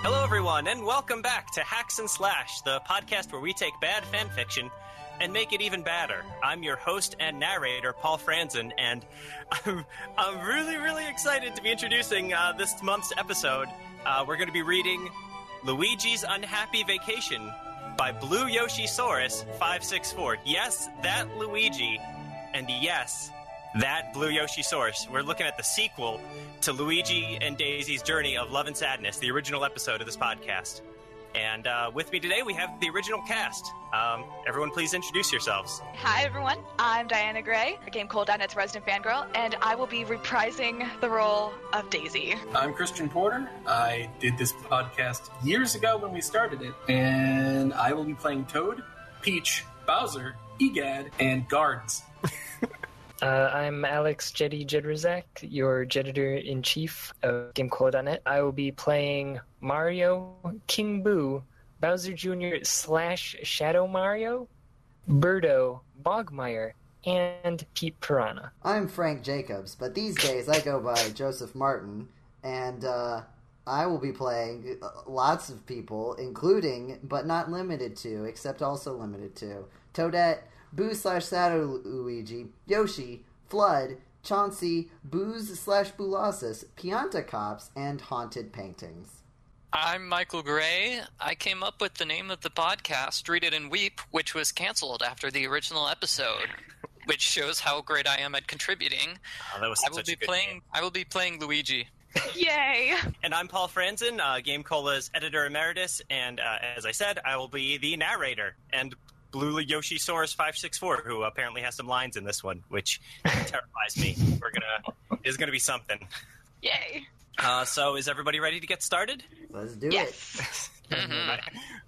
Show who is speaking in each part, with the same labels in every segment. Speaker 1: Hello, everyone, and welcome back to Hacks and Slash, the podcast where we take bad fan fiction and make it even badder. I'm your host and narrator, Paul Franzen, and I'm, I'm really, really excited to be introducing uh, this month's episode. Uh, we're going to be reading Luigi's Unhappy Vacation by Blue Yoshisaurus 564. Yes, that Luigi, and yes, that Blue Yoshisaurus. We're looking at the sequel to Luigi and Daisy's Journey of Love and Sadness, the original episode of this podcast. And uh, with me today, we have the original cast. Um, everyone, please introduce yourselves.
Speaker 2: Hi everyone, I'm Diana Gray, a Game Cold Down, it's resident fangirl, and I will be reprising the role of Daisy.
Speaker 3: I'm Christian Porter. I did this podcast years ago when we started it, and I will be playing Toad, Peach, Bowser, Egad, and Guards.
Speaker 4: Uh, I'm Alex Jetty Jedrzak, your editor in chief of GameCola.net. I will be playing Mario, King Boo, Bowser Jr. slash Shadow Mario, Birdo, Bogmire, and Pete Piranha.
Speaker 5: I'm Frank Jacobs, but these days I go by Joseph Martin, and uh, I will be playing uh, lots of people, including, but not limited to, except also limited to, Toadette, Boo slash Sato Luigi, Yoshi, Flood, Chauncey, Booze slash Bulasis, Pianta Cops, and Haunted Paintings.
Speaker 6: I'm Michael Gray. I came up with the name of the podcast, Read It and Weep, which was canceled after the original episode, which shows how great I am at contributing.
Speaker 1: Uh, that was
Speaker 6: I will
Speaker 1: such
Speaker 6: be
Speaker 1: a good
Speaker 6: playing
Speaker 1: name.
Speaker 6: I will be playing Luigi.
Speaker 2: Yay!
Speaker 1: And I'm Paul Franzen, uh, Game Cola's editor emeritus, and uh, as I said, I will be the narrator and Blue Yoshisaurus five six four, who apparently has some lines in this one, which terrifies me. We're gonna is gonna be something.
Speaker 2: Yay!
Speaker 1: Uh, so, is everybody ready to get started?
Speaker 5: Let's do it.
Speaker 2: Yes!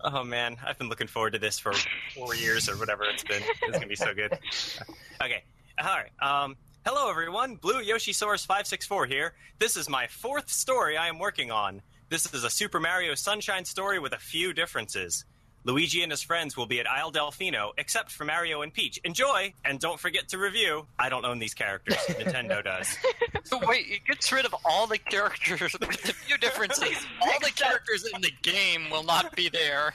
Speaker 1: Oh man, I've been looking forward to this for four years or whatever it's been. It's gonna be so good. Okay, all right. Um, hello everyone, Blue Yoshisaurus five six four here. This is my fourth story I am working on. This is a Super Mario Sunshine story with a few differences. Luigi and his friends will be at Isle Delfino, except for Mario and Peach. Enjoy, and don't forget to review. I don't own these characters. Nintendo does.
Speaker 6: So wait, it gets rid of all the characters with a few differences. All the characters in the game will not be there.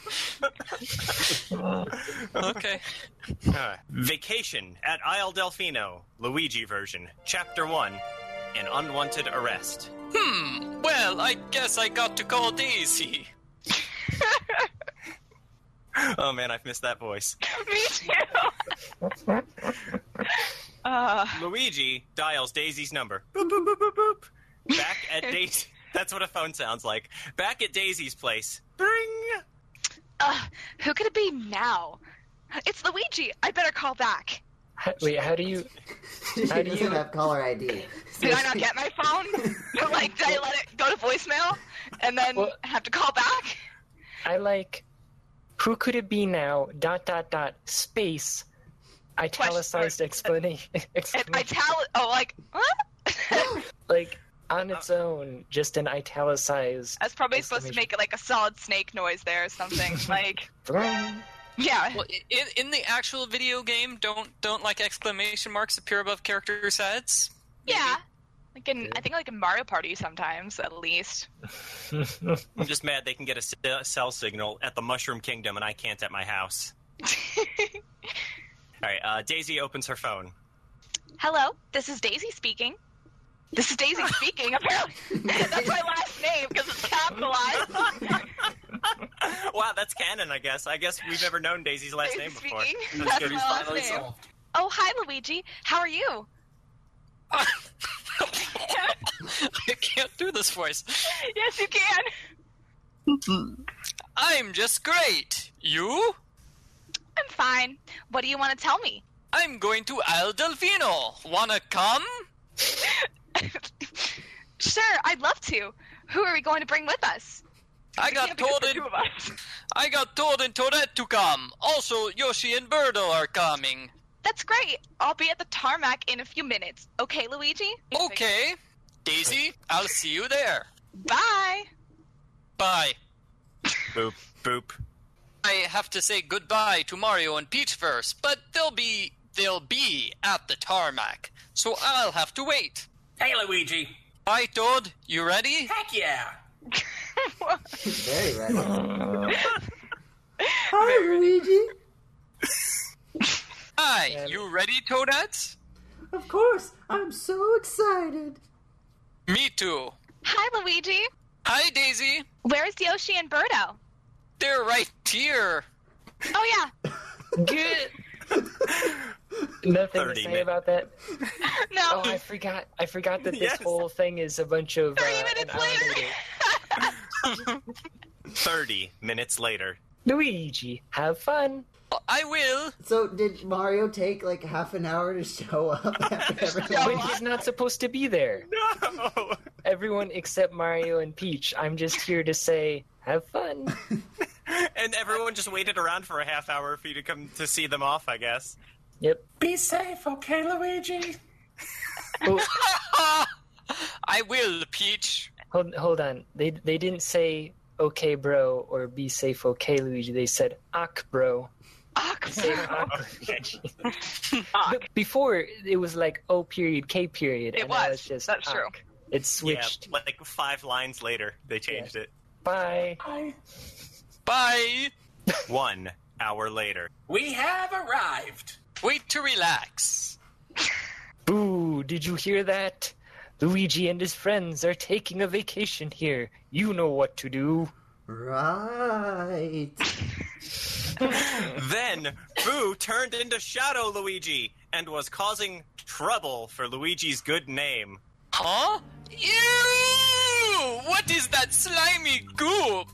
Speaker 6: okay.
Speaker 1: Uh, Vacation at Isle Delfino, Luigi version, Chapter 1 An Unwanted Arrest.
Speaker 6: Hmm. Well, I guess I got to call Daisy.
Speaker 1: Oh man, I've missed that voice.
Speaker 2: Me too! uh,
Speaker 1: Luigi dials Daisy's number. Boop, boop, boop, boop, boop. Back at Daisy. That's what a phone sounds like. Back at Daisy's place. Bring!
Speaker 2: uh, who could it be now? It's Luigi! I better call back!
Speaker 4: H- Wait, how do you?
Speaker 5: he
Speaker 4: How do
Speaker 5: doesn't
Speaker 4: you-
Speaker 5: have caller ID.
Speaker 2: Did I not get my phone? like, did I let it go to voicemail and then
Speaker 4: Well-
Speaker 2: have to call back?
Speaker 4: I like. Who could it be now? Dot dot dot space. Italicized explanation.
Speaker 2: And I tell, oh, like, huh?
Speaker 4: like on its own, just an italicized.
Speaker 2: I was probably supposed to
Speaker 4: Exclamation.
Speaker 2: make like a solid snake noise there or something. like, Uh, yeah.
Speaker 6: Well, i- in, in the actual video game, don't don't like exclamation marks appear above characters' heads.
Speaker 2: Yeah. Like in, I think like in Mario Party sometimes, at least.
Speaker 1: I'm just mad they can get a se- cell signal at the Mushroom Kingdom and I can't at my house. All right, uh, Daisy opens her phone.
Speaker 2: Hello, this is Daisy speaking. This is Daisy speaking, apparently. That's my last name because it's capitalized.
Speaker 1: Wow, that's canon, I guess. I guess we've never known Daisy's last
Speaker 2: Daisy
Speaker 1: name before.
Speaker 2: speaking.
Speaker 1: That's
Speaker 2: That's
Speaker 1: good.
Speaker 2: my last
Speaker 3: Finally
Speaker 2: name.
Speaker 3: solved.
Speaker 2: Oh, hi, Luigi. How are you?
Speaker 6: I can't do this voice.
Speaker 2: Yes, you can.
Speaker 6: I'm just great. You?
Speaker 2: I'm fine. What do you want to tell me?
Speaker 6: I'm going to Al Delfino. Wanna come?
Speaker 2: sure, I'd love to. Who are we going to bring with us?
Speaker 6: I
Speaker 2: We
Speaker 6: got
Speaker 2: can't because
Speaker 6: told
Speaker 2: the
Speaker 6: in
Speaker 2: two of us.
Speaker 6: I got told in Toadette to come. Also, Yoshi and Birdo are coming.
Speaker 2: That's great. I'll be at the tarmac in a few minutes. Okay, Luigi?
Speaker 6: Okay, Daisy, I'll see you there.
Speaker 2: Bye.
Speaker 6: Bye.
Speaker 1: Boop, boop.
Speaker 6: I have to say goodbye to Mario and Peach first, but they'll be they'll be at the tarmac, so I'll have to wait.
Speaker 7: Hey, Luigi.
Speaker 6: Bye, Toad. You ready?
Speaker 7: Heck yeah.
Speaker 5: Very right.
Speaker 8: Very
Speaker 5: Hi, Luigi.
Speaker 6: Hi, you ready, Toadettes?
Speaker 5: Of course, I'm so excited.
Speaker 6: Me too.
Speaker 8: Hi, Luigi.
Speaker 6: Hi, Daisy.
Speaker 8: Where's Yoshi and Birdo?
Speaker 6: They're right here.
Speaker 8: Oh yeah.
Speaker 4: Good. Nothing to
Speaker 1: 30
Speaker 4: say
Speaker 1: minutes.
Speaker 4: about that.
Speaker 8: No.
Speaker 4: Oh, I forgot. I forgot that this
Speaker 1: Yes.
Speaker 4: whole thing is a bunch of.
Speaker 8: Thirty
Speaker 4: uh,
Speaker 8: minutes
Speaker 4: an
Speaker 8: later.
Speaker 4: hour-
Speaker 1: 30 minutes later.
Speaker 4: Luigi, have fun.
Speaker 6: Well, I will.
Speaker 5: So, did Mario take like half an hour to show up? After
Speaker 8: Show
Speaker 4: But
Speaker 5: everyone?
Speaker 8: up.
Speaker 4: he's not supposed to be there.
Speaker 1: No!
Speaker 4: Everyone except Mario and Peach. I'm just here to say, have fun.
Speaker 1: And everyone just waited around for a half hour for you to come to see them off, I guess.
Speaker 4: Yep.
Speaker 3: Be safe, okay, Luigi?
Speaker 4: Oh,
Speaker 6: I will, Peach.
Speaker 4: hold, hold on. They they didn't say okay, bro, or be safe, okay, Luigi. They said ak, bro. Ak, Luigi. But before it was like O period K period.
Speaker 8: It
Speaker 4: and now
Speaker 8: was.
Speaker 4: it's just
Speaker 8: That's true.
Speaker 4: "Ak." It's switched.
Speaker 1: Yeah, like five lines later, they changed it.
Speaker 4: Bye.
Speaker 3: Hi.
Speaker 6: Bye.
Speaker 1: One hour later.
Speaker 3: We have arrived.
Speaker 6: Wait to relax.
Speaker 4: Boo! Did you hear that? Luigi and his friends are taking a vacation here. You know what to do.
Speaker 5: right.
Speaker 1: Then Boo turned into Shadow Luigi and was causing trouble for Luigi's good name.
Speaker 6: Huh? Ew! What is that slimy goop?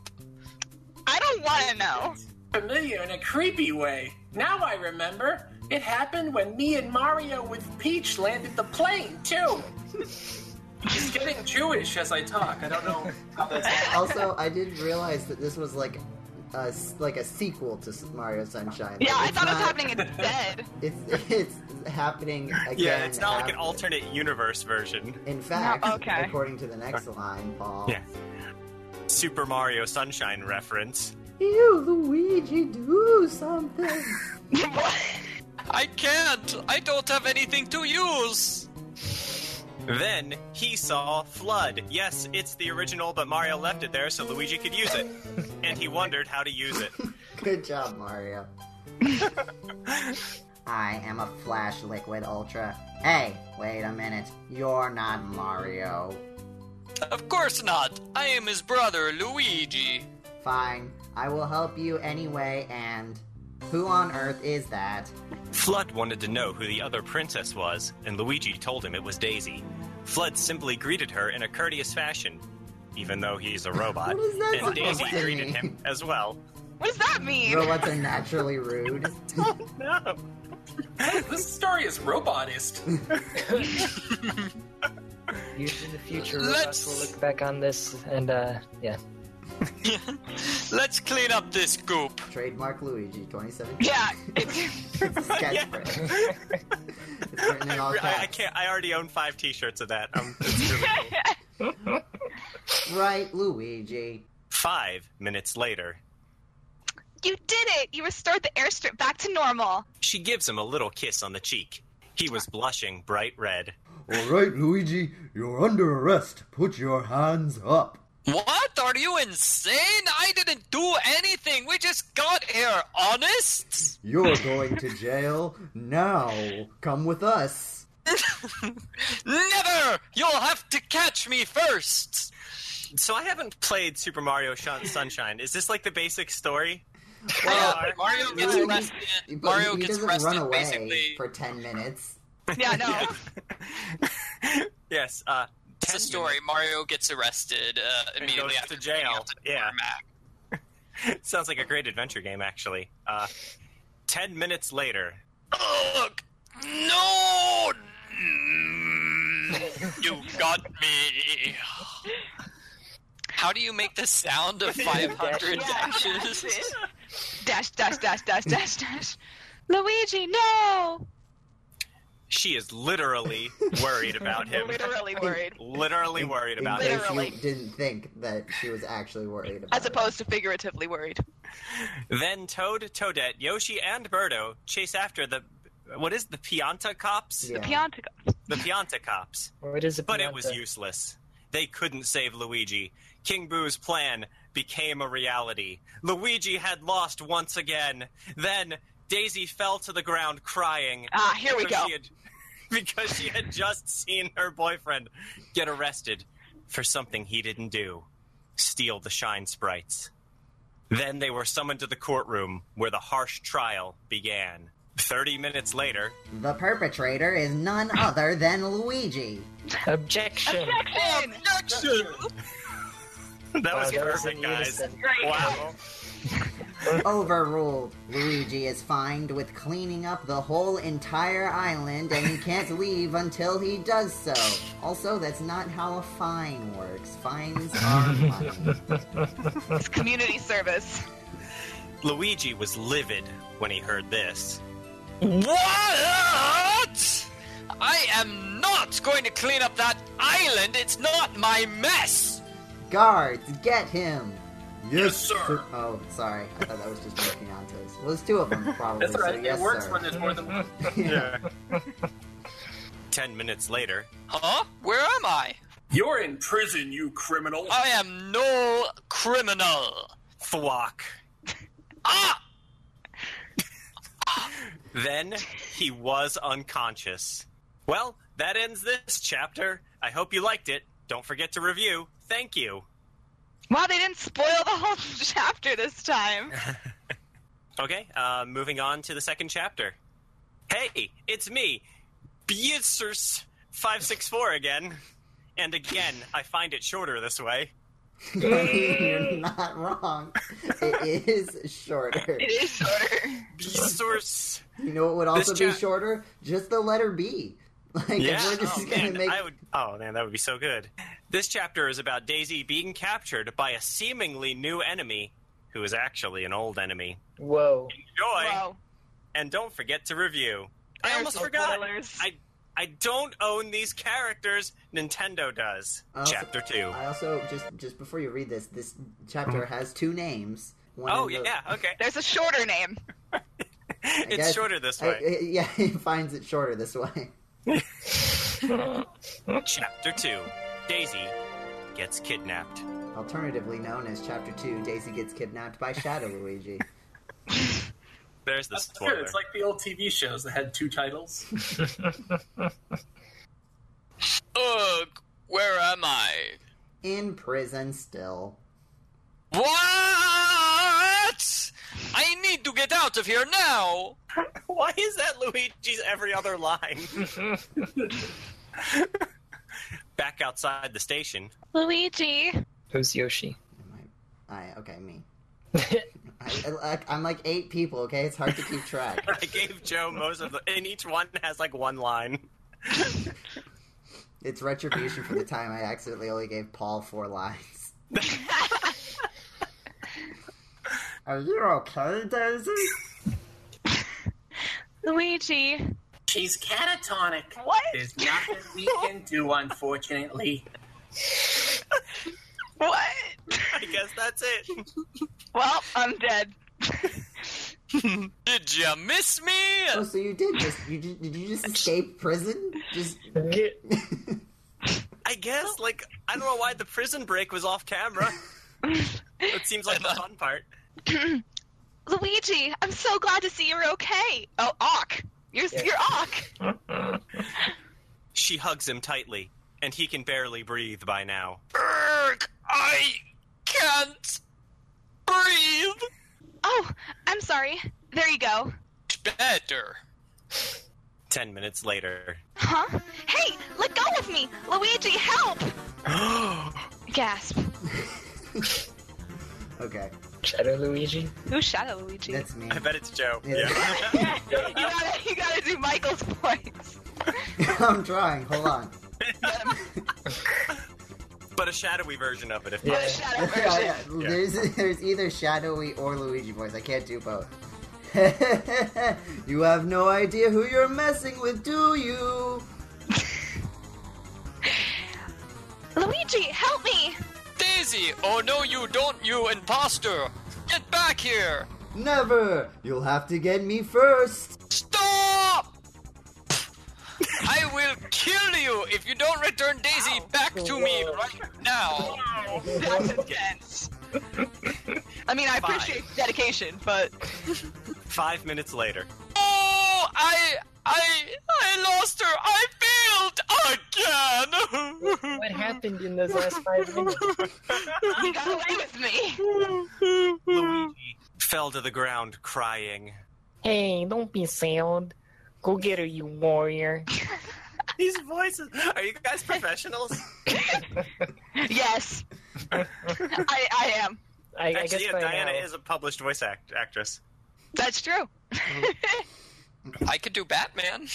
Speaker 8: I don't want to know.
Speaker 3: Familiar in a creepy way. Now I remember. It happened when me and Mario with Peach landed the plane, too. He's getting Jewish as I talk. I don't know how that's.
Speaker 5: Also, I didn't realize that this was like a s- like a sequel to S- Mario Sunshine.
Speaker 8: Yeah,
Speaker 5: Like,
Speaker 8: I
Speaker 5: it's
Speaker 8: thought it was
Speaker 5: not-
Speaker 8: happening instead.
Speaker 5: It's it's happening again.
Speaker 1: Yeah, it's not like an
Speaker 5: after.
Speaker 1: alternate universe version.
Speaker 5: In fact,
Speaker 8: No, okay.
Speaker 5: according to the next line, Paul.
Speaker 1: Yeah. Super Mario Sunshine reference.
Speaker 5: Ew, Luigi, do something.
Speaker 6: I can't. I don't have anything to use.
Speaker 1: Then he saw Flood. Yes, it's the original, but Mario left it there so Luigi could use it. And he wondered how to use it.
Speaker 5: Good job, Mario. I am a Flash Liquid Ultra. Hey, wait a minute. You're not Mario.
Speaker 6: Of course not. I am his brother, Luigi.
Speaker 5: Fine, I will help you anyway, and. Who on earth is that?
Speaker 1: Flood wanted to know who the other princess was, and Luigi told him it was Daisy. Flood simply greeted her in a courteous fashion, even though he's a robot.
Speaker 5: What is that
Speaker 1: and Daisy
Speaker 5: supposed to
Speaker 1: greeted
Speaker 5: mean?
Speaker 1: him as well.
Speaker 8: What does that mean?
Speaker 5: Robots are naturally rude.
Speaker 1: No.
Speaker 3: This story is robotist.
Speaker 4: Years in the future,
Speaker 6: Let's-
Speaker 4: robots will look back on this and, uh, yeah.
Speaker 6: Let's clean up this goop.
Speaker 5: Trademark Luigi 2017.
Speaker 8: Yeah. It's,
Speaker 5: Sketch
Speaker 1: Yeah.
Speaker 5: print. It's written in all
Speaker 1: I, I
Speaker 5: caps.
Speaker 1: can't. I already own five T-shirts of that. Um, it's really cool.
Speaker 5: Right, Luigi.
Speaker 1: Five minutes later,
Speaker 8: you did it. You restored the airstrip back to normal.
Speaker 1: she gives him a little kiss on the cheek. He was blushing bright red.
Speaker 5: All right, Luigi, you're under arrest. Put your hands up.
Speaker 6: What? Are you insane? I didn't do anything. We just got here. Honest?
Speaker 5: You're going to jail now. Come with us.
Speaker 6: Never! You'll have to catch me first.
Speaker 1: So I haven't played Super Mario Shun- Sunshine. Is this like the basic story?
Speaker 6: Yeah, Uh, Mario gets
Speaker 5: Luigi-
Speaker 6: arrested.
Speaker 5: But
Speaker 6: Mario
Speaker 5: he
Speaker 6: gets
Speaker 5: doesn't
Speaker 6: arrested
Speaker 5: run away
Speaker 6: basically.
Speaker 5: for ten minutes.
Speaker 8: Yeah, no.
Speaker 1: yes. Uh,
Speaker 6: It's a story. Mario gets arrested uh, immediately
Speaker 1: goes
Speaker 6: after
Speaker 1: to jail.
Speaker 6: going out to the
Speaker 1: Yeah.
Speaker 6: tarmac.
Speaker 1: Sounds like a great adventure game, actually. Uh, ten minutes later,
Speaker 6: Ugh! No! Mm, you got me. How do you make the sound of 500
Speaker 8: Yeah,
Speaker 6: dashes?
Speaker 8: that's it. Dash, dash, dash, dash, dash, dash. Luigi, no!
Speaker 1: she is literally worried about him.
Speaker 8: Literally worried.
Speaker 1: Literally worried
Speaker 5: In
Speaker 1: about
Speaker 5: case
Speaker 1: him.
Speaker 8: Literally.
Speaker 5: you didn't think that she was actually worried about
Speaker 8: As opposed to figuratively worried.
Speaker 1: Then Toad, Toadette, Yoshi, and Birdo chase after the what is the Pianta cops?
Speaker 5: it. Yeah.
Speaker 8: Piantico.
Speaker 1: The Pianta cops.
Speaker 4: What is it?
Speaker 1: But it was
Speaker 4: Pianta?
Speaker 1: useless. They couldn't save Luigi. King Boo's plan became a reality. Luigi had lost once again. Then Daisy fell to the ground crying.
Speaker 8: Ah, here we
Speaker 1: because
Speaker 8: go.
Speaker 1: she had- because she had just seen her boyfriend get arrested for something he didn't do steal the shine sprites. Then they were summoned to the courtroom where the harsh trial began. 30 minutes later,
Speaker 5: The perpetrator is none other than Luigi.
Speaker 4: Objection.
Speaker 8: Objection!
Speaker 1: that was
Speaker 4: Wow, that was
Speaker 1: perfect,
Speaker 4: in
Speaker 1: guys.
Speaker 4: unison.
Speaker 8: Great.
Speaker 1: Wow.
Speaker 5: Overruled. Luigi is fined with cleaning up the whole entire island and he can't leave until he does so. Also, that's not how a fine works. Fines are money.
Speaker 8: It's community service.
Speaker 1: Luigi was livid when he heard this.
Speaker 6: What? I am not going to clean up that island. It's not my mess.
Speaker 5: Guards, get him!
Speaker 3: Yes, sir.
Speaker 5: Oh, sorry. I thought that was just Don Quixote's. Well, there's two of them, probably.
Speaker 3: That's all right.
Speaker 5: So yes,
Speaker 3: it works
Speaker 5: sir.
Speaker 3: when there's more than one.
Speaker 5: Yeah.
Speaker 1: 10 minutes later,
Speaker 6: Huh? Where am I?
Speaker 3: You're in prison, you criminal.
Speaker 6: I am no criminal.
Speaker 1: thwack.
Speaker 6: Ah!
Speaker 1: Then he was unconscious. Well, that ends this chapter. I hope you liked it. Don't forget to review. Thank you.
Speaker 8: Wow, they didn't spoil the whole chapter this time.
Speaker 1: Okay, uh, moving on to the second chapter. Hey, it's me, Bietzers564 again. And again, I find it shorter this way.
Speaker 5: You're not wrong. It is shorter.
Speaker 8: It is shorter.
Speaker 1: Bietzers.
Speaker 5: You know what would also
Speaker 1: This
Speaker 5: be
Speaker 1: chat-
Speaker 5: shorter? Just the letter B. Like, if
Speaker 1: Yeah.
Speaker 5: we're just
Speaker 1: oh,
Speaker 5: gonna
Speaker 1: man,
Speaker 5: make.
Speaker 1: I would, oh, man, that would be so good. This chapter is about Daisy being captured by a seemingly new enemy who is actually an old enemy.
Speaker 4: Whoa.
Speaker 1: Joy!
Speaker 8: Wow.
Speaker 1: And don't forget to review. I
Speaker 8: There's
Speaker 1: almost
Speaker 8: some
Speaker 1: forgot.
Speaker 8: spoilers.
Speaker 1: I I don't own these characters. Nintendo does.
Speaker 5: I also-
Speaker 1: Chapter two.
Speaker 5: Uh, I also just just before you read this, this chapter has two names. One
Speaker 1: Oh
Speaker 5: in the-
Speaker 1: yeah, okay.
Speaker 8: There's a shorter name.
Speaker 1: It's
Speaker 5: guess-
Speaker 1: shorter this
Speaker 5: I-
Speaker 1: way.
Speaker 5: I- yeah, he finds it shorter this way.
Speaker 1: Chapter two. Daisy gets kidnapped.
Speaker 5: Alternatively known as Chapter Two, Daisy gets kidnapped by Shadow Luigi.
Speaker 1: There's the
Speaker 3: That's
Speaker 1: spoiler.
Speaker 3: good. It's like the old TV shows that had two titles.
Speaker 6: Ugh, where am I?
Speaker 5: In prison still.
Speaker 6: What? I need to get out of here now.
Speaker 1: Why is that Luigi's every other line? Back outside the station,
Speaker 8: Luigi.
Speaker 4: Who's Yoshi?
Speaker 5: Am I, I okay me. I, I, I'm like eight people. Okay, it's hard to keep track.
Speaker 1: I gave Joe most of the, and each one has like one line.
Speaker 5: It's retribution for the time I accidentally only gave Paul four lines. Are you okay, Daisy?
Speaker 8: Luigi.
Speaker 3: She's catatonic.
Speaker 8: What?
Speaker 3: There's nothing we can do, unfortunately.
Speaker 8: What?
Speaker 1: I guess that's it.
Speaker 8: Well, I'm dead.
Speaker 6: Did you miss me?
Speaker 5: Oh, so you did just you ju- did you just escape prison? Just
Speaker 4: Get-
Speaker 1: I guess, like, I don't know why the prison break was off camera. it seems like the fun part.
Speaker 8: Luigi, I'm so glad to see you're okay. Oh, Ock. You're you're Ock.
Speaker 1: She hugs him tightly, and he can barely breathe by now.
Speaker 6: Ugh, I can't breathe.
Speaker 8: Oh, I'm sorry. There you go.
Speaker 6: Better.
Speaker 1: Ten minutes later.
Speaker 8: Huh? Hey, let go of me, Luigi! Help! Gasp.
Speaker 5: okay.
Speaker 4: Shadow Luigi?
Speaker 8: Who's Shadow Luigi?
Speaker 5: That's me.
Speaker 1: I bet it's Joe.
Speaker 5: Yeah.
Speaker 1: Yeah.
Speaker 8: you gotta you gotta do Michael's voice.
Speaker 5: I'm trying. Hold on.
Speaker 1: but a shadowy version of it, if
Speaker 4: Yeah.
Speaker 8: Shadow version.
Speaker 5: there's there's either shadowy or Luigi voice. I can't do both. you have no idea who you're messing with, do you?
Speaker 8: Luigi, help me!
Speaker 6: Daisy! Oh no, you don't, you imposter! Get back here!
Speaker 5: Never. You'll have to get me first.
Speaker 6: Stop! I will kill you if you don't return Daisy back to me right now.
Speaker 8: That's intense. I mean, I
Speaker 1: Fine.
Speaker 8: appreciate the dedication, but
Speaker 1: Five minutes later.
Speaker 6: Oh, I, I, I lost her. I failed again.
Speaker 4: What happened in those last five minutes?
Speaker 8: you got away with me.
Speaker 1: Luigi fell to the ground crying.
Speaker 4: Hey, don't be sad. Go get her, you warrior.
Speaker 1: These voices. Are you guys professionals?
Speaker 8: Yes, I, I am.
Speaker 4: I, I guess
Speaker 1: Actually, yeah,
Speaker 4: by
Speaker 1: Diana
Speaker 4: now,
Speaker 1: is a published voice act- actress.
Speaker 8: That's true.
Speaker 6: I could do Batman.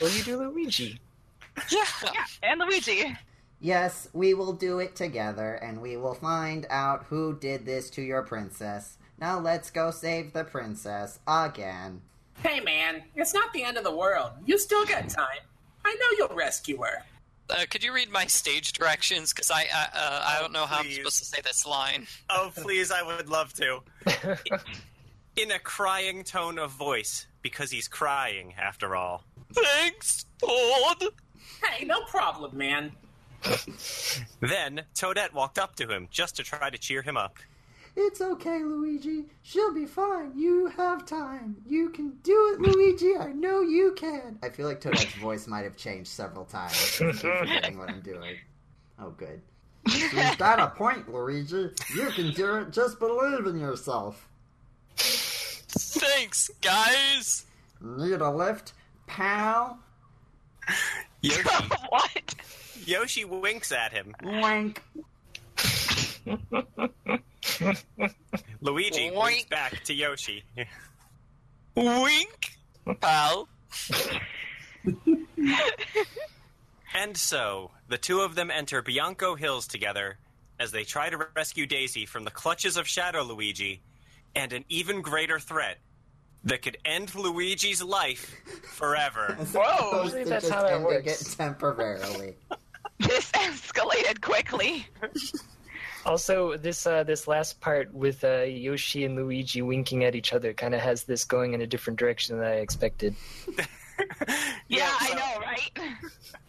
Speaker 4: Will you do Luigi?
Speaker 6: yeah.
Speaker 8: and Luigi.
Speaker 5: Yes, we will do it together, and we will find out who did this to your princess. Now let's go save the princess again.
Speaker 3: Hey, man, it's not the end of the world. You still got time. I know you'll rescue her.
Speaker 6: Uh, could you read my stage directions? Because I, I, uh, I don't know how I'm
Speaker 1: please.
Speaker 6: supposed to say this line.
Speaker 1: Oh, please, I would love to. In a crying tone of voice, because he's crying after all.
Speaker 6: Thanks, Todd.
Speaker 3: Hey, no problem, man.
Speaker 1: Then Toadette walked up to him just to try to cheer him up.
Speaker 5: It's okay, Luigi. She'll be fine. You have time. You can do it, Luigi. I know you can. I feel like Toadette's voice might have changed several times. I'm forgetting what I'm doing. Oh, good. You've got a point, Luigi. You can do it. Just believe in yourself.
Speaker 6: Thanks, guys.
Speaker 5: Need a lift, pal?
Speaker 1: Yoshi,
Speaker 8: what?
Speaker 1: Yoshi winks at him.
Speaker 5: Wink.
Speaker 1: Luigi
Speaker 6: Oink.
Speaker 1: winks back to Yoshi.
Speaker 6: Wink, pal.
Speaker 1: And so, the two of them enter Bianco Hills together as they try to rescue Daisy from the clutches of Shadow Luigi and an even greater threat that could end Luigi's life forever.
Speaker 5: Whoa!
Speaker 4: Usually that's how that works.
Speaker 5: It temporarily.
Speaker 8: This escalated quickly.
Speaker 4: Also, this uh, this last part with uh, Yoshi and Luigi winking at each other kind of has this going in a different direction than I expected.
Speaker 8: Yeah, I
Speaker 1: so-
Speaker 8: know, right?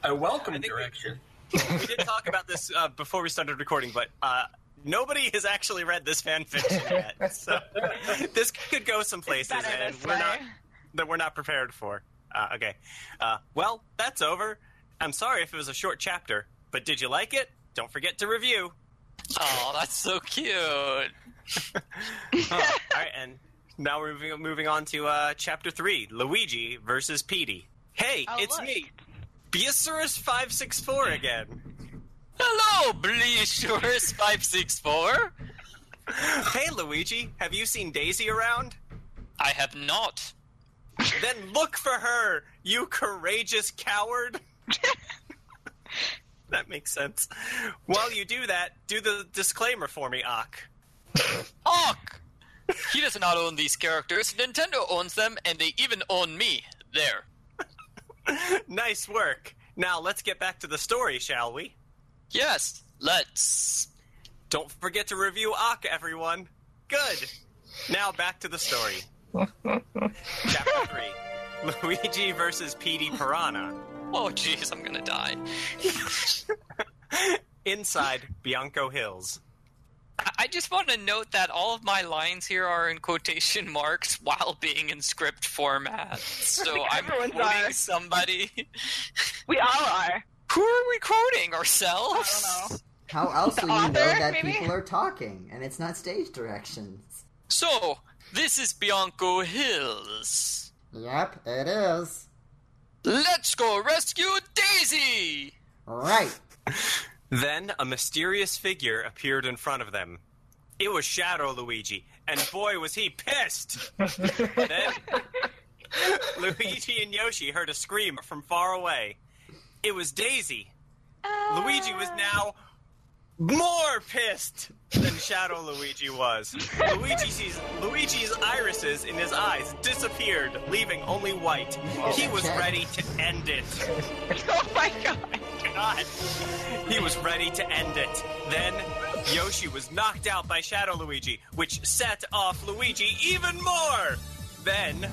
Speaker 3: A welcome
Speaker 1: think we-
Speaker 3: direction.
Speaker 1: we did talk about this uh, before we started recording, but uh, nobody has actually read this fan fiction yet, so this could go some places,
Speaker 8: Better
Speaker 1: and
Speaker 8: this
Speaker 1: we're
Speaker 8: way.
Speaker 1: not that we're not prepared for. Uh, okay, uh, well, that's over. I'm sorry if it was a short chapter, but did you like it? Don't forget to review.
Speaker 6: Oh, that's so cute.
Speaker 1: Uh, all right, and now we're moving, moving on to uh, chapter three: Luigi versus Petey. Hey,
Speaker 8: Oh,
Speaker 1: it's
Speaker 8: look.
Speaker 1: me, Beosaurus five six four again.
Speaker 6: Hello, Bleachers five six four.
Speaker 1: Hey, Luigi, have you seen Daisy around?
Speaker 6: I have not.
Speaker 1: Then look for her, you courageous coward. that makes sense. While you do that, do the disclaimer for me, Ak.
Speaker 6: Hawk. He does not own these characters. Nintendo owns them, and they even own me. There.
Speaker 1: Nice work. Now let's get back to the story, shall we?
Speaker 6: Yes. Let's.
Speaker 1: Don't forget to review Ak, everyone. Good. Now back to the story. Chapter 3 Luigi versus Petey Piranha.
Speaker 6: Oh, jeez, I'm gonna die.
Speaker 1: Inside Bianco Hills.
Speaker 6: I- I just want to note that all of my lines here are in quotation marks while being in script format. So I'm
Speaker 8: Everyone's
Speaker 6: quoting
Speaker 8: are.
Speaker 6: somebody.
Speaker 8: We all are.
Speaker 6: Who are we quoting?
Speaker 8: I
Speaker 6: Ourselves?
Speaker 8: don't know.
Speaker 5: How else
Speaker 8: The
Speaker 5: will you know
Speaker 8: author,
Speaker 5: that
Speaker 8: maybe?
Speaker 5: people are talking and it's not stage directions?
Speaker 6: So, this is Bianco Hills.
Speaker 5: Yep, it is.
Speaker 6: Let's go rescue Daisy!
Speaker 5: Right.
Speaker 1: Then a mysterious figure appeared in front of them. It was Shadow Luigi, and boy was he pissed! then Luigi and Yoshi heard a scream from far away. It was Daisy.
Speaker 2: Oh
Speaker 1: Luigi was now more pissed than Shadow Luigi was. Luigi sees Luigi's irises in his eyes disappeared, leaving only white. He was ready to end it.
Speaker 8: Oh my god.
Speaker 1: God. He was ready to end it. Then Yoshi was knocked out by Shadow Luigi, which set off Luigi even more. Then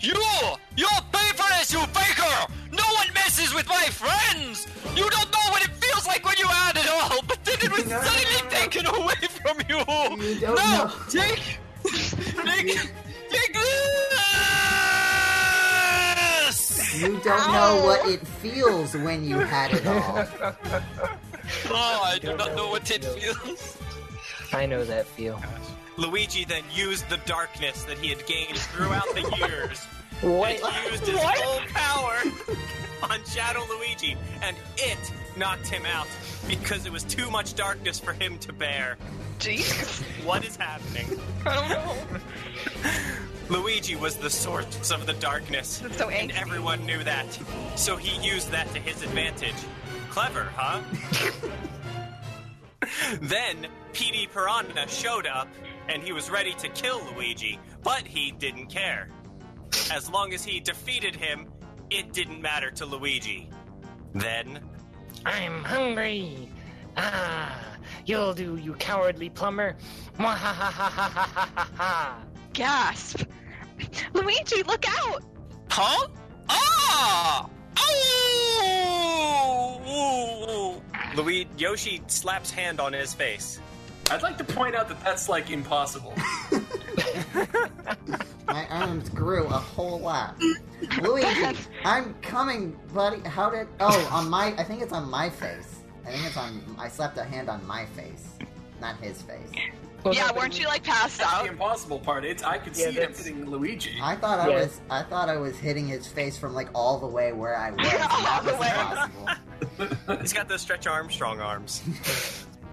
Speaker 6: You You'll pay for this, you faker! No one messes with my friends! You don't know what it feels like when you had it all, but then it was
Speaker 5: No, no, no,
Speaker 6: suddenly
Speaker 5: no.
Speaker 6: taken away from you!
Speaker 5: You don't
Speaker 6: no!
Speaker 5: know.
Speaker 6: Take! take! Take ah! this!
Speaker 5: You don't know what it feels when you had it all.
Speaker 6: Oh, I do
Speaker 4: Don't
Speaker 6: not
Speaker 4: know
Speaker 6: know
Speaker 4: what
Speaker 6: what it
Speaker 4: to do.
Speaker 6: feels.
Speaker 4: I know that feel.
Speaker 1: Luigi then used the darkness that he had gained throughout the years
Speaker 4: What?
Speaker 1: and used his whole power on Shadow Luigi, and it knocked him out because it was too much darkness for him to bear.
Speaker 2: Jesus.
Speaker 1: What is happening?
Speaker 2: I don't know.
Speaker 1: Luigi was the source of the darkness,
Speaker 2: That's so
Speaker 1: and
Speaker 2: angry.
Speaker 1: everyone knew that, so he used that to his advantage. Clever, huh? then PD Piranha showed up, and he was ready to kill Luigi, but he didn't care. As long as he defeated him, it didn't matter to Luigi. Then
Speaker 4: I'm hungry. Ah, you'll do, you cowardly plumber. Mwahahahahahaha.
Speaker 2: Gasp. Luigi, look out!
Speaker 6: Huh? Ah! Ow!
Speaker 1: Luigi Yoshi slaps hand on his face.
Speaker 3: I'd like to point out that that's like impossible.
Speaker 5: My arms grew a whole lot. Luigi, I'm coming, buddy. How did? Oh, on my. I think it's on my face. I think it's on. I slapped a hand on my face, not his face.
Speaker 4: Well,
Speaker 2: yeah,
Speaker 4: no, but
Speaker 2: weren't you like passed
Speaker 3: the
Speaker 2: out?
Speaker 3: impossible part. It's I could
Speaker 4: Yeah,
Speaker 3: see him
Speaker 4: that's-
Speaker 3: hitting Luigi.
Speaker 5: I thought I
Speaker 4: Yeah.
Speaker 5: was. I thought I was hitting his face from like all the way where I was. and
Speaker 2: All
Speaker 5: that
Speaker 2: the
Speaker 5: was
Speaker 2: way.
Speaker 5: impossible.
Speaker 1: He's got those stretch Armstrong arms.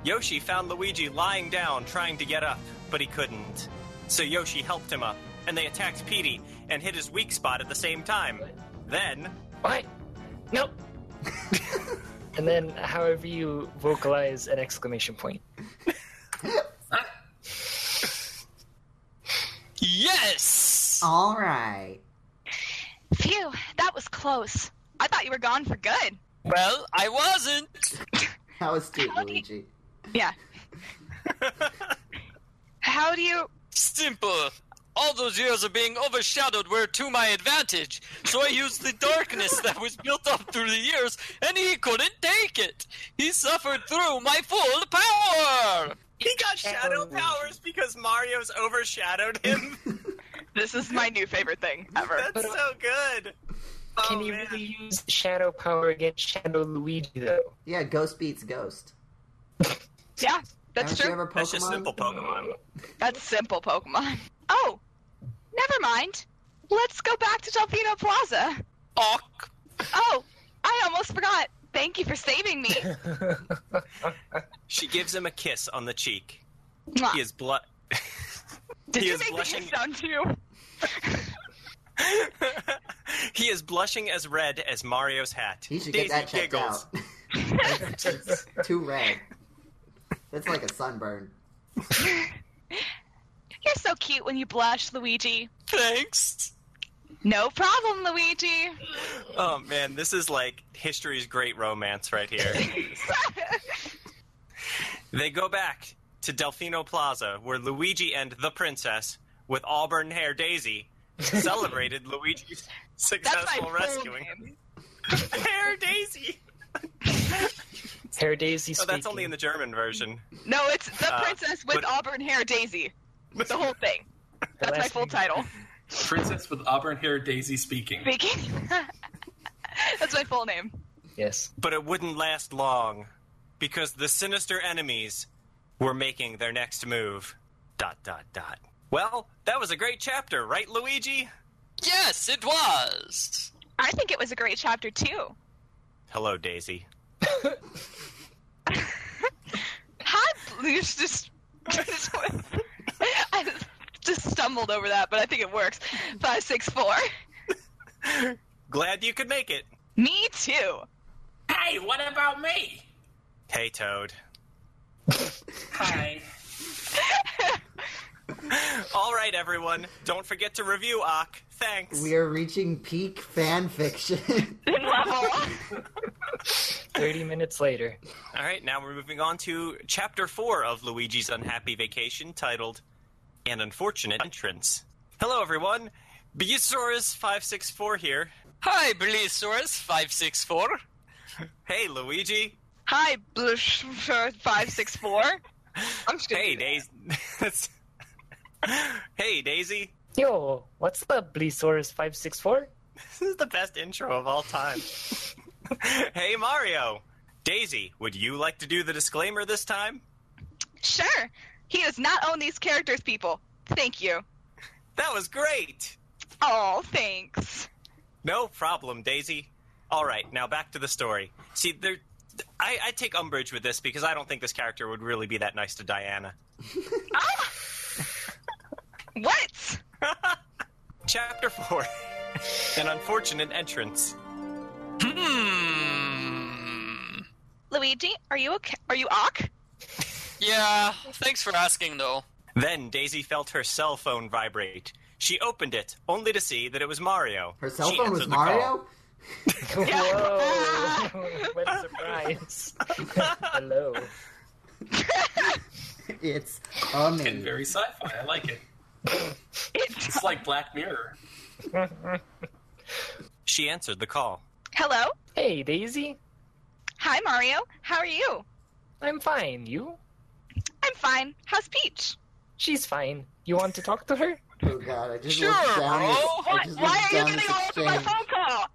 Speaker 1: Yoshi found Luigi lying down trying to get up, but he couldn't. So Yoshi helped him up, and they attacked Petey and hit his weak spot at the same time. Then,
Speaker 4: What? Nope. and then, however you vocalize an exclamation point.
Speaker 6: Yes!
Speaker 5: All right.
Speaker 2: Phew, that was close. I thought you were gone for good.
Speaker 6: Well, I wasn't.
Speaker 5: That was cute,
Speaker 2: How do you-
Speaker 5: Luigi.
Speaker 2: Yeah. How do you.
Speaker 6: Simple. All those years of being overshadowed were to my advantage, so I used the darkness that was built up through the years, and he couldn't take it. He suffered through my full power.
Speaker 1: he got shadow powers because Mario's overshadowed him.
Speaker 2: This is my new favorite thing ever.
Speaker 1: That's so good. Oh,
Speaker 4: Can you
Speaker 1: man.
Speaker 4: really use shadow power against Shadow Luigi though?
Speaker 5: Yeah, ghost beats ghost.
Speaker 2: Yeah, that's
Speaker 5: Haven't
Speaker 2: true.
Speaker 5: You ever Pokemon?
Speaker 1: That's just simple Pokemon.
Speaker 2: That's simple Pokemon. Oh, never mind. Let's go back to Delphino Plaza.
Speaker 6: Och.
Speaker 2: Oh, I almost forgot. Thank you for saving me.
Speaker 1: She gives him a kiss on the cheek.
Speaker 2: Mwah.
Speaker 5: Ah.
Speaker 1: He is blood.
Speaker 2: Did
Speaker 1: he
Speaker 2: you
Speaker 1: is
Speaker 2: make
Speaker 1: blushing.
Speaker 2: the kiss sound too?
Speaker 1: he is blushing as red as Mario's hat.
Speaker 5: He should
Speaker 1: Daisy
Speaker 5: get that checked
Speaker 1: giggles.
Speaker 5: out. it's too red. That's like a sunburn.
Speaker 2: You're so cute when you blush, Luigi.
Speaker 6: Thanks.
Speaker 2: No problem, Luigi.
Speaker 1: Oh man, this is like history's great romance right here. they go back to Delfino Plaza, where Luigi and the princess, with auburn hair Daisy, celebrated Luigi's
Speaker 2: That's
Speaker 1: successful
Speaker 2: my
Speaker 1: rescuing.
Speaker 2: full name.
Speaker 1: Hair Daisy.
Speaker 4: Hair Daisy
Speaker 1: Oh,
Speaker 4: speaking.
Speaker 1: that's only in the German version.
Speaker 2: No, it's the
Speaker 1: Uh,
Speaker 2: princess with
Speaker 1: but-
Speaker 2: auburn hair, Daisy. The whole thing. That's my
Speaker 4: last
Speaker 2: full
Speaker 4: name-
Speaker 2: title.
Speaker 3: Princess with auburn hair Daisy speaking.
Speaker 2: Speaking. That's my full name.
Speaker 4: Yes.
Speaker 1: But it wouldn't last long, because the sinister enemies were making their next move. Dot dot dot. Well, that was a great chapter, right, Luigi?
Speaker 6: Yes, it was.
Speaker 2: I think it was a great chapter too.
Speaker 1: Hello, Daisy.
Speaker 2: Hi, Luce. Just, just, I just stumbled over that, but I think it works. Five, six, four.
Speaker 1: Glad you could make it.
Speaker 2: Me too.
Speaker 3: Hey, what about me?
Speaker 1: Hey, Toad.
Speaker 3: Hi.
Speaker 1: All right, everyone. Don't forget to review Ock. Thanks.
Speaker 5: We are reaching peak fan fiction.
Speaker 2: Level.
Speaker 4: 30 minutes later.
Speaker 1: All right, now we're moving on to chapter four of Luigi's Unhappy Vacation titled An Unfortunate Entrance. Hello, everyone. Beasaurus564 here.
Speaker 6: Hi, Belisaurus564.
Speaker 1: Hey, Luigi.
Speaker 2: Hi, Blush five six four. I'm just gonna
Speaker 1: Hey,
Speaker 2: do that.
Speaker 1: Daisy. That's- hey, Daisy.
Speaker 4: Yo, what's the Blesaurus 564?
Speaker 1: This is the best intro of all time. hey, Mario. Daisy, would you like to do the disclaimer this time?
Speaker 2: Sure. He does not own these characters, people. Thank you.
Speaker 1: That was great.
Speaker 2: Oh, thanks.
Speaker 1: No problem, Daisy. All right, now back to the story. See, there, I, I take umbrage with this because I don't think this character would really be that nice to Diana.
Speaker 2: What?
Speaker 1: Chapter 4 An Unfortunate Entrance.
Speaker 6: Hmm.
Speaker 2: Luigi, are you okay? Are you ok?
Speaker 6: Yeah, thanks for asking, though.
Speaker 1: Then Daisy felt her cell phone vibrate. She opened it, only to see that it was Mario.
Speaker 5: Her cell
Speaker 1: She
Speaker 5: phone was
Speaker 1: answered the call.
Speaker 5: Mario?
Speaker 4: Whoa! what a surprise. Hello.
Speaker 5: It's
Speaker 3: And
Speaker 5: amazing.
Speaker 3: very sci-fi. I like it. It's like Black Mirror.
Speaker 1: She answered the call.
Speaker 2: Hello?
Speaker 4: Hey, Daisy.
Speaker 2: Hi, Mario. How are you?
Speaker 4: I'm fine. You?
Speaker 2: I'm fine. How's Peach?
Speaker 4: She's fine. You want to talk to her?
Speaker 5: Oh god, I just
Speaker 6: Sure,
Speaker 5: looked down
Speaker 6: bro.
Speaker 5: this, I
Speaker 2: What?
Speaker 5: just
Speaker 2: Why
Speaker 5: looked
Speaker 2: are you
Speaker 5: down
Speaker 2: getting
Speaker 5: this
Speaker 2: all over my
Speaker 5: exchange.
Speaker 2: phone call?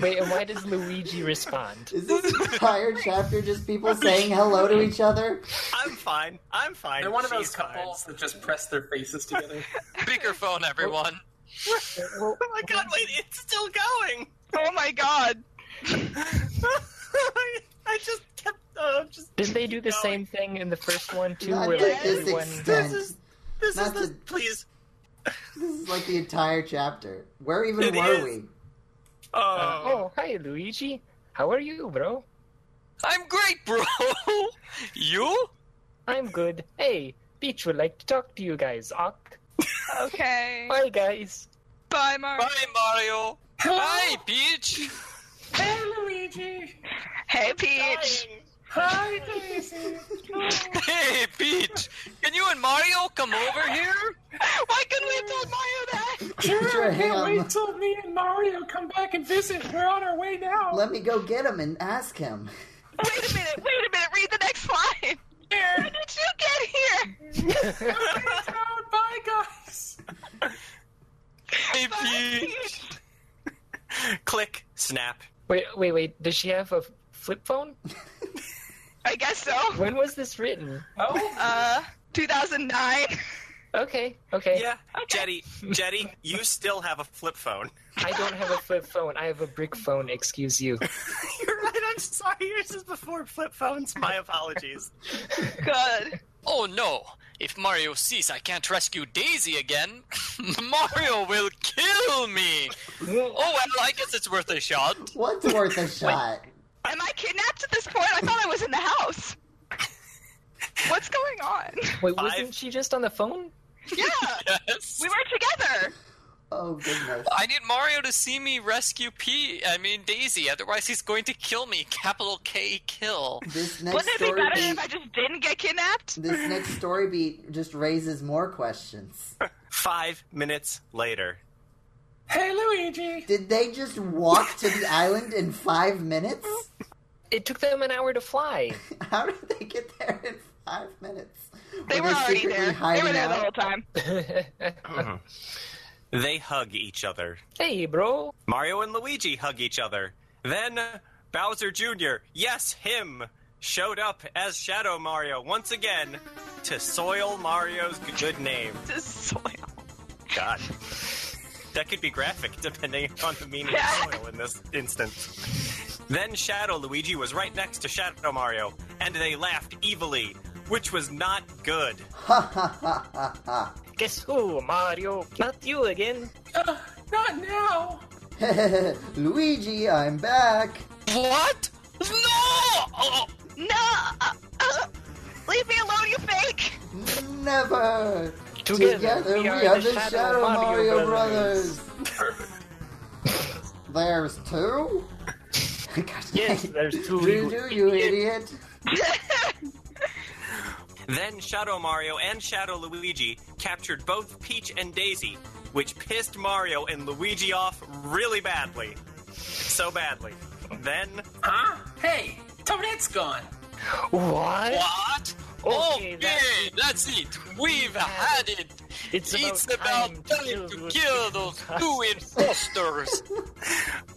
Speaker 4: Wait, and why does Luigi respond?
Speaker 5: Is this entire chapter just people saying hello to each other?
Speaker 1: I'm fine. I'm fine.
Speaker 3: They're one of those
Speaker 1: She's fine.
Speaker 3: couples that just press their faces together.
Speaker 6: Speakerphone, everyone.
Speaker 4: Well,
Speaker 1: Oh my god, wait, it's still going!
Speaker 2: Oh my god.
Speaker 1: I just kept. Uh, just
Speaker 4: did they do the
Speaker 1: No.
Speaker 4: same thing in the first one too?
Speaker 5: Not
Speaker 4: where
Speaker 5: to
Speaker 4: like
Speaker 5: this
Speaker 4: everyone
Speaker 5: extent.
Speaker 1: this is this
Speaker 5: Not
Speaker 1: is the,
Speaker 5: the-
Speaker 1: please.
Speaker 5: This is like the entire chapter. Where even
Speaker 1: It
Speaker 5: were
Speaker 1: is.
Speaker 5: we?
Speaker 1: Oh,
Speaker 4: Oh, hi, Luigi. How are you, bro?
Speaker 6: I'm great, bro. you?
Speaker 4: I'm good. Hey, Peach would like to talk to you guys. Ok.
Speaker 2: Okay.
Speaker 4: Hi, guys.
Speaker 2: Bye, Mario.
Speaker 6: Hi, Mario. Hi, Peach.
Speaker 3: Hey, Luigi.
Speaker 2: Hey, Peach.
Speaker 3: Hi, Daisy.
Speaker 6: Hey, Peach. Can you and Mario come over here?
Speaker 2: Why couldn't we have told Mario that?
Speaker 3: Sure,
Speaker 5: Sure,
Speaker 3: can't
Speaker 5: hang on.
Speaker 3: wait till me and Mario come back and visit. We're on our way now.
Speaker 5: Let me go get him and ask him.
Speaker 2: Wait a minute. Wait a minute. Read the next line.
Speaker 3: Here.
Speaker 2: How did you get here?
Speaker 3: It's out. Bye, guys.
Speaker 6: Hey,
Speaker 2: Bye,
Speaker 6: Peach.
Speaker 2: Peach.
Speaker 1: Click, snap.
Speaker 4: Wait, wait, wait. Does she have a flip phone?
Speaker 2: I guess so.
Speaker 4: When was this written?
Speaker 3: Oh,
Speaker 2: Uh, 2009.
Speaker 4: Okay, okay.
Speaker 1: Yeah, Jetty, Jetty, you still have a flip phone.
Speaker 4: I don't have a flip phone. I have a brick phone. Excuse you.
Speaker 1: You're right. I'm sorry. Yours is before flip phones. My apologies.
Speaker 2: Good.
Speaker 6: Oh no! If Mario sees I can't rescue Daisy again, Mario will kill me! Oh well, I guess it's worth a shot.
Speaker 5: What's worth a shot?
Speaker 2: Am I kidnapped at this point? I thought I was in the house. What's going on?
Speaker 4: Wait,
Speaker 1: Five.
Speaker 4: wasn't she just on the phone?
Speaker 2: Yeah,
Speaker 6: Yes.
Speaker 2: we were together.
Speaker 5: Oh goodness.
Speaker 6: I need Mario to see me rescue P. I mean Daisy, otherwise he's going to kill me. Capital K kill.
Speaker 5: This next
Speaker 2: Wouldn't it be
Speaker 5: story
Speaker 2: better
Speaker 5: beat,
Speaker 2: if I just didn't get kidnapped?
Speaker 5: this next story beat just raises more questions.
Speaker 1: Five minutes later.
Speaker 3: hey, Luigi.
Speaker 5: Did they just walk to the island in five minutes?
Speaker 4: It took them an hour to fly.
Speaker 5: How did they get there in five minutes?
Speaker 2: They were already
Speaker 5: secretly
Speaker 2: there. They
Speaker 5: hiding
Speaker 2: were there the
Speaker 5: out?
Speaker 2: whole time.
Speaker 1: They hug each other.
Speaker 4: hey, bro.
Speaker 1: Mario and Luigi hug each other. Then Bowser Jr., yes, him, showed up as Shadow Mario once again to soil Mario's good name.
Speaker 2: Just soil.
Speaker 1: God. That could be graphic, depending on the meaning of soil in this instance. Then Shadow Luigi was right next to Shadow Mario, and they laughed evilly, which was not good.
Speaker 5: Ha ha ha ha ha.
Speaker 4: Guess who, Mario? Not you again.
Speaker 3: Uh, not now.
Speaker 5: Luigi, I'm back.
Speaker 6: What? No! Oh,
Speaker 2: No! Uh, uh, leave me alone, you fake!
Speaker 5: Never.
Speaker 4: Together,
Speaker 5: we, are, the Shadow, Mario, Brothers. There's two. God
Speaker 4: Yes,
Speaker 5: dang.
Speaker 4: there's two.
Speaker 5: Do do you idiot?
Speaker 1: Then Shadow Mario and Shadow Luigi captured both Peach and Daisy, which pissed Mario and Luigi off really badly. So badly. Then
Speaker 3: Huh? Hey, Toadette's gone.
Speaker 4: What?
Speaker 6: What?
Speaker 4: Okay,
Speaker 6: Okay,
Speaker 4: that's-
Speaker 6: that's, it. We've had it.
Speaker 4: It's about time to
Speaker 6: time
Speaker 4: kill
Speaker 6: to
Speaker 4: those
Speaker 6: kill those two imposters.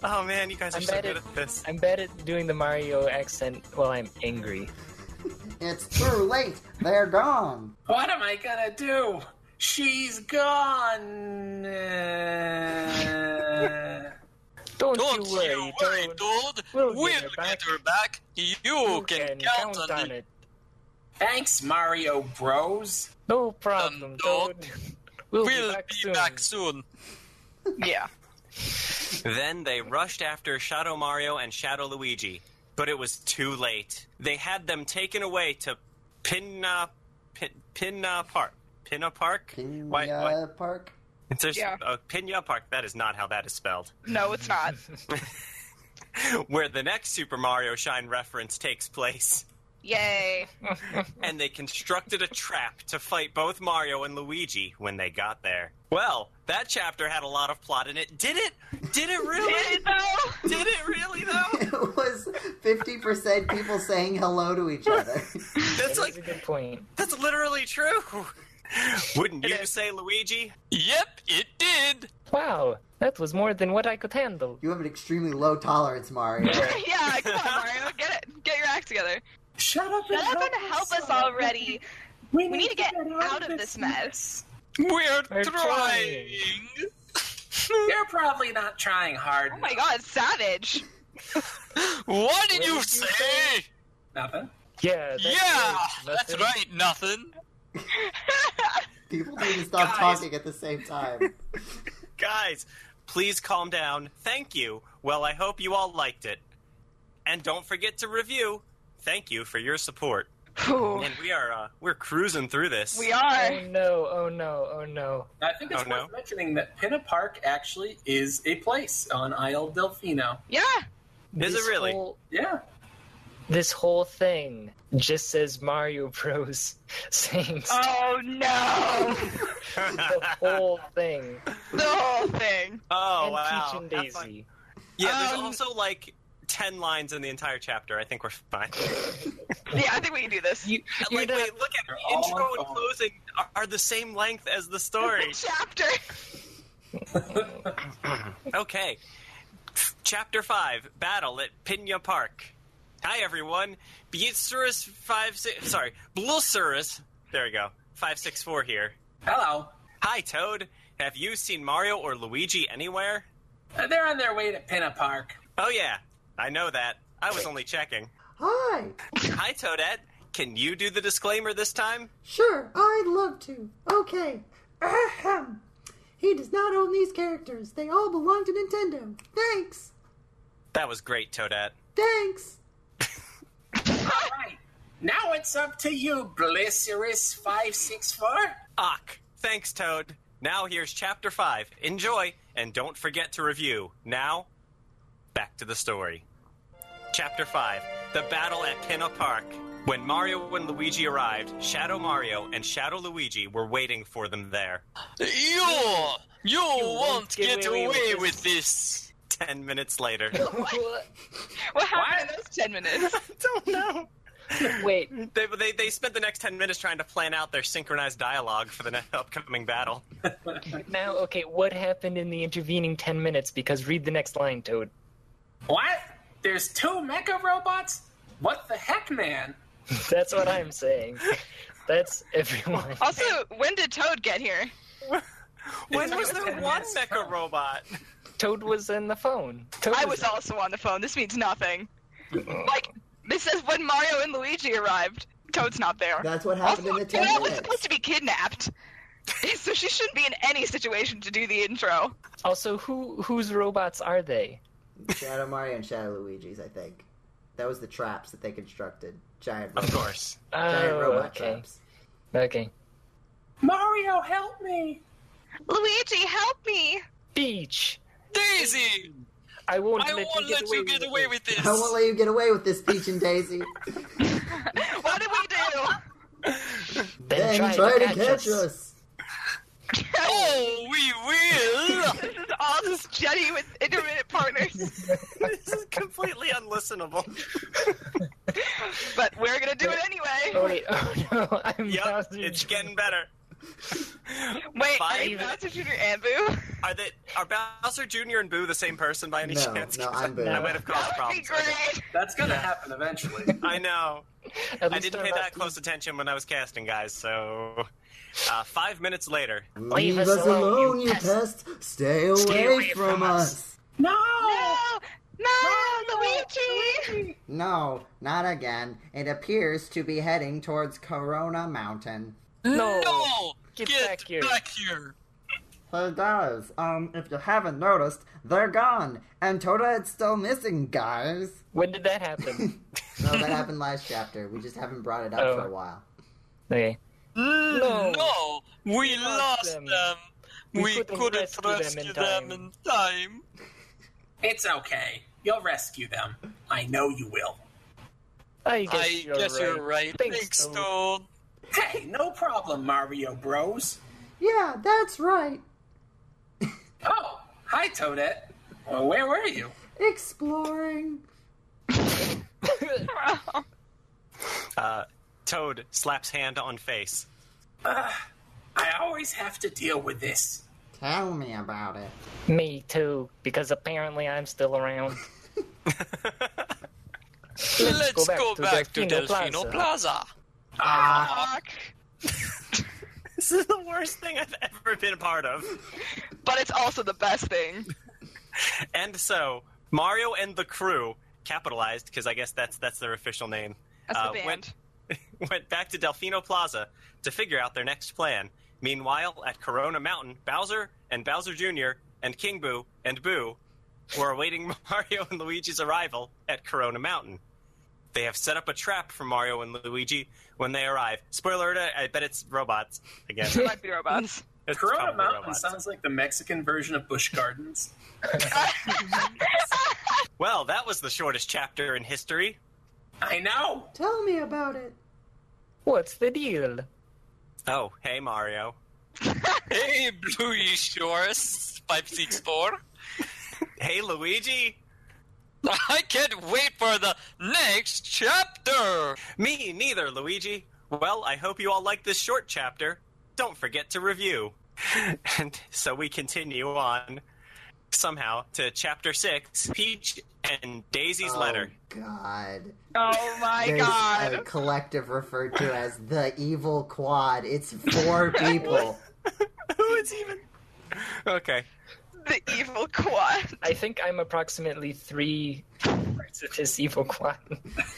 Speaker 1: oh man, you guys are
Speaker 4: I'm
Speaker 1: so
Speaker 4: bad
Speaker 1: good
Speaker 4: at-
Speaker 1: at this.
Speaker 4: I'm bad at doing the Mario accent while I'm angry.
Speaker 5: It's too late. They're gone.
Speaker 3: What am I gonna do? She's gone. Uh,
Speaker 4: Don't,
Speaker 6: Don't
Speaker 4: you worry,
Speaker 6: you worry,
Speaker 4: don't-
Speaker 6: dude.
Speaker 4: We'll
Speaker 6: We'll,
Speaker 4: get her back.
Speaker 6: get her back. You,
Speaker 4: you
Speaker 6: can, count, on, it.
Speaker 4: it.
Speaker 3: thanks, Mario Bros.
Speaker 4: No problem,
Speaker 6: dog.
Speaker 4: Toad. We'll,
Speaker 6: We'll
Speaker 4: be back soon.
Speaker 6: soon.
Speaker 8: Yeah.
Speaker 1: Then they rushed after Shadow Mario and Shadow Luigi, but it was too late. They had them taken away to Pinna Pin, Pinna Park. Pinna Park?
Speaker 5: Pinya
Speaker 1: Why- why-
Speaker 5: Park.
Speaker 1: There's
Speaker 8: Yeah.
Speaker 1: uh, Pinya Park. That is not how that is spelled.
Speaker 8: No, it's not.
Speaker 1: Where the next Super Mario Shine reference takes place.
Speaker 8: Yay.
Speaker 1: and they constructed a trap to fight both Mario and Luigi when they got there. Well, that chapter had a lot of plot in it. Did it? Did it
Speaker 8: Did
Speaker 1: really?
Speaker 8: it though?
Speaker 1: Did it really though?
Speaker 5: It was 50% people saying hello to each other.
Speaker 1: That's
Speaker 4: That's a
Speaker 1: like
Speaker 4: good point.
Speaker 1: that's literally true. Wouldn't
Speaker 8: It
Speaker 1: you
Speaker 8: is.
Speaker 1: say, Luigi?
Speaker 6: Yep, it did.
Speaker 4: Wow, that was more than what I could handle.
Speaker 5: You have an extremely low tolerance, Mario.
Speaker 8: yeah, come on, Mario. Get it. Get your act together.
Speaker 3: Shut up and
Speaker 8: Shut up
Speaker 3: help,
Speaker 8: and help us already. We need to get out of this mess.
Speaker 6: We're,
Speaker 4: We're
Speaker 6: trying.
Speaker 3: You're probably not trying hard.
Speaker 8: Oh my god, savage.
Speaker 6: What did
Speaker 4: What
Speaker 6: you
Speaker 4: did you
Speaker 6: say?
Speaker 3: Nothing.
Speaker 4: Yeah, that's
Speaker 6: yeah,
Speaker 4: right.
Speaker 6: that's
Speaker 4: Nothing.
Speaker 6: right, nothing.
Speaker 5: People need to stop
Speaker 3: Guys.
Speaker 5: talking at the same time.
Speaker 1: Guys, please calm down. Thank you. Well, I hope you all liked it. And don't forget to review. Thank you for your support.
Speaker 8: Whew.
Speaker 1: And we are uh, we're cruising through this.
Speaker 8: We are.
Speaker 4: Oh no, oh no, oh no.
Speaker 3: I think it's
Speaker 1: Oh, no.
Speaker 3: worth mentioning that Pinna Park actually is a place on Isle Delfino.
Speaker 8: Yeah.
Speaker 1: Is it really?
Speaker 4: Whole,
Speaker 3: Yeah.
Speaker 4: this whole thing just says Mario Bros. saying
Speaker 8: Oh no.
Speaker 4: the whole thing.
Speaker 8: the whole thing.
Speaker 1: oh
Speaker 4: and
Speaker 1: wow.
Speaker 4: Peach and
Speaker 1: Have fun.
Speaker 4: Daisy.
Speaker 1: Yeah, there's
Speaker 8: Um,
Speaker 1: also like ten lines in the entire chapter. I think we're fine.
Speaker 8: Yeah, I think we can do this.
Speaker 4: You, you're
Speaker 1: like,
Speaker 4: not-
Speaker 1: wait, look at
Speaker 3: They're
Speaker 1: the
Speaker 3: all
Speaker 1: intro
Speaker 3: on
Speaker 1: and
Speaker 3: phone.
Speaker 1: closing are, are the same length as the story.
Speaker 8: Chapter.
Speaker 1: okay, chapter five: Battle at Pinya Park. Hi everyone, Blurus five six. Sorry, Blurus. There we go. Five six four here.
Speaker 3: Hello.
Speaker 1: Hi Toad. Have you seen Mario or Luigi anywhere?
Speaker 3: Uh, They're on their way to Pinna Park.
Speaker 1: Oh yeah, I know that. I was only checking.
Speaker 5: Hi.
Speaker 1: Hi Toadette. Can you do the disclaimer this time?
Speaker 5: Sure, I'd love to. Okay. Ahem. He does not own these characters. They all belong to Nintendo. Thanks.
Speaker 1: That was great, Toadette.
Speaker 5: Thanks.
Speaker 3: All right. Now it's up to you, Blisserus 564.
Speaker 1: Ock. Thanks, Toad. Now here's chapter 5. Enjoy, and don't forget to review. Now, back to the story. Chapter 5 The Battle at Pinna Park. When Mario and Luigi arrived, Shadow Mario and Shadow Luigi were waiting for them there.
Speaker 6: You, you, won't get away, with, this.
Speaker 1: Ten minutes later.
Speaker 8: What happened in those ten minutes?
Speaker 1: don't know.
Speaker 4: Wait,
Speaker 1: They, they, they spent the next ten minutes trying to plan out their synchronized dialogue for the ne- upcoming battle.
Speaker 4: now, okay, what happened in the intervening 10 minutes? Because read the next line, Toad.
Speaker 3: What? There's two mecha robots? What the heck, man?
Speaker 4: That's what I'm saying. That's everyone.
Speaker 6: Oh.
Speaker 8: Also, when did Toad get here?
Speaker 1: When
Speaker 3: It's
Speaker 1: was
Speaker 3: like a
Speaker 1: there
Speaker 3: ten
Speaker 1: one
Speaker 3: minutes
Speaker 1: mecha
Speaker 3: film.
Speaker 1: robot?
Speaker 4: Toad was in the phone. Toad
Speaker 8: I was also on the phone. This means nothing. Like, this says when Mario and Luigi arrived. Toad's not there.
Speaker 5: That's what
Speaker 8: Also,
Speaker 5: happened in the
Speaker 8: Toad
Speaker 5: 10
Speaker 8: was supposed
Speaker 5: minutes.
Speaker 8: to be kidnapped. So she shouldn't be in any situation to do the intro.
Speaker 4: Also, who whose robots are they?
Speaker 5: Shadow Mario and Shadow Luigi's, I think. That was the traps that they constructed. Giant,
Speaker 1: Of
Speaker 5: robot-
Speaker 1: course.
Speaker 5: giant
Speaker 4: Oh,
Speaker 5: robot
Speaker 4: okay.
Speaker 5: traps.
Speaker 4: Okay.
Speaker 3: Mario, help me.
Speaker 8: Luigi, help me!
Speaker 4: Beach.
Speaker 6: Daisy,
Speaker 4: I won't
Speaker 6: I
Speaker 4: let
Speaker 6: won't
Speaker 4: you get
Speaker 6: let
Speaker 4: away
Speaker 6: you get away
Speaker 4: with
Speaker 6: with this.
Speaker 5: I won't let you get away with this, Peach and Daisy.
Speaker 8: What did we do?
Speaker 4: it.
Speaker 5: Then try, to catch us.
Speaker 6: Oh, we will!
Speaker 8: This is all just Jenny with intermittent partners.
Speaker 1: this is completely unlistenable.
Speaker 8: But we're gonna do it
Speaker 4: Oh, wait.
Speaker 8: anyway.
Speaker 4: Oh, no. I'm
Speaker 1: Yep,
Speaker 4: Bowser
Speaker 1: it's
Speaker 4: Jr.
Speaker 1: getting better.
Speaker 8: Wait, are you
Speaker 1: Five.
Speaker 8: Bowser Jr. and Boo?
Speaker 1: Are they are Bowser Jr. and Boo the same person by any
Speaker 5: No,
Speaker 1: chance?
Speaker 5: no, I'm Boo.
Speaker 1: I might have caused
Speaker 8: That would be
Speaker 1: problems.
Speaker 8: great.
Speaker 3: That's gonna happen eventually.
Speaker 1: I know.
Speaker 4: At
Speaker 1: I
Speaker 4: least
Speaker 1: didn't
Speaker 4: I'm
Speaker 1: pay
Speaker 4: not
Speaker 1: that close attention when I was casting, guys. So, uh, five minutes later,
Speaker 4: Leave us alone, you
Speaker 5: pest. Stay away,
Speaker 4: away
Speaker 5: from,
Speaker 4: from
Speaker 5: us.
Speaker 3: No!
Speaker 8: No, no, Luigi.
Speaker 5: No, not again. It appears to be heading towards Corona Mountain.
Speaker 4: No.
Speaker 6: No!
Speaker 4: Get
Speaker 6: Get,
Speaker 4: back
Speaker 6: back
Speaker 4: here.
Speaker 6: here!
Speaker 5: It does. Um, if you haven't noticed, they're gone. And Toda is still missing, guys.
Speaker 4: When did that happen?
Speaker 5: No, that happened last chapter. We just haven't brought it up
Speaker 4: Oh.
Speaker 5: for a while.
Speaker 4: okay.
Speaker 6: No! We
Speaker 4: lost
Speaker 6: lost
Speaker 4: them.
Speaker 6: them!
Speaker 4: We
Speaker 6: We,
Speaker 4: couldn't
Speaker 6: couldn't
Speaker 4: rescue
Speaker 6: rescue,
Speaker 4: them in time.
Speaker 6: them in time!
Speaker 3: It's okay. You'll rescue them. I know you will.
Speaker 4: I guess,
Speaker 6: I
Speaker 4: you're,
Speaker 6: guess
Speaker 4: right.
Speaker 6: you're right.
Speaker 4: Thanks,
Speaker 6: Thanks,
Speaker 4: Toad.
Speaker 6: Toad.
Speaker 3: Hey, no problem, Mario Bros.
Speaker 5: Yeah, that's right.
Speaker 3: Oh, hi, Toadette. Well, where were you?
Speaker 5: Exploring.
Speaker 8: Oh,
Speaker 1: uh, Toad slaps hand on face.
Speaker 3: I always have to deal with this.
Speaker 5: Tell me about it.
Speaker 4: Me too, because apparently I'm still around.
Speaker 6: Let's,
Speaker 4: go
Speaker 6: go
Speaker 4: back
Speaker 6: back,
Speaker 4: to
Speaker 6: to,
Speaker 4: Delfino Plaza.
Speaker 6: Delfino, Plaza.
Speaker 3: Ah,
Speaker 8: fuck.
Speaker 1: This is the worst thing I've ever been a part of.
Speaker 8: But it's also the best thing.
Speaker 1: And so, Mario and the crew, capitalized because I guess that's that's their official name,
Speaker 8: That's the
Speaker 1: Uh,
Speaker 8: band.
Speaker 1: went- went back to Delfino Plaza to figure out their next plan. Meanwhile, at Corona Mountain, Bowser and Bowser Jr. and King Boo and Boo were awaiting Mario and Luigi's arrival at Corona Mountain. They have set up a trap for Mario and Luigi when they arrive. Spoiler alert, I bet it's robots again.
Speaker 8: It might be robots.
Speaker 1: It's
Speaker 3: Corona
Speaker 1: probably
Speaker 3: Mountain
Speaker 1: robots.
Speaker 3: sounds like the Mexican version of Busch Gardens.
Speaker 1: Well, that was the shortest chapter in history.
Speaker 3: I know.
Speaker 5: Tell me about it.
Speaker 4: What's the deal?
Speaker 1: Oh, hey, Mario.
Speaker 6: Hey, Bluey Shores, 564.
Speaker 1: Hey, Luigi.
Speaker 6: I can't wait for the next chapter!
Speaker 1: Me neither, Luigi. Well, I hope you all like this short chapter. Don't forget to review. and so we continue on somehow to chapter six Peach and Daisy's
Speaker 5: oh,
Speaker 1: letter.
Speaker 5: God.
Speaker 8: oh my
Speaker 5: There's
Speaker 8: god.
Speaker 5: a collective referred to as the evil quad. It's four people.
Speaker 1: Who is even. Okay.
Speaker 8: The evil quad.
Speaker 4: I think I'm approximately three parts of this evil quad.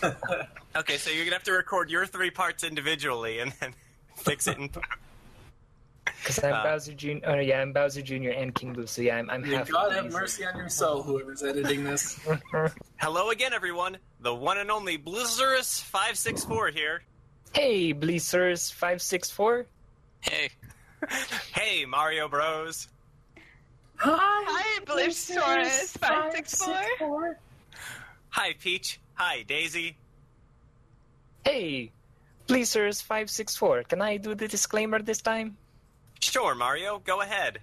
Speaker 1: Okay, so you're going to have to record your three parts individually and then fix it in.
Speaker 4: Because I'm
Speaker 3: Ah.
Speaker 1: Uh.
Speaker 4: Bowser Jr. Oh yeah, I'm Bowser Jr. and King Boo. So yeah, I'm, I'm
Speaker 3: May
Speaker 4: half.
Speaker 3: God have
Speaker 4: amazing.
Speaker 3: mercy on your soul, whoever's editing this.
Speaker 1: Hello again, everyone. The one and only Blizzurus564 here.
Speaker 4: hey, Bleasers five six four.
Speaker 6: Hey,
Speaker 1: Hey, Mario Bros.
Speaker 8: Hi, Blipsaurus. Five six four.
Speaker 1: Hi, Peach. Hi, Daisy.
Speaker 4: Hey, Bleasers five six four. Can I do the disclaimer this time?
Speaker 1: Sure, Mario, go ahead.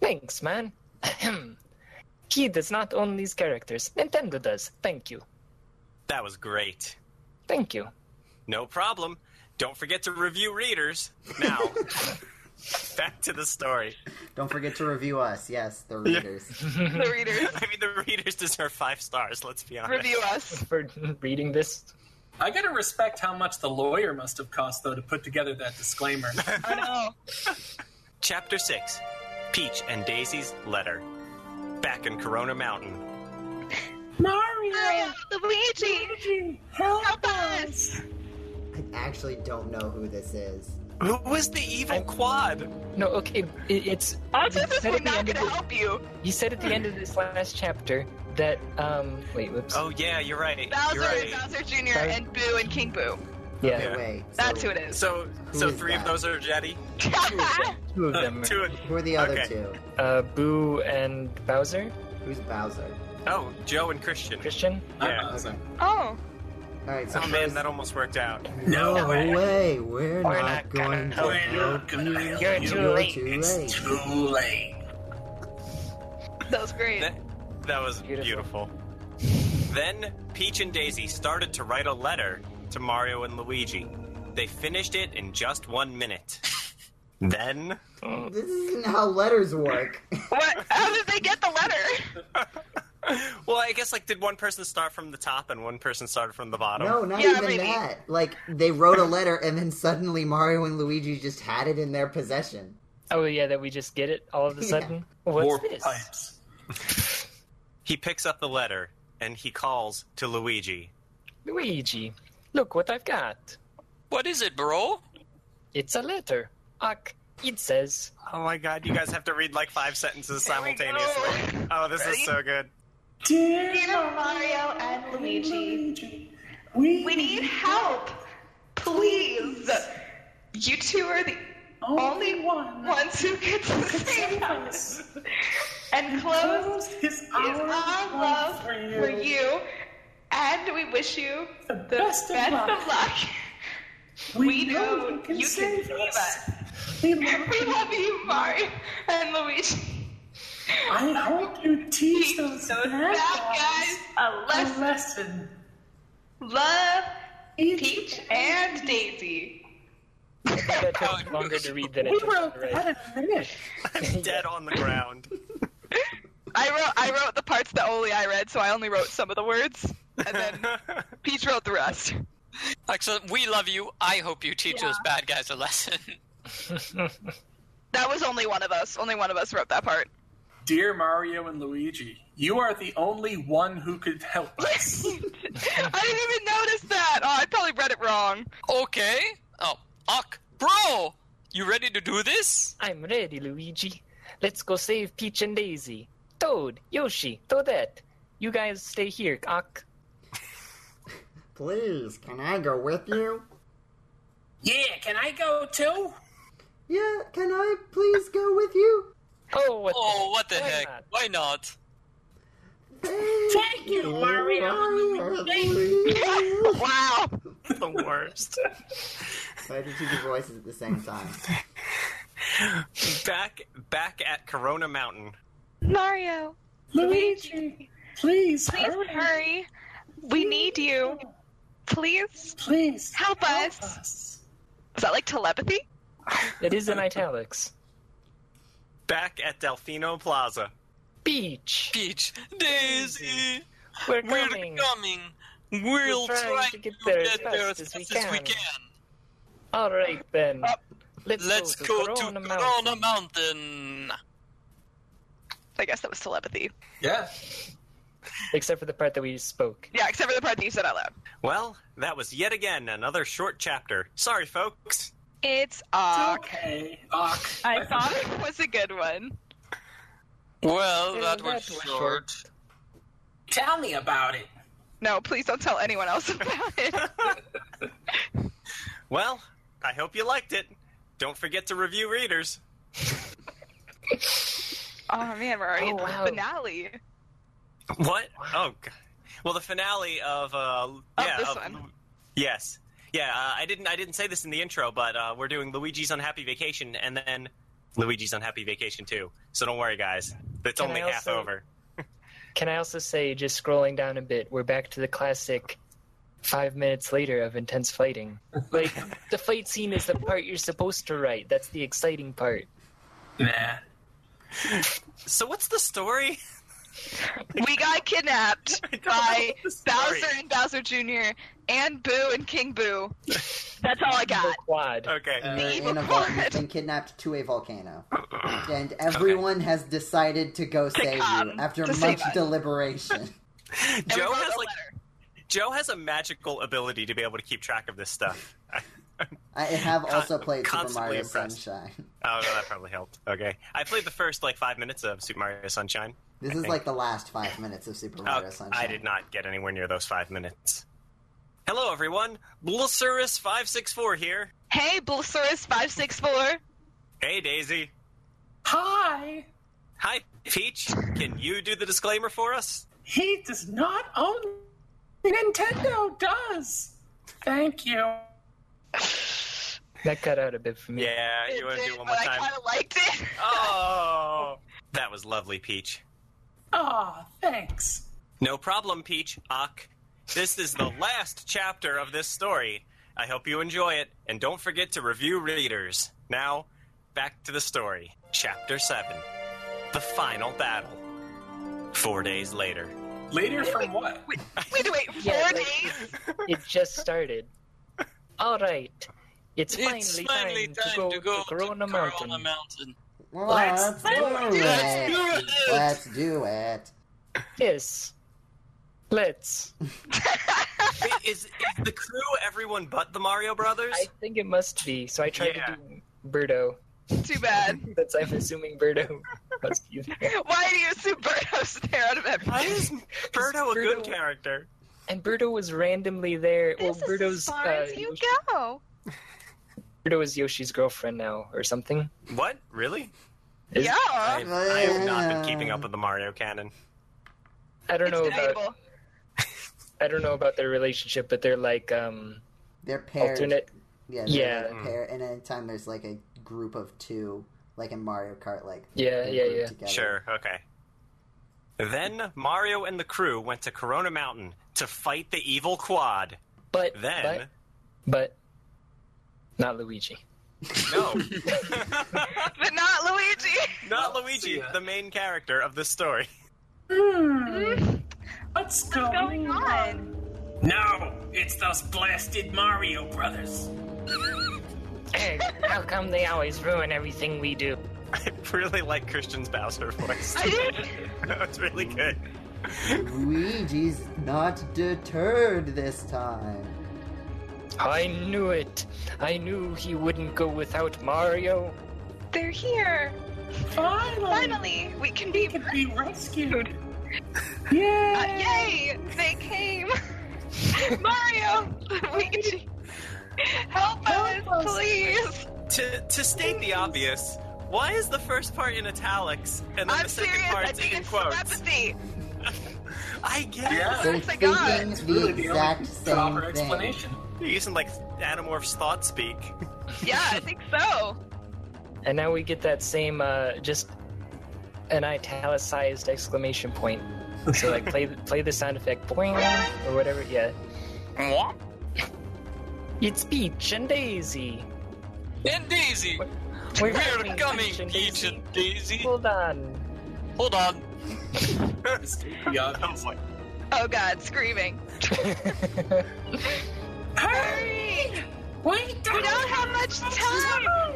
Speaker 4: Thanks, man. Ahem. he does not own these characters. Nintendo does. Thank you.
Speaker 1: That was great.
Speaker 4: Thank you.
Speaker 1: No problem. Don't forget to review readers. Now, back to the story.
Speaker 5: Don't forget to review us. Yes, the readers.
Speaker 8: The readers
Speaker 1: I mean, the readers deserve five stars, let's be honest.
Speaker 8: review us.
Speaker 4: For reading this.
Speaker 3: I gotta respect how much the lawyer must have cost, though, to put together that disclaimer. Uh-huh.
Speaker 8: I know.
Speaker 1: Chapter 6 Peach and Daisy's Letter. Back in Corona Mountain.
Speaker 3: Mario!
Speaker 8: Oh, Luigi,
Speaker 3: Help!
Speaker 8: help us.
Speaker 5: I actually don't know who this is.
Speaker 1: Who was the evil quad?
Speaker 4: No, okay, it, it's. he said
Speaker 8: Autism is
Speaker 4: at the end
Speaker 8: not
Speaker 4: of
Speaker 8: going to
Speaker 4: the-
Speaker 8: help you.
Speaker 4: He said at the end of this last chapter that um. Wait, whoops.
Speaker 1: Oh, yeah, you're right.
Speaker 8: Bowser
Speaker 1: You're right.
Speaker 8: and Bowser Jr.
Speaker 4: Sorry.
Speaker 8: and Boo and King Boo.
Speaker 4: yeah.
Speaker 5: Okay,
Speaker 1: Yeah.
Speaker 5: wait. So
Speaker 8: That's who it is.
Speaker 1: So, so
Speaker 5: is
Speaker 1: three of
Speaker 5: that?
Speaker 1: those are Jetty.
Speaker 4: Two of them.
Speaker 1: Two of,
Speaker 5: Who are the other
Speaker 1: Okay.
Speaker 5: two?
Speaker 4: Uh, Boo and Bowser.
Speaker 5: Who's Bowser?
Speaker 1: oh, Joe and Christian.
Speaker 4: Christian.
Speaker 1: Yeah.
Speaker 3: I'm awesome.
Speaker 8: oh.
Speaker 5: All right, so
Speaker 1: Oh man, that almost worked out.
Speaker 5: no
Speaker 3: No way.
Speaker 5: way. We're,
Speaker 4: We're
Speaker 5: not
Speaker 4: not
Speaker 5: going
Speaker 4: gonna
Speaker 5: to
Speaker 4: help
Speaker 3: We're not
Speaker 5: help you.
Speaker 3: gonna help
Speaker 4: You're
Speaker 3: you.
Speaker 4: too late.
Speaker 5: Too
Speaker 3: It's
Speaker 5: late.
Speaker 3: too late.
Speaker 2: That was great.
Speaker 1: That, that was beautiful.
Speaker 4: Beautiful.
Speaker 1: Then Peach and Daisy started to write a letter to Mario and Luigi. They finished it in just one minute. then
Speaker 5: This isn't how letters work.
Speaker 1: Oh.
Speaker 2: What? How did they get the letter?
Speaker 1: Well, I guess like did one person start from the top and one person started from the bottom?
Speaker 5: No, not
Speaker 2: Yeah,
Speaker 5: even
Speaker 2: maybe.
Speaker 5: that. Like they wrote a letter, and then suddenly Mario and Luigi just had it in their possession.
Speaker 4: Oh yeah, that we just get it all of a
Speaker 5: Yeah.
Speaker 4: sudden. What's
Speaker 3: Warp
Speaker 4: this?
Speaker 3: pipes.
Speaker 1: He picks up the letter and he calls to Luigi.
Speaker 4: Luigi, look what I've got.
Speaker 6: What is it, bro?
Speaker 4: It's a letter. Ach, it says,
Speaker 1: Oh my god, you guys have to read like five sentences
Speaker 2: There we go.
Speaker 1: simultaneously. Oh, this is
Speaker 2: Ready?
Speaker 1: so good.
Speaker 2: Dear Mario and Luigi, we need help. Please. You two are the only ones who can save us. And close
Speaker 3: His
Speaker 2: is our love for you. and we wish you the best, of, luck. We, know you can save us.
Speaker 3: We
Speaker 2: We love you, Mario and Luigi.
Speaker 3: I hope you teach
Speaker 2: Teach
Speaker 3: those
Speaker 2: those
Speaker 3: bad
Speaker 2: bad guys a
Speaker 3: guys
Speaker 2: lesson.
Speaker 3: a lesson.
Speaker 2: Love, Peach, and Daisy.
Speaker 4: that took longer to read than it
Speaker 3: We
Speaker 4: took
Speaker 3: wrote
Speaker 4: to
Speaker 3: that
Speaker 4: write.
Speaker 3: in a minute.
Speaker 1: Dead on the ground.
Speaker 2: I wrote I wrote the parts that only I read, so I only wrote some of the words, and then Peach wrote the rest.
Speaker 6: Excellent. We love you. I hope you teach those bad guys a lesson.
Speaker 2: That was only one of us. Only one of us wrote that part.
Speaker 3: Dear Mario and Luigi, you are the only one who could help us.
Speaker 2: I didn't even notice that. Oh, I probably read it wrong.
Speaker 6: Okay. Oh, Ock, bro, you ready to do this?
Speaker 4: I'm ready, Luigi. Let's go save Peach and Daisy. Toad, Yoshi, Toadette. You guys stay here, Ach.
Speaker 5: Please, can I go with you?
Speaker 3: yeah, can I go too?
Speaker 5: Yeah, can I please go with you?
Speaker 4: Oh, what
Speaker 6: Oh, what the
Speaker 4: Why
Speaker 6: heck?
Speaker 4: not?
Speaker 6: Why not?
Speaker 5: Thank
Speaker 3: you, Mario.
Speaker 5: Luigi.
Speaker 2: Wow.
Speaker 1: the worst.
Speaker 5: Why did you do voices at the same time?
Speaker 1: Back back at Corona Mountain.
Speaker 2: Mario,
Speaker 3: Luigi, please,
Speaker 2: please hurry. We need you. Please.
Speaker 3: Please
Speaker 2: Help us.
Speaker 3: us.
Speaker 2: Is that like telepathy?
Speaker 4: the- It is in italics.
Speaker 1: Back at Delfino Plaza.
Speaker 4: Peach,
Speaker 6: Peach, Daisy,
Speaker 4: we're
Speaker 6: we're
Speaker 4: coming.
Speaker 6: coming.
Speaker 4: We're
Speaker 6: We'll
Speaker 4: trying
Speaker 6: try
Speaker 4: to get there as
Speaker 6: as
Speaker 4: fast as we
Speaker 6: fast as we
Speaker 4: can.
Speaker 6: can.
Speaker 4: All right then.
Speaker 6: Up.
Speaker 4: Let's,
Speaker 6: Uh, Let's
Speaker 4: go,
Speaker 6: go to
Speaker 4: Corona Mountain.
Speaker 6: Corona Mountain.
Speaker 2: I guess that was telepathy.
Speaker 3: Yeah.
Speaker 4: Except for the part that we spoke.
Speaker 2: Yeah, except for the part that you said out loud.
Speaker 1: Well, that was yet again another short chapter. Sorry, folks.
Speaker 2: It's Ock.
Speaker 3: Okay. Ock.
Speaker 2: I thought it was a good one.
Speaker 6: Well,
Speaker 4: Yeah,
Speaker 6: that was
Speaker 4: that was
Speaker 6: short.
Speaker 3: Tell me about it.
Speaker 2: No, please don't tell anyone else about it.
Speaker 1: Well, I hope you liked it. Don't forget to review readers.
Speaker 2: Oh man, we're already at
Speaker 4: Oh,
Speaker 2: the
Speaker 4: wow.
Speaker 2: finale.
Speaker 1: What? Oh, God. well, the finale of uh, yeah,
Speaker 2: this
Speaker 1: of-
Speaker 2: one.
Speaker 1: yes, yeah. Uh, I didn't, I didn't say this in the intro, but uh, we're doing Luigi's Unhappy Vacation and then Luigi's Unhappy Vacation too. So don't worry, guys. It's
Speaker 4: Can
Speaker 1: only
Speaker 4: I
Speaker 1: half
Speaker 4: also-
Speaker 1: over.
Speaker 4: Can I also say, just scrolling down a bit, we're back to the classic five minutes later of intense fighting. Like, the fight scene is the part you're supposed to write. That's the exciting part.
Speaker 3: Nah.
Speaker 1: So what's the story?
Speaker 2: We got kidnapped by
Speaker 1: know the story.
Speaker 2: Bowser and Bowser Jr. and Boo and King Boo. That's all I
Speaker 4: The
Speaker 2: got.
Speaker 4: quad.
Speaker 1: Okay.
Speaker 5: Uh,
Speaker 2: The evil
Speaker 5: in a vol-
Speaker 2: card.
Speaker 5: been kidnapped to a volcano, and everyone has decided to go save you
Speaker 2: come,
Speaker 5: after
Speaker 2: to
Speaker 5: much
Speaker 2: save us.
Speaker 5: deliberation.
Speaker 2: And we
Speaker 1: Joe
Speaker 2: wrote
Speaker 1: has
Speaker 2: a
Speaker 1: like
Speaker 2: letter.
Speaker 1: Joe has a magical ability to be able to keep track of this stuff.
Speaker 5: I have also played Super
Speaker 1: constantly
Speaker 5: Mario
Speaker 1: impressed.
Speaker 5: Sunshine.
Speaker 1: Oh, no, that probably helped. Okay, I played the first like five minutes of Super Mario Sunshine.
Speaker 5: This is like the last five minutes of Super Mario
Speaker 1: Oh,
Speaker 5: Sunshine.
Speaker 1: I did not get anywhere near those five minutes. Hello, everyone. Blissurus564 here.
Speaker 2: Hey, Bulsaurus five six four.
Speaker 1: Hey, Daisy.
Speaker 3: Hi.
Speaker 1: Hi, Peach. Can you do the disclaimer for us?
Speaker 3: He does not own Nintendo does. Thank you.
Speaker 4: That cut out a bit for me.
Speaker 1: Yeah, you want to do it one more
Speaker 8: but I
Speaker 1: time?
Speaker 8: kind of liked it.
Speaker 1: Oh, that was lovely, Peach.
Speaker 3: Aw, thanks.
Speaker 1: No problem, Peach. Ock. This is the last chapter of this story. I hope you enjoy it, and don't forget to review readers. Now, back to the story. Chapter 7 The Final Battle. Four days later.
Speaker 3: Later from what?
Speaker 8: Wait, wait, wait, four
Speaker 4: Yeah, like-
Speaker 8: days?
Speaker 4: It just started. All right. It's finally,
Speaker 6: It's finally time, to go to
Speaker 4: Corona Mountain.
Speaker 5: Well,
Speaker 3: Let's
Speaker 5: let's do
Speaker 3: do it.
Speaker 6: Let's do
Speaker 5: it.
Speaker 6: it!
Speaker 5: Let's do it.
Speaker 4: Yes. Let's.
Speaker 1: Wait, is, is the crew everyone but the Mario Brothers?
Speaker 4: I think it must be. So I tried
Speaker 1: Yeah.
Speaker 4: to do Birdo.
Speaker 8: Too bad.
Speaker 4: That's I'm assuming Birdo must be there.
Speaker 8: Why do you assume Birdo's there out of
Speaker 1: Why
Speaker 8: everything?
Speaker 1: is Birdo a good
Speaker 4: Birdo-
Speaker 1: character?
Speaker 4: And Birdo was randomly there. well,
Speaker 8: This is
Speaker 4: Birdo's
Speaker 8: as far
Speaker 4: uh,
Speaker 8: as you
Speaker 4: Yoshi-
Speaker 8: go.
Speaker 4: Birdo is Yoshi's girlfriend now, or something.
Speaker 1: What? Really?
Speaker 4: Is-
Speaker 8: yeah.
Speaker 1: I, I have not been keeping up with the Mario canon.
Speaker 4: I don't
Speaker 8: it's
Speaker 4: know
Speaker 8: debatable.
Speaker 4: about I don't know about their relationship, but they're like um
Speaker 5: They're paired.
Speaker 4: alternate.
Speaker 5: Yeah,
Speaker 4: Yeah.
Speaker 5: they're like a pair. And anytime there's like a group of two, like in Mario Kart, like
Speaker 4: Yeah,
Speaker 5: they're
Speaker 4: yeah,
Speaker 5: grouped
Speaker 4: yeah.
Speaker 5: together.
Speaker 1: Sure, okay. Then Mario and the crew went to Corona Mountain to fight the evil quad.
Speaker 4: But
Speaker 1: Then,
Speaker 4: but, but not Luigi.
Speaker 1: no,
Speaker 8: But not Luigi.
Speaker 1: not
Speaker 3: Well, see
Speaker 1: Luigi,
Speaker 3: ya.
Speaker 1: the main character of this story.
Speaker 3: Hmm. What's
Speaker 8: going on?
Speaker 3: No, it's those blasted Mario brothers.
Speaker 4: How come they always ruin everything we do?
Speaker 1: I really like Christian's Bowser voice.
Speaker 8: I didn't.
Speaker 1: that was really good.
Speaker 5: Luigi's not deterred this time.
Speaker 4: I knew it. I knew he wouldn't go without Mario.
Speaker 8: They're here.
Speaker 3: Finally,
Speaker 8: Finally, we can be.
Speaker 3: we can be rescued.
Speaker 8: Uh,
Speaker 3: Yeah.
Speaker 8: yay! They came. Mario, Luigi, help us,
Speaker 3: Help us.
Speaker 8: please.
Speaker 1: To, to state the obvious, why is the first part in italics and then
Speaker 8: I'm
Speaker 1: the second
Speaker 8: serious. I
Speaker 1: part's
Speaker 8: think
Speaker 1: in
Speaker 8: it's
Speaker 1: quotes?
Speaker 8: telepathy.
Speaker 1: I get it.
Speaker 3: Yeah.
Speaker 5: They're
Speaker 8: Oh my God.
Speaker 5: thinking
Speaker 3: It's
Speaker 5: the
Speaker 3: really the
Speaker 5: exact
Speaker 3: only
Speaker 5: same
Speaker 3: proper
Speaker 5: thing.
Speaker 3: explanation.
Speaker 1: You're using like Animorph's thought speak.
Speaker 8: Yeah, I think so.
Speaker 4: And now we get that same, uh, just an italicized exclamation point. So like play play the sound effect boing or whatever. Yeah, it's Peach and Daisy.
Speaker 6: And Daisy,
Speaker 4: We're,
Speaker 6: we're
Speaker 4: having
Speaker 6: coming, Peach and Daisy.
Speaker 4: Hold on.
Speaker 6: Hold on.
Speaker 3: Yeah.
Speaker 8: Oh God, screaming. Hurry!
Speaker 3: Wait,
Speaker 8: We don't have much time.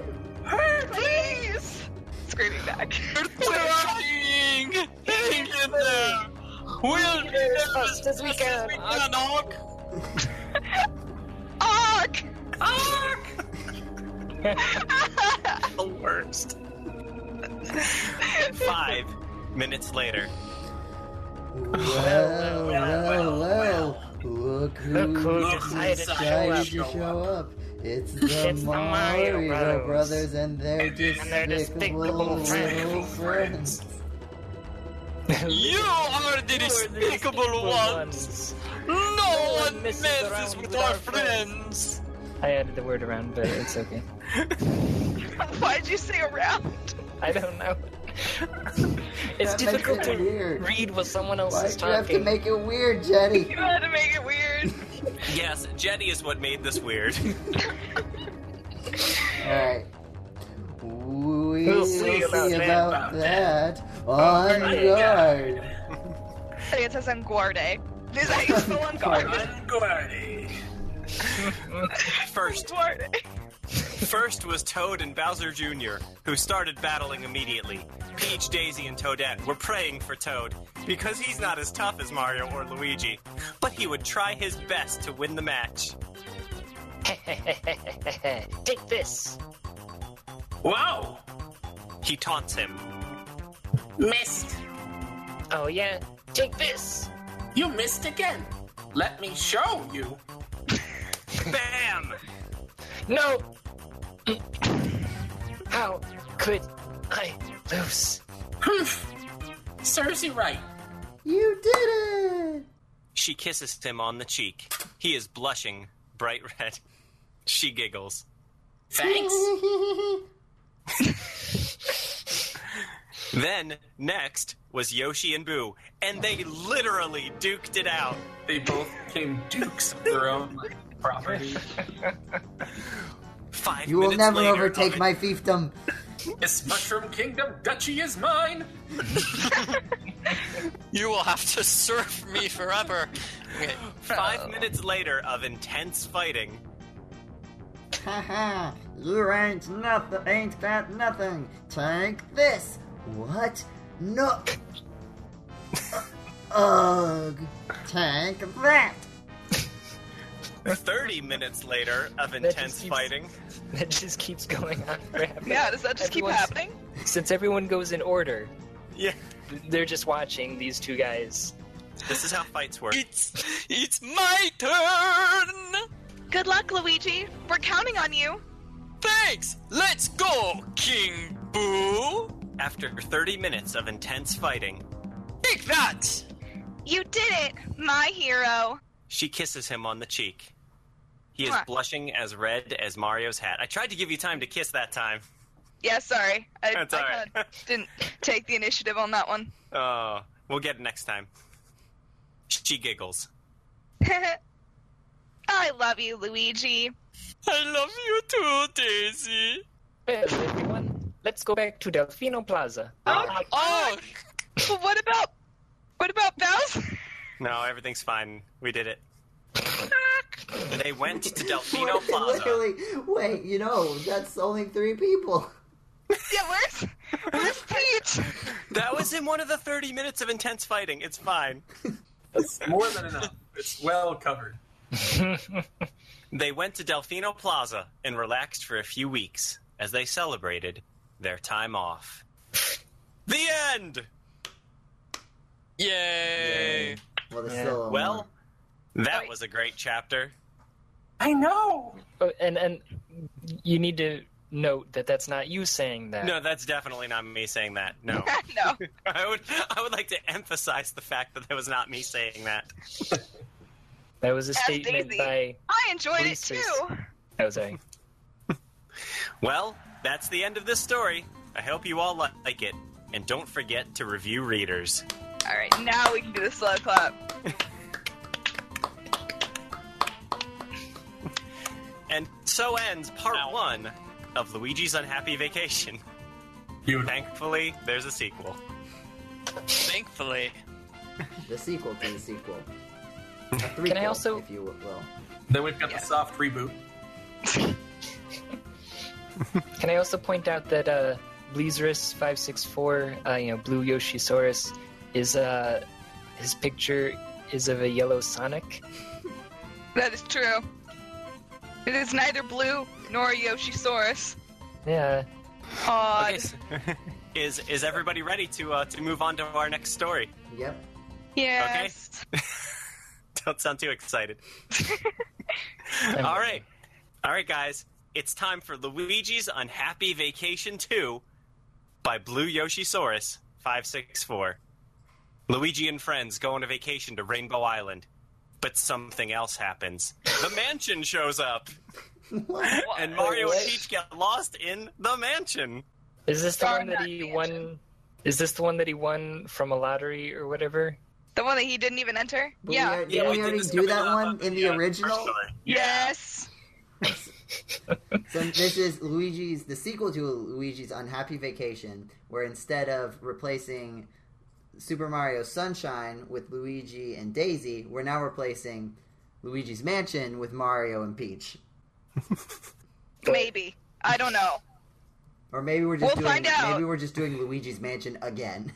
Speaker 8: Please. Screaming back.
Speaker 6: Trying! Hang in there! We'll get there as fast as we can, Hawk!
Speaker 8: Ark.
Speaker 1: the worst. Five minutes later.
Speaker 5: Whoa,
Speaker 3: well,
Speaker 5: whoa, whoa. Look
Speaker 4: Look who
Speaker 5: who
Speaker 4: decided to show
Speaker 5: decided
Speaker 4: up.
Speaker 5: to show up. It's the
Speaker 4: It's the
Speaker 5: Mario
Speaker 4: Mario
Speaker 5: Brothers.
Speaker 4: Brothers.
Speaker 5: and their
Speaker 3: And it's-
Speaker 4: and their
Speaker 5: despicable
Speaker 4: despicable
Speaker 5: little
Speaker 3: friends.
Speaker 5: friends.
Speaker 6: You are the despicable ones! No one
Speaker 4: messes
Speaker 6: messes
Speaker 4: around
Speaker 6: with
Speaker 4: with
Speaker 6: our
Speaker 4: our
Speaker 6: friends!
Speaker 4: I added the word around, but it's okay.
Speaker 8: Why'd you say around?
Speaker 4: I don't know. it's
Speaker 5: That makes
Speaker 4: difficult to
Speaker 5: it weird.
Speaker 4: read what someone else
Speaker 5: Why
Speaker 4: is
Speaker 5: do you have to
Speaker 4: talking.
Speaker 5: make it weird, Jenny?
Speaker 8: You had to make it weird.
Speaker 1: Yes, Jenny is what made this weird.
Speaker 5: Alright. We
Speaker 4: We'll
Speaker 5: will
Speaker 4: see
Speaker 5: see
Speaker 4: about that,
Speaker 5: about
Speaker 3: about
Speaker 5: that on guard.
Speaker 8: I think it says on Guarde. Is that you still on guard?
Speaker 3: Unguarded.
Speaker 1: First,
Speaker 8: Guarde.
Speaker 1: first was Toad and Bowser Jr., who started battling immediately. Peach, Daisy, and Toadette were praying for Toad because he's not as tough as Mario or Luigi, but he would try his best to win the match.
Speaker 4: Take this.
Speaker 3: Wow.
Speaker 1: He taunts him.
Speaker 3: Missed.
Speaker 4: Oh yeah. Take this.
Speaker 3: You missed again. Let me show you.
Speaker 1: Bam!
Speaker 4: No. How could I lose?
Speaker 3: Humph. Serves you right.
Speaker 5: You did it!
Speaker 1: She kisses him on the cheek. He is blushing bright red. She giggles.
Speaker 3: Thanks.
Speaker 1: Then, next was Yoshi and Boo, and they literally duked it out.
Speaker 3: They both became dukes of their own property.
Speaker 1: Five
Speaker 5: You will
Speaker 1: minutes
Speaker 5: never
Speaker 1: later,
Speaker 5: overtake
Speaker 1: a-
Speaker 5: my fiefdom.
Speaker 3: This Mushroom Kingdom duchy is mine.
Speaker 6: You will have to serve me forever. Okay.
Speaker 4: Oh.
Speaker 1: Five minutes later of intense fighting,
Speaker 5: Haha, you ain't nothing, ain't got nothing. Take this. What? No. Ugh. Take that.
Speaker 1: 30 minutes later of
Speaker 4: just
Speaker 1: intense
Speaker 4: keeps-
Speaker 1: fighting.
Speaker 4: That just keeps going on forever.
Speaker 2: Yeah, does that just keep
Speaker 4: Everyone's-
Speaker 2: happening?
Speaker 4: Since everyone goes in order,
Speaker 1: Yeah.
Speaker 4: they're just watching these two guys.
Speaker 1: This is how fights work.
Speaker 6: It's it's my turn.
Speaker 2: Good luck, Luigi. We're counting on you.
Speaker 6: Thanks. Let's go, King Boo.
Speaker 1: After 30 minutes of intense fighting,
Speaker 6: Take that.
Speaker 2: You did it, my hero.
Speaker 1: she kisses him on the cheek. He is
Speaker 2: Mwah.
Speaker 1: blushing as red as Mario's hat. I tried to give you time to kiss that time.
Speaker 2: Yeah, sorry. I,
Speaker 1: That's
Speaker 2: I
Speaker 1: all right.
Speaker 2: kinda didn't take the initiative on that one.
Speaker 1: Oh, we'll get it next time. She giggles.
Speaker 2: I love you, Luigi.
Speaker 6: I love you too, Daisy.
Speaker 4: Well, everyone, let's go back to Delfino Plaza.
Speaker 6: Oh,
Speaker 2: But what about what about Bowser?
Speaker 1: No, everything's fine. We did it. they went to Delfino Plaza.
Speaker 5: Literally, wait, you know, that's only three people.
Speaker 2: yeah, where's where's Peach?
Speaker 1: That was in one of the 30 minutes of intense fighting. It's fine.
Speaker 3: That's more than enough. It's well covered.
Speaker 1: They went to Delfino Plaza and relaxed for a few weeks as they celebrated their time off. The end!
Speaker 6: yay!
Speaker 5: Well, there's
Speaker 3: Yeah.
Speaker 5: still um, a
Speaker 1: Well, that
Speaker 2: Wait.
Speaker 1: was a great chapter.
Speaker 3: I know.
Speaker 4: Oh, and and you need to note that that's not you saying that.
Speaker 1: No, that's definitely not me saying that. No.
Speaker 2: no.
Speaker 1: I would I would like to emphasize the fact that that was not me saying that.
Speaker 4: that was a
Speaker 2: That's
Speaker 4: statement
Speaker 2: Daisy.
Speaker 4: by.
Speaker 2: I enjoyed it
Speaker 4: Reese's.
Speaker 2: too.
Speaker 4: Oh, sorry.
Speaker 1: Well, that's the end of this story. I hope you all li- like it. And don't forget to review readers.
Speaker 2: Alright, now we can do the slow clap.
Speaker 1: And so ends part one of Luigi's Unhappy Vacation.
Speaker 3: Beautiful.
Speaker 1: Thankfully, there's a sequel.
Speaker 6: Thankfully,
Speaker 5: the sequel to the sequel. A threequel,
Speaker 4: Can I also-
Speaker 5: if you will.
Speaker 3: Then we've got
Speaker 2: Yeah.
Speaker 3: the soft reboot.
Speaker 4: Can I also point out that uh, Bleezerus five six four, uh, you know, Blue Yoshisaurus, is uh, his picture is of a yellow Sonic.
Speaker 2: That is true. It is neither blue nor Yoshisaurus.
Speaker 4: Yeah.
Speaker 2: Odd.
Speaker 1: Okay, so- is is everybody ready to uh, to move on to our next story?
Speaker 5: Yep.
Speaker 2: Yes.
Speaker 1: Don't sound too excited. All right, all right, guys, it's time for Luigi's Unhappy Vacation Two by Blue Yoshisaurus five six four. Luigi and friends go on a vacation to Rainbow Island, but something else happens. The mansion shows up, and Mario and
Speaker 4: Wait,
Speaker 1: Peach get lost in the mansion.
Speaker 4: Is this the
Speaker 2: Sorry,
Speaker 4: one that
Speaker 2: not
Speaker 4: he
Speaker 2: the
Speaker 4: won? Is this the one that he won from a lottery or whatever?
Speaker 2: The one that he didn't even enter?
Speaker 5: But
Speaker 2: yeah.
Speaker 5: We, are- didn't
Speaker 1: we
Speaker 5: we
Speaker 1: did
Speaker 5: already
Speaker 1: this
Speaker 5: do
Speaker 1: coming
Speaker 5: that
Speaker 1: up
Speaker 5: one
Speaker 1: on
Speaker 5: in the
Speaker 1: the, uh,
Speaker 5: original?
Speaker 1: story.
Speaker 2: Yes.
Speaker 5: So this is Luigi's the sequel to Luigi's Unhappy Vacation, where instead of replacing Super Mario Sunshine with Luigi and Daisy, we're now replacing Luigi's Mansion with Mario and Peach.
Speaker 2: Maybe. I don't know.
Speaker 5: Or maybe we're just
Speaker 2: We'll
Speaker 5: doing
Speaker 2: find out.
Speaker 5: maybe we're just doing Luigi's Mansion again.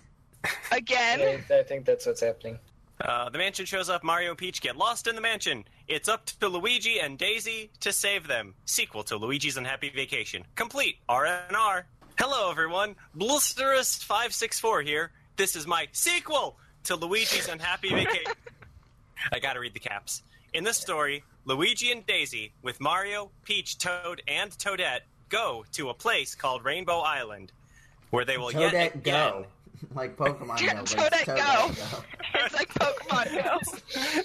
Speaker 2: Again?
Speaker 4: I, I think that's what's happening.
Speaker 1: Uh, the mansion shows up. Mario and Peach get lost in the mansion. It's up to Luigi and Daisy to save them. Sequel to Luigi's Unhappy Vacation. Complete R and R. Hello, everyone. Blisterus five six four here. This is my sequel to Luigi's Unhappy Vacation. I gotta read the caps. In this story, Luigi and Daisy, with Mario, Peach, Toad, and Toadette, Oh, go to a place called Rainbow Island, where they will yet
Speaker 5: Toadette,
Speaker 1: again
Speaker 5: go. like Pokemon Go.
Speaker 2: Yeah,
Speaker 5: but it's
Speaker 2: Toadette
Speaker 5: Toadette
Speaker 2: Go.
Speaker 5: Go.
Speaker 2: It's like Pokemon Go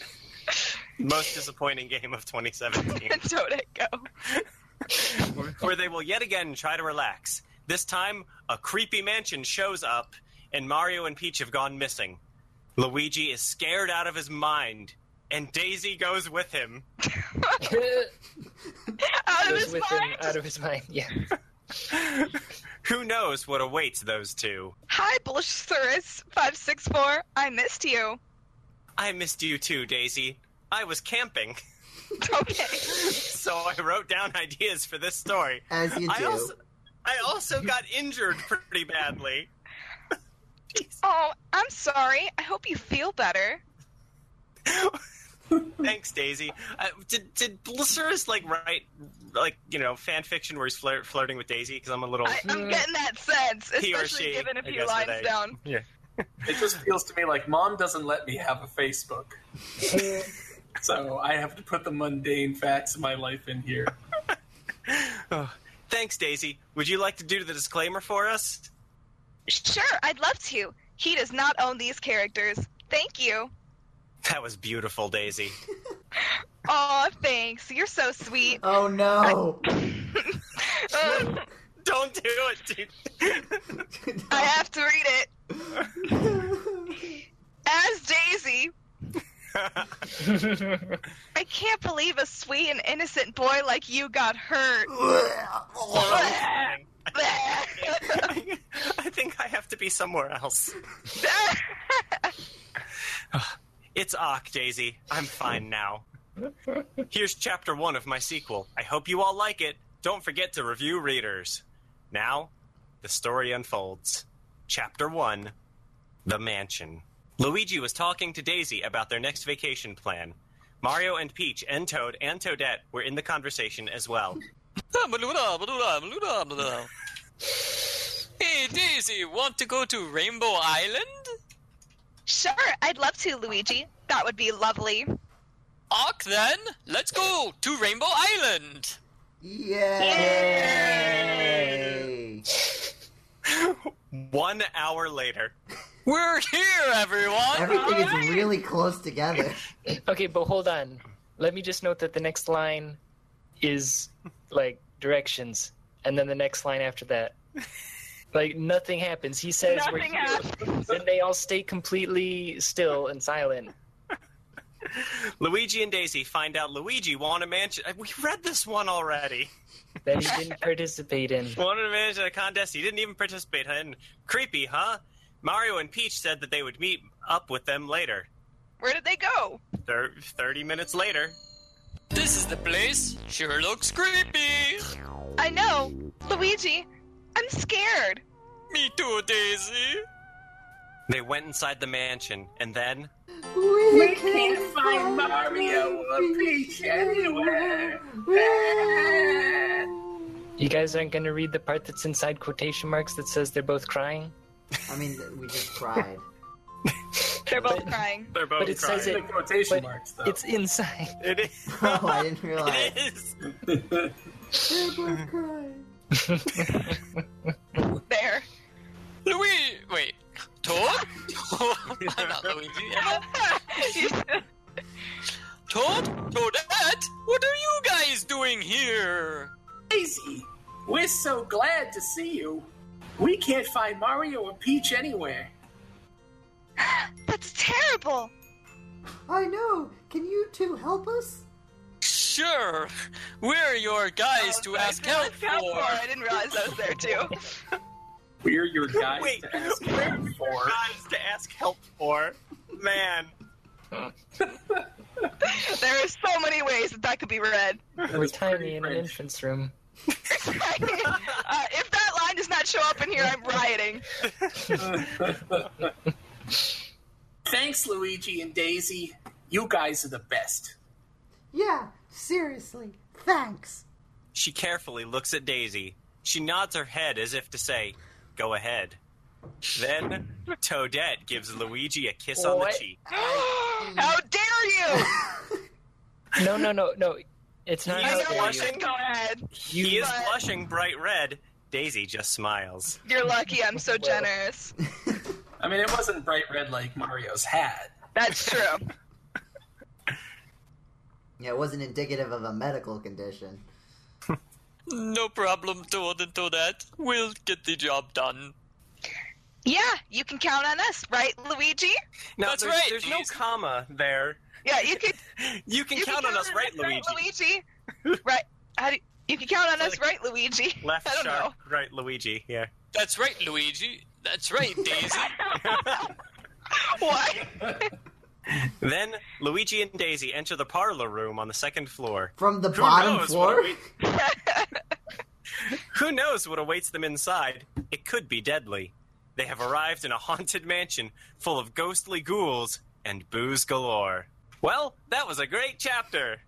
Speaker 1: Most disappointing game of 2017.
Speaker 2: and Toadette Go.
Speaker 1: where they will yet again try to relax. This time, a creepy mansion shows up, and Mario and Peach have gone missing. Luigi is scared out of his mind, and Daisy goes with him.
Speaker 2: Out of
Speaker 4: Goes
Speaker 2: his
Speaker 4: with uh, him
Speaker 2: mind.
Speaker 4: out of his mind. Yeah.
Speaker 1: Who knows what awaits those two?
Speaker 2: Hi, Belisarius five six four. I missed you.
Speaker 1: I missed you too, Daisy. I was camping,
Speaker 2: Okay.
Speaker 1: so I wrote down ideas for this story.
Speaker 5: As you
Speaker 1: I
Speaker 5: do.
Speaker 1: also, I also got injured pretty badly.
Speaker 2: Oh, I'm sorry. I hope you feel better.
Speaker 1: Thanks, Daisy. Uh, did did Lycerus like write like you know fan fiction where he's flir- flirting with Daisy? Because I'm a little.
Speaker 2: I,
Speaker 4: Mm.
Speaker 2: I'm getting that sense,
Speaker 1: Oh. He or
Speaker 2: especially
Speaker 1: she,
Speaker 2: given a
Speaker 1: I
Speaker 2: few
Speaker 1: guess,
Speaker 2: lines
Speaker 1: but I-
Speaker 2: down.
Speaker 3: It just feels to me like mom doesn't let me have a Facebook. so I have to put the mundane facts of my life in here.
Speaker 1: Oh, Thanks, Daisy. Would you like to do the disclaimer for us?
Speaker 2: Sure, I'd love to. He does not own these characters. Thank you.
Speaker 1: That was beautiful, Daisy.
Speaker 2: Aw, thanks. You're so sweet.
Speaker 5: Oh no!
Speaker 2: Uh,
Speaker 1: Don't do it, dude.
Speaker 2: I have to read it. As Daisy, I can't believe a sweet and innocent boy like you got hurt.
Speaker 1: I think I have to be somewhere else. It's Ock, Daisy. I'm fine now. Here's chapter one of my sequel. I hope you all like it. Don't forget to review readers. Now, the story unfolds. Chapter one The Mansion. Luigi was talking to Daisy about their next vacation plan. Mario and Peach and Toad and Toadette were in the conversation as well.
Speaker 6: Hey, Daisy, want to go to Rainbow Island?
Speaker 2: sure, I'd love to, Luigi. That would be lovely.
Speaker 6: Ok, then, let's go to Rainbow Island.
Speaker 5: Yay!
Speaker 1: One hour later,
Speaker 6: We're here, everyone.
Speaker 5: Everything is really close together.
Speaker 4: Okay, but hold on. Let me just note that the next line is like directions, and then the next line after that. Like nothing happens. He says we're
Speaker 2: Nothing
Speaker 4: here.
Speaker 2: happened.
Speaker 4: Then they all stay completely still and silent.
Speaker 1: Luigi and Daisy find out Luigi won a mansion. We read this one already.
Speaker 4: That he didn't participate in.
Speaker 1: Wanted to manage a contest he didn't even participate in. Creepy, huh? Mario and Peach said that they would meet up with them later.
Speaker 2: Where did they go?
Speaker 1: Thir- 30 minutes later,
Speaker 6: This is the place. Sure looks creepy.
Speaker 2: I know. Luigi, I'm scared.
Speaker 6: Me too, Daisy.
Speaker 1: they went inside the mansion, and then
Speaker 3: We can't find Mario or Peach anywhere.
Speaker 4: You guys aren't gonna read the part that's inside quotation marks that says they're both crying?
Speaker 5: I mean, we just cried.
Speaker 2: They're both crying.
Speaker 1: they're both
Speaker 4: But it
Speaker 1: crying.
Speaker 4: says
Speaker 3: The
Speaker 4: it-
Speaker 3: quotation
Speaker 4: but
Speaker 3: marks, though.
Speaker 4: It's inside.
Speaker 1: It is.
Speaker 5: Oh, I didn't realize.
Speaker 1: it is.
Speaker 2: There.
Speaker 6: Luigi. Wait. Toad? Not Luigi. Emma? Toad? Toadette? What are you guys doing here?
Speaker 3: Daisy, we're so glad to see you. We can't find Mario or Peach anywhere.
Speaker 2: That's terrible.
Speaker 5: I know. Can you two help us?
Speaker 6: Sure. We're your guys to ask help
Speaker 2: Ask help
Speaker 6: for.
Speaker 2: I didn't realize I was there too.
Speaker 3: We're your guys
Speaker 1: Wait,
Speaker 3: to ask help for.
Speaker 1: Guys to ask help for. Man.
Speaker 2: There are so many ways that that could be read.
Speaker 4: We're
Speaker 3: is pretty
Speaker 4: tiny in an
Speaker 3: French.
Speaker 4: infant's room.
Speaker 2: uh, if that line does not show up in here, I'm rioting.
Speaker 3: Thanks, Luigi and Daisy. You guys are the best.
Speaker 5: Yeah, seriously. Thanks.
Speaker 1: She carefully looks at Daisy. She nods her head as if to say, Go ahead. Then Toadette gives Luigi a kiss on the
Speaker 4: What?
Speaker 1: cheek.
Speaker 2: How dare you?
Speaker 4: No, no, no, no. It's not.
Speaker 1: He's
Speaker 2: No
Speaker 4: out there
Speaker 2: one
Speaker 4: yet.
Speaker 1: blushing.
Speaker 2: should go ahead.
Speaker 1: He is
Speaker 2: But-
Speaker 1: blushing bright red. Daisy just smiles.
Speaker 2: You're lucky I'm so generous.
Speaker 3: I mean, it wasn't bright red like Mario's hat.
Speaker 2: That's true.
Speaker 5: Yeah, it wasn't indicative of a medical condition.
Speaker 6: No problem, Toad, into that. We'll get the job done.
Speaker 2: yeah, you can count on us, right, Luigi?
Speaker 1: No,
Speaker 6: That's
Speaker 1: there's,
Speaker 6: right,
Speaker 1: There's no
Speaker 6: geez.
Speaker 1: comma there.
Speaker 2: Yeah, you can.
Speaker 1: You can
Speaker 2: you
Speaker 1: count on us, right, Luigi?
Speaker 2: Luigi? right. How do you can count on us, right, Luigi?
Speaker 1: Left
Speaker 2: I don't
Speaker 1: shark,
Speaker 2: know.
Speaker 1: right, Luigi. Yeah.
Speaker 6: That's right, Luigi. That's right, Daisy.
Speaker 2: What?
Speaker 1: Then Luigi and Daisy enter the parlor room on the second floor.
Speaker 5: From the bottom
Speaker 1: knows
Speaker 5: floor?
Speaker 1: what we- Who knows what awaits them inside? It could be deadly. They have arrived in a haunted mansion full of ghostly ghouls and booze galore. Well, that was a great chapter.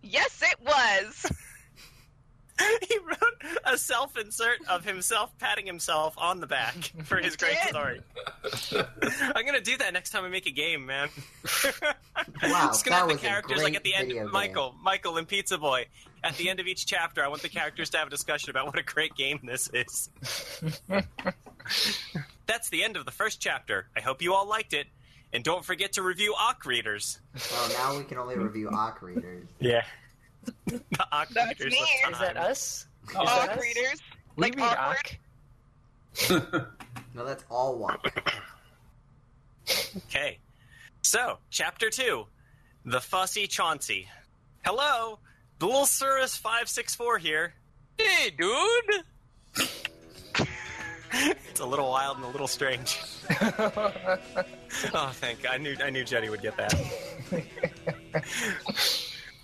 Speaker 2: Yes, it was.
Speaker 1: he wrote a self insert of himself patting himself on the back for his great
Speaker 2: did.
Speaker 1: story. I'm gonna do that next time we make a game, man.
Speaker 5: Wow,
Speaker 1: Just
Speaker 5: that
Speaker 1: gonna have the
Speaker 5: was a
Speaker 1: characters like at the
Speaker 5: great
Speaker 1: end,
Speaker 5: video game.
Speaker 1: Michael, Michael, and Pizza Boy. At the end of each chapter, I want the characters to have a discussion about what a great game this is. That's the end of the first chapter. I hope you all liked it, and don't forget to review Ock Readers.
Speaker 5: Oh, now we can only review Ock readers.
Speaker 1: Yeah. the Ock
Speaker 2: That's
Speaker 1: Readers.
Speaker 2: me.
Speaker 1: with
Speaker 4: Is that
Speaker 1: time.
Speaker 4: us?
Speaker 3: Oh.
Speaker 4: Is that
Speaker 2: Awk
Speaker 4: us?
Speaker 2: readers.
Speaker 4: We
Speaker 2: Like
Speaker 4: read
Speaker 2: awkward.
Speaker 4: Ock.
Speaker 5: No, that's all walk.
Speaker 1: Okay. So, chapter two The Fussy Chauncey. Hello, Bulsurus564 here.
Speaker 6: hey, dude.
Speaker 1: It's a little wild and a little strange. oh, thank God. I knew, I knew Jenny would get that.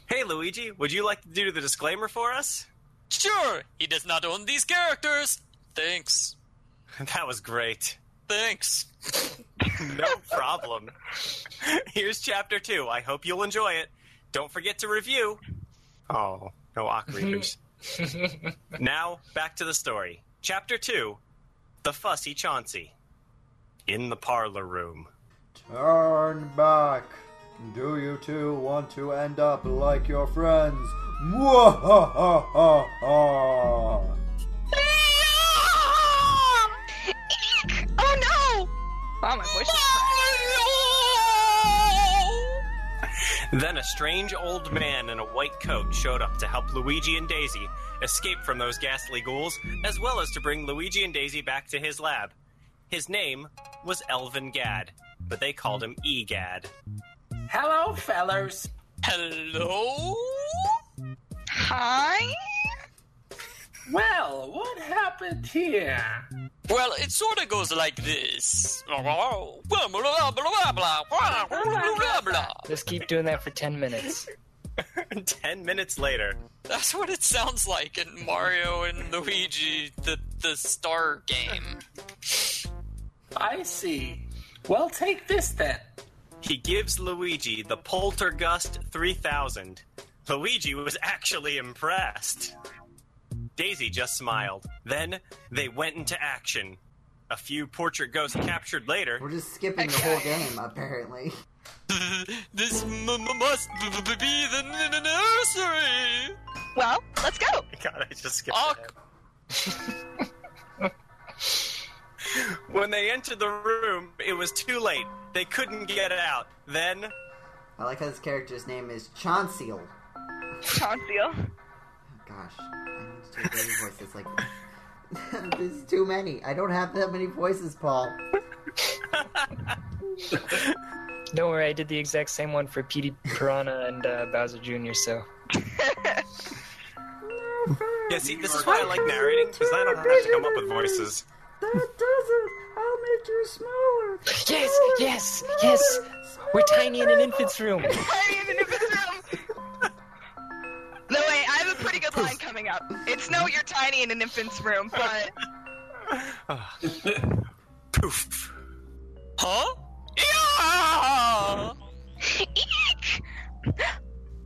Speaker 1: hey, Luigi, would you like to do the disclaimer for us?
Speaker 6: Sure, he does not own these characters. Thanks.
Speaker 1: That was great.
Speaker 6: Thanks.
Speaker 1: No problem. Here's chapter two. I hope you'll enjoy it. Don't forget to review. Oh, no awk readers. now, back to the story. Chapter two The Fussy Chauncey. In the parlor room.
Speaker 5: Turn back. Do you two want to end up like your friends? Mwahahaha!
Speaker 2: Eek! Oh no! Wow, my voice is
Speaker 1: Then a strange old man in a white coat showed up to help Luigi and Daisy escape from those ghastly ghouls, as well as to bring Luigi and Daisy back to his lab. His name was Elvin Gadd, but they called him E Egad.
Speaker 3: Hello, fellers.
Speaker 6: Hello?
Speaker 2: Hi.
Speaker 3: Well, what happened here?
Speaker 6: Well, it sort of goes like this. Blah, blah, blah, blah, blah, blah, blah, blah, blah.
Speaker 4: Just keep doing that for 10 minutes.
Speaker 1: Ten minutes later,
Speaker 6: That's what it sounds like in Mario and Luigi, the, the star game.
Speaker 3: I see. Well, take this then.
Speaker 1: he gives Luigi the Poltergust 3000. Luigi was actually impressed. Daisy just smiled. Then they went into action. A few portrait ghosts captured later
Speaker 5: We're just skipping the whole game, apparently.
Speaker 6: This m- m- must b- b- be the n- n- nursery!
Speaker 2: Well, let's go.
Speaker 1: God, I just skipped
Speaker 6: Awk.
Speaker 1: ahead. When they entered the room, it was too late. They couldn't get out. Then,
Speaker 5: I like how this character's name is Chaunceel.
Speaker 2: Tonsil.
Speaker 5: Gosh, I need to do a baby voice that's like. There's too many. I don't have that many voices, Paul.
Speaker 4: Don't worry, I did the exact same one for Petey Piranha and uh, Bowser Jr., so.
Speaker 1: yeah, see, this is why I like narrating because I don't have to come up with voices.
Speaker 4: Yes, yes, yes! We're tiny in an infant's room!
Speaker 2: I need an infant's room. No, wait, I have a pretty good line coming up. It's no, you're tiny in an infant's room, but
Speaker 1: Poof.
Speaker 6: Huh? Yeah!
Speaker 2: Eek!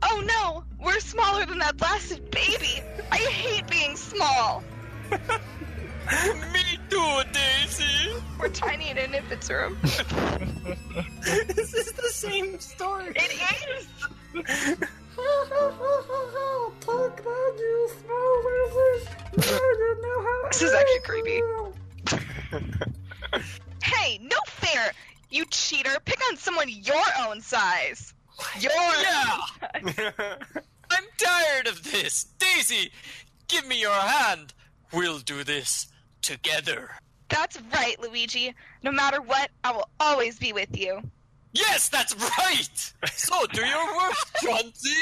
Speaker 2: Oh no, we're smaller than that blasted baby. I hate being small.
Speaker 6: Me too, Daisy!
Speaker 2: We're tiny in an infant's room.
Speaker 1: this is the same story.
Speaker 2: It is. This is actually creepy. Hey, no You cheater! Pick on someone your own size.
Speaker 6: You're Oh, yeah. I'm tired of this. Daisy, give me your hand. We'll do this together.
Speaker 2: That's right, Luigi. No matter what, I will always be with you.
Speaker 6: Yes, that's right. So do your work, Chauncey.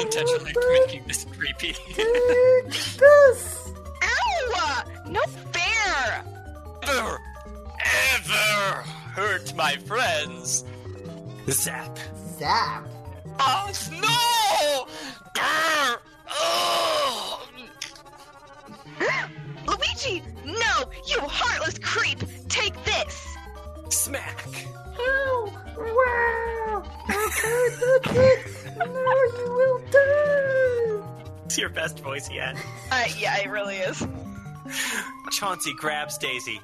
Speaker 6: Intentionally making this creepy.
Speaker 5: This.
Speaker 2: Ow! No fair!
Speaker 6: ever, ever hurt my friends.
Speaker 1: Zap.
Speaker 5: Zap.
Speaker 6: Oh no! Grr! Oh!
Speaker 2: Luigi, no! You heartless creep! Take this!
Speaker 1: Smack. It's your best voice yet.
Speaker 2: Uh, yeah, it really is.
Speaker 1: Chauncey grabs Daisy.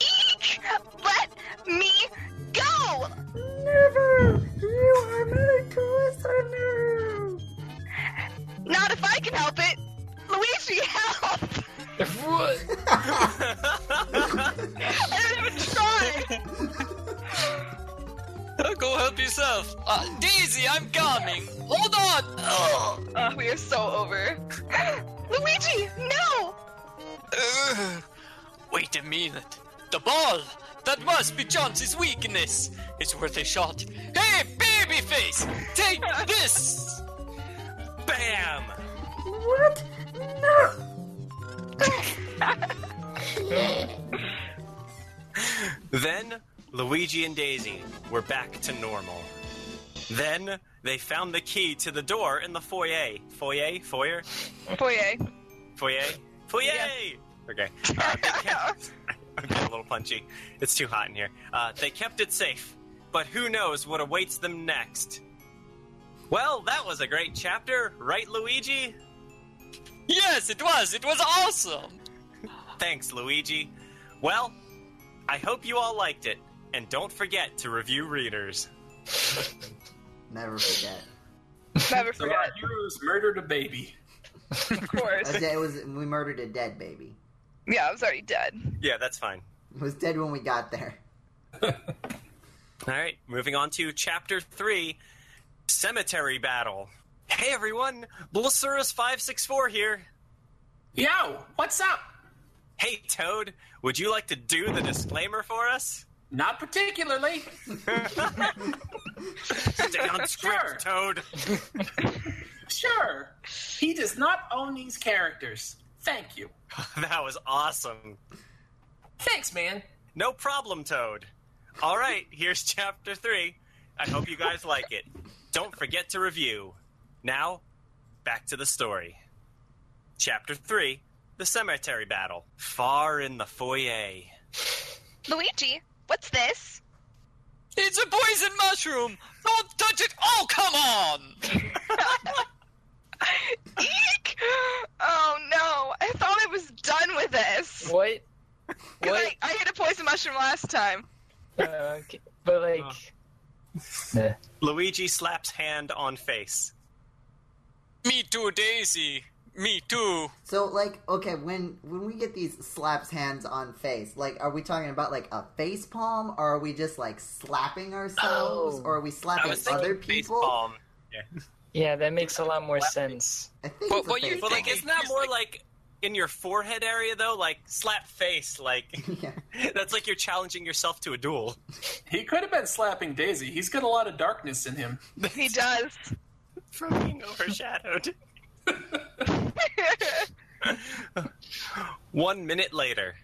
Speaker 2: Eek! Let me go! Never! You are medical Not if I can help it! Luigi, help! I don't even try!
Speaker 6: Go help yourself. Uh, Daisy, I'm coming. Hold on. Oh.
Speaker 2: Ugh, we are so over. Luigi, no!
Speaker 6: Ugh. Wait a minute. The ball. That must be Chauncey's weakness. It's worth a shot. Hey, babyface, take this.
Speaker 1: Bam. What? No. then Luigi and Daisy were back to normal. Then they found the key to the door in the foyer. Foyer? Foyer?
Speaker 2: Foyer.
Speaker 1: Foyer? Foyer! Okay. Uh, they kept... I'm getting a little punchy. It's too hot in here. Uh, they kept it safe, but who knows what awaits them next? Well, that was a great chapter, right, Luigi?
Speaker 6: Yes, it was. It was awesome.
Speaker 1: Thanks, Luigi. Well, I hope you all liked it, and don't forget to review readers.
Speaker 5: Never forget.
Speaker 2: Never
Speaker 3: So our
Speaker 2: forget,
Speaker 3: heroes murdered a baby.
Speaker 2: of course.
Speaker 5: A dead, Uh, it was we murdered a dead baby.
Speaker 2: Yeah, I was already dead.
Speaker 1: Yeah, that's fine.
Speaker 5: It was dead when we got there.
Speaker 1: All right, moving on to chapter three Cemetery Battle. Hey everyone, Blissurus564 here.
Speaker 3: Yo, what's up?
Speaker 1: Hey Toad, would you like to do the disclaimer for us?
Speaker 3: Not particularly.
Speaker 1: Stay on
Speaker 3: Sure.
Speaker 1: script, Toad.
Speaker 3: Sure. He does not own these characters. Thank you.
Speaker 1: That was awesome.
Speaker 3: Thanks, man.
Speaker 1: No problem, Toad. All right, here's chapter three. I hope you guys like it. Don't forget to review. Now, back to the story. Chapter three The Cemetery Battle. Far in the foyer.
Speaker 2: Luigi, what's this?
Speaker 6: It's a poison mushroom. Don't touch it. Oh, come on.
Speaker 2: Eek! Oh no, I thought I was done with this.
Speaker 4: What?
Speaker 2: 'Cause
Speaker 4: What?
Speaker 2: I, I hit a poison mushroom last time.
Speaker 4: Uh, okay. But like, Nah.
Speaker 1: Luigi slaps hand on face.
Speaker 6: Me too, Daisy. Me too.
Speaker 5: So like, okay, when when we get these slaps hands on face, like, are we talking about like a face palm, or are we just like slapping ourselves,
Speaker 4: Oh.
Speaker 5: or are we slapping other
Speaker 1: face
Speaker 5: people?
Speaker 1: palm.
Speaker 4: yeah, that makes a lot more sense.
Speaker 5: I think
Speaker 6: But
Speaker 5: it's
Speaker 6: what
Speaker 5: a
Speaker 6: you
Speaker 5: face
Speaker 1: But like,
Speaker 6: think
Speaker 1: isn't that more like in your forehead area though? Like slap face. Like
Speaker 5: palm. yeah.
Speaker 1: that's like you're challenging yourself to a duel.
Speaker 3: He could have been slapping Daisy. He's got a lot of darkness in him.
Speaker 2: He does.
Speaker 1: From being overshadowed. One minute later.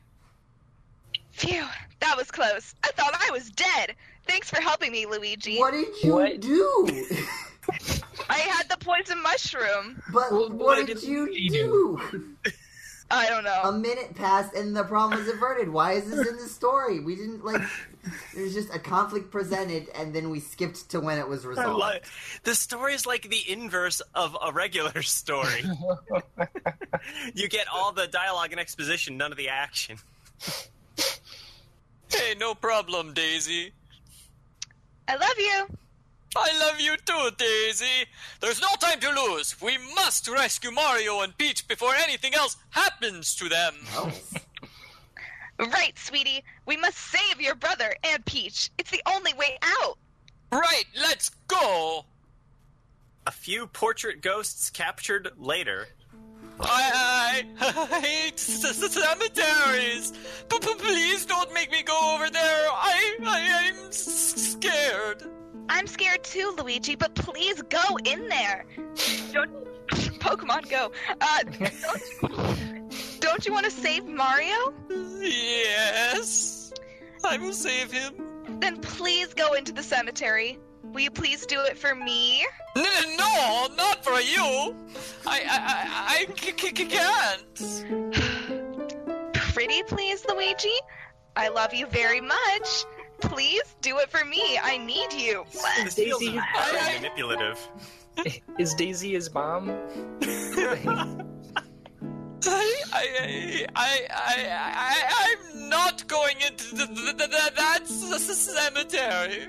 Speaker 2: Phew, that was close. I thought I was dead. Thanks for helping me, Luigi.
Speaker 5: What did you
Speaker 4: What?
Speaker 5: do?
Speaker 2: I had the poison mushroom.
Speaker 5: but
Speaker 4: Well,
Speaker 5: what
Speaker 4: what
Speaker 5: did
Speaker 4: did
Speaker 5: you
Speaker 4: he
Speaker 5: do?
Speaker 2: I don't
Speaker 5: a
Speaker 2: know.
Speaker 5: minute passed and the problem was averted. Why is this in the story? We didn't like. It was just a conflict presented, and then we skipped to when it was
Speaker 1: I
Speaker 5: resolved.
Speaker 1: love- The story is like the inverse of a regular story. you get all the dialogue and exposition, none of the action.
Speaker 6: Hey, no problem, Daisy.
Speaker 2: I love you.
Speaker 6: I love you too, Daisy. There's no time to lose. We must rescue Mario and Peach before anything else happens to them.
Speaker 5: Oh,
Speaker 2: Right, sweetie. We must save your brother and Peach. It's the only way out.
Speaker 6: Right, let's go.
Speaker 1: A few portrait ghosts captured later.
Speaker 6: I, I, I hate s- s- cemeteries. P- p- please don't make me go over there. I, I am s- scared.
Speaker 2: I'm scared too, Luigi, but please go in there. Don't Pokemon Go. Uh, don't, don't you want to save Mario?
Speaker 6: Yes, I will save him.
Speaker 2: Then please go into the cemetery. Will you please do it for me?
Speaker 6: N- n- No, not for you. I, I, I, I c- c- c- can't.
Speaker 2: Pretty please, Luigi. I love you very much. Please do it for me. I need you.
Speaker 1: This feels
Speaker 4: Daisy.
Speaker 1: very manipulative.
Speaker 4: Is Daisy his mom?
Speaker 6: I, I, I, I, I, I'm not going into the, the, the, the, that s- s- cemetery.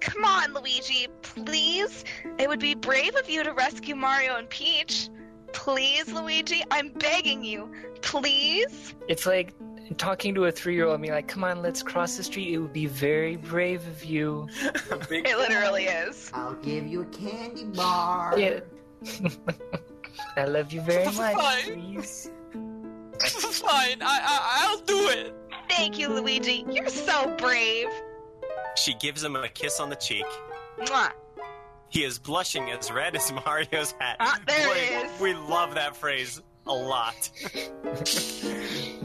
Speaker 2: Come on, Luigi. Please. It would be brave of you to rescue Mario and Peach. Please, Luigi. I'm begging you. Please.
Speaker 4: It's like talking to a three-year-old and being like, "Come on, let's cross the street. It would be very brave of you."
Speaker 3: Big
Speaker 2: It literally is.
Speaker 5: I'll give you a candy bar.
Speaker 4: Yeah. I love you very much.
Speaker 6: Fine.
Speaker 4: Please.
Speaker 6: Fine, I, I, I'll do it.
Speaker 2: Thank you, Luigi. You're so brave.
Speaker 1: She gives him a kiss on the cheek.
Speaker 2: Mwah.
Speaker 1: He is blushing as red as Mario's hat.
Speaker 2: Ah, there
Speaker 1: Boy,
Speaker 2: it is.
Speaker 1: We love that phrase a lot.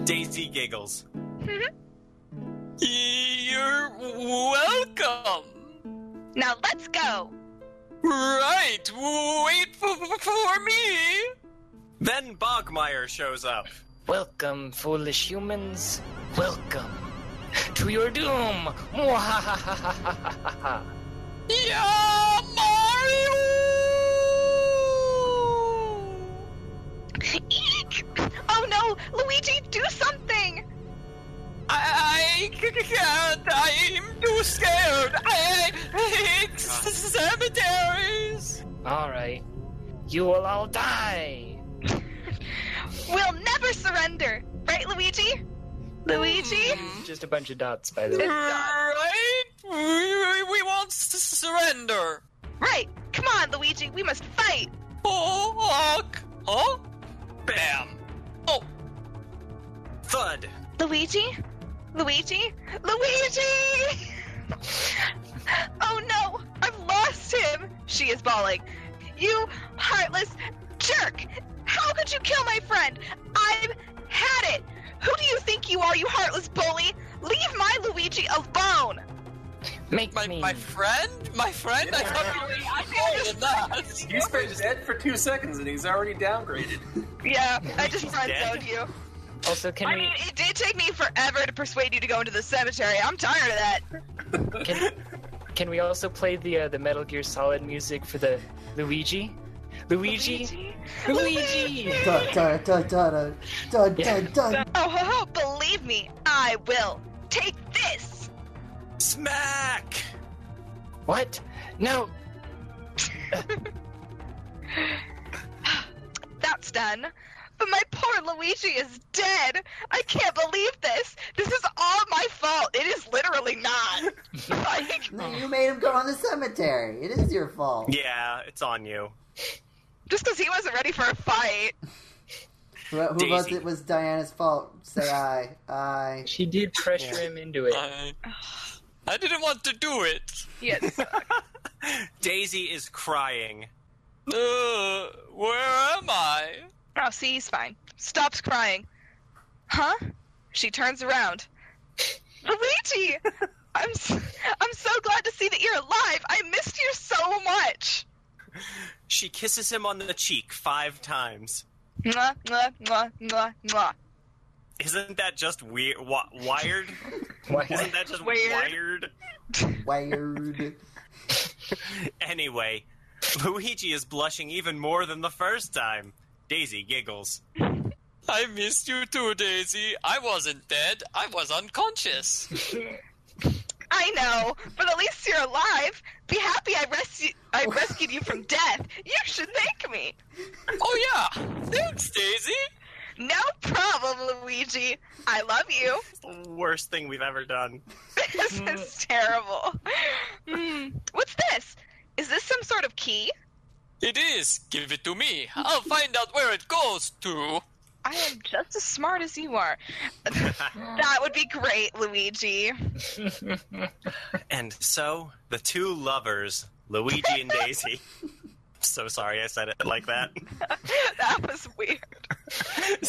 Speaker 1: Daisy giggles.
Speaker 6: You're welcome.
Speaker 2: Now let's go.
Speaker 6: Right, wait for, for me.
Speaker 1: Then Bogmire shows up.
Speaker 4: Welcome, foolish humans. Welcome to your doom. Mwahahahahaha.
Speaker 6: Yeah, Mario!
Speaker 2: Eek. Oh no, Luigi, do something.
Speaker 6: I, I c- c- can't. I'm too scared. I, I hate s- cemeteries.
Speaker 4: All right, you will all die.
Speaker 2: We'll never surrender. Right, Luigi? Luigi?
Speaker 6: Mm-hmm.
Speaker 4: Just a bunch of dots, by the way.
Speaker 6: Right? We, we- we won't s- surrender.
Speaker 2: Right. Come on, Luigi. We must fight.
Speaker 6: Oh, hawk. Huh? Bam. Oh,
Speaker 1: Thud!
Speaker 2: Luigi? Luigi? Luigi! oh no! I've lost him! She is bawling. You heartless jerk! How could you kill my friend? I've had it! Who do you think you are, you heartless bully? Leave my Luigi alone!
Speaker 4: Make
Speaker 6: my,
Speaker 4: me.
Speaker 6: my friend? My friend? I thought you were older than
Speaker 3: He's been dead for two seconds and he's already downgraded.
Speaker 2: Yeah, I just friend
Speaker 1: dead.
Speaker 2: zoned you.
Speaker 4: also, can
Speaker 2: I
Speaker 4: we
Speaker 2: mean, it did take me forever to persuade you to go into the cemetery. I'm tired of that.
Speaker 4: can, can we also play the uh, the Metal Gear Solid music for the Luigi? Luigi, Luigi.
Speaker 5: Da, da, da, da, da, da, da, da.
Speaker 2: Oh, ho, ho, believe me, I will. Take this!
Speaker 1: Smack!
Speaker 4: What? No.
Speaker 2: That's done. But my poor Luigi is dead! I can't believe this! This is all my fault! It is literally not! like,
Speaker 5: No, You made him go on the cemetery. It is your fault.
Speaker 1: Yeah, it's on you.
Speaker 2: just because he wasn't ready for a fight.
Speaker 5: Who, who votes
Speaker 1: Daisy.
Speaker 5: it was Diana's fault? Say aye. Aye.
Speaker 4: She did pressure him into it.
Speaker 6: I, I didn't want to do it.
Speaker 2: Yes.
Speaker 1: Daisy is crying.
Speaker 6: Uh, where am I?
Speaker 2: Oh, see, he's fine. Stops crying. Huh? She turns around. Luigi! I'm s- I'm so glad to see that you're alive. I missed you so much.
Speaker 1: She kisses him on the cheek five times.
Speaker 2: Mwah, mwah, mwah, mwah, mwah.
Speaker 1: Isn't that just weird? Wi- wired? Isn't
Speaker 4: Why-
Speaker 1: that just
Speaker 2: Weird.
Speaker 1: wired?
Speaker 5: Weird.
Speaker 1: Anyway, Luigi is blushing even more than the first time. Daisy giggles.
Speaker 6: I missed you too, Daisy. I wasn't dead. I was unconscious.
Speaker 2: I know, but at least you're alive. Be happy I rescued I rescued you from death. You should thank me.
Speaker 6: oh yeah. Thanks, Daisy.
Speaker 2: No problem, Luigi. I love you.
Speaker 1: Worst thing we've ever done.
Speaker 2: this
Speaker 1: Mm.
Speaker 2: is terrible. Hmm. What's this? Is this some sort of key?
Speaker 6: It is. Give it to me. I'll find out where it goes to.
Speaker 2: I am just as smart as you are. that would be great, Luigi.
Speaker 1: And so the two lovers, Luigi and Daisy. so sorry I said it like that.
Speaker 2: that was weird.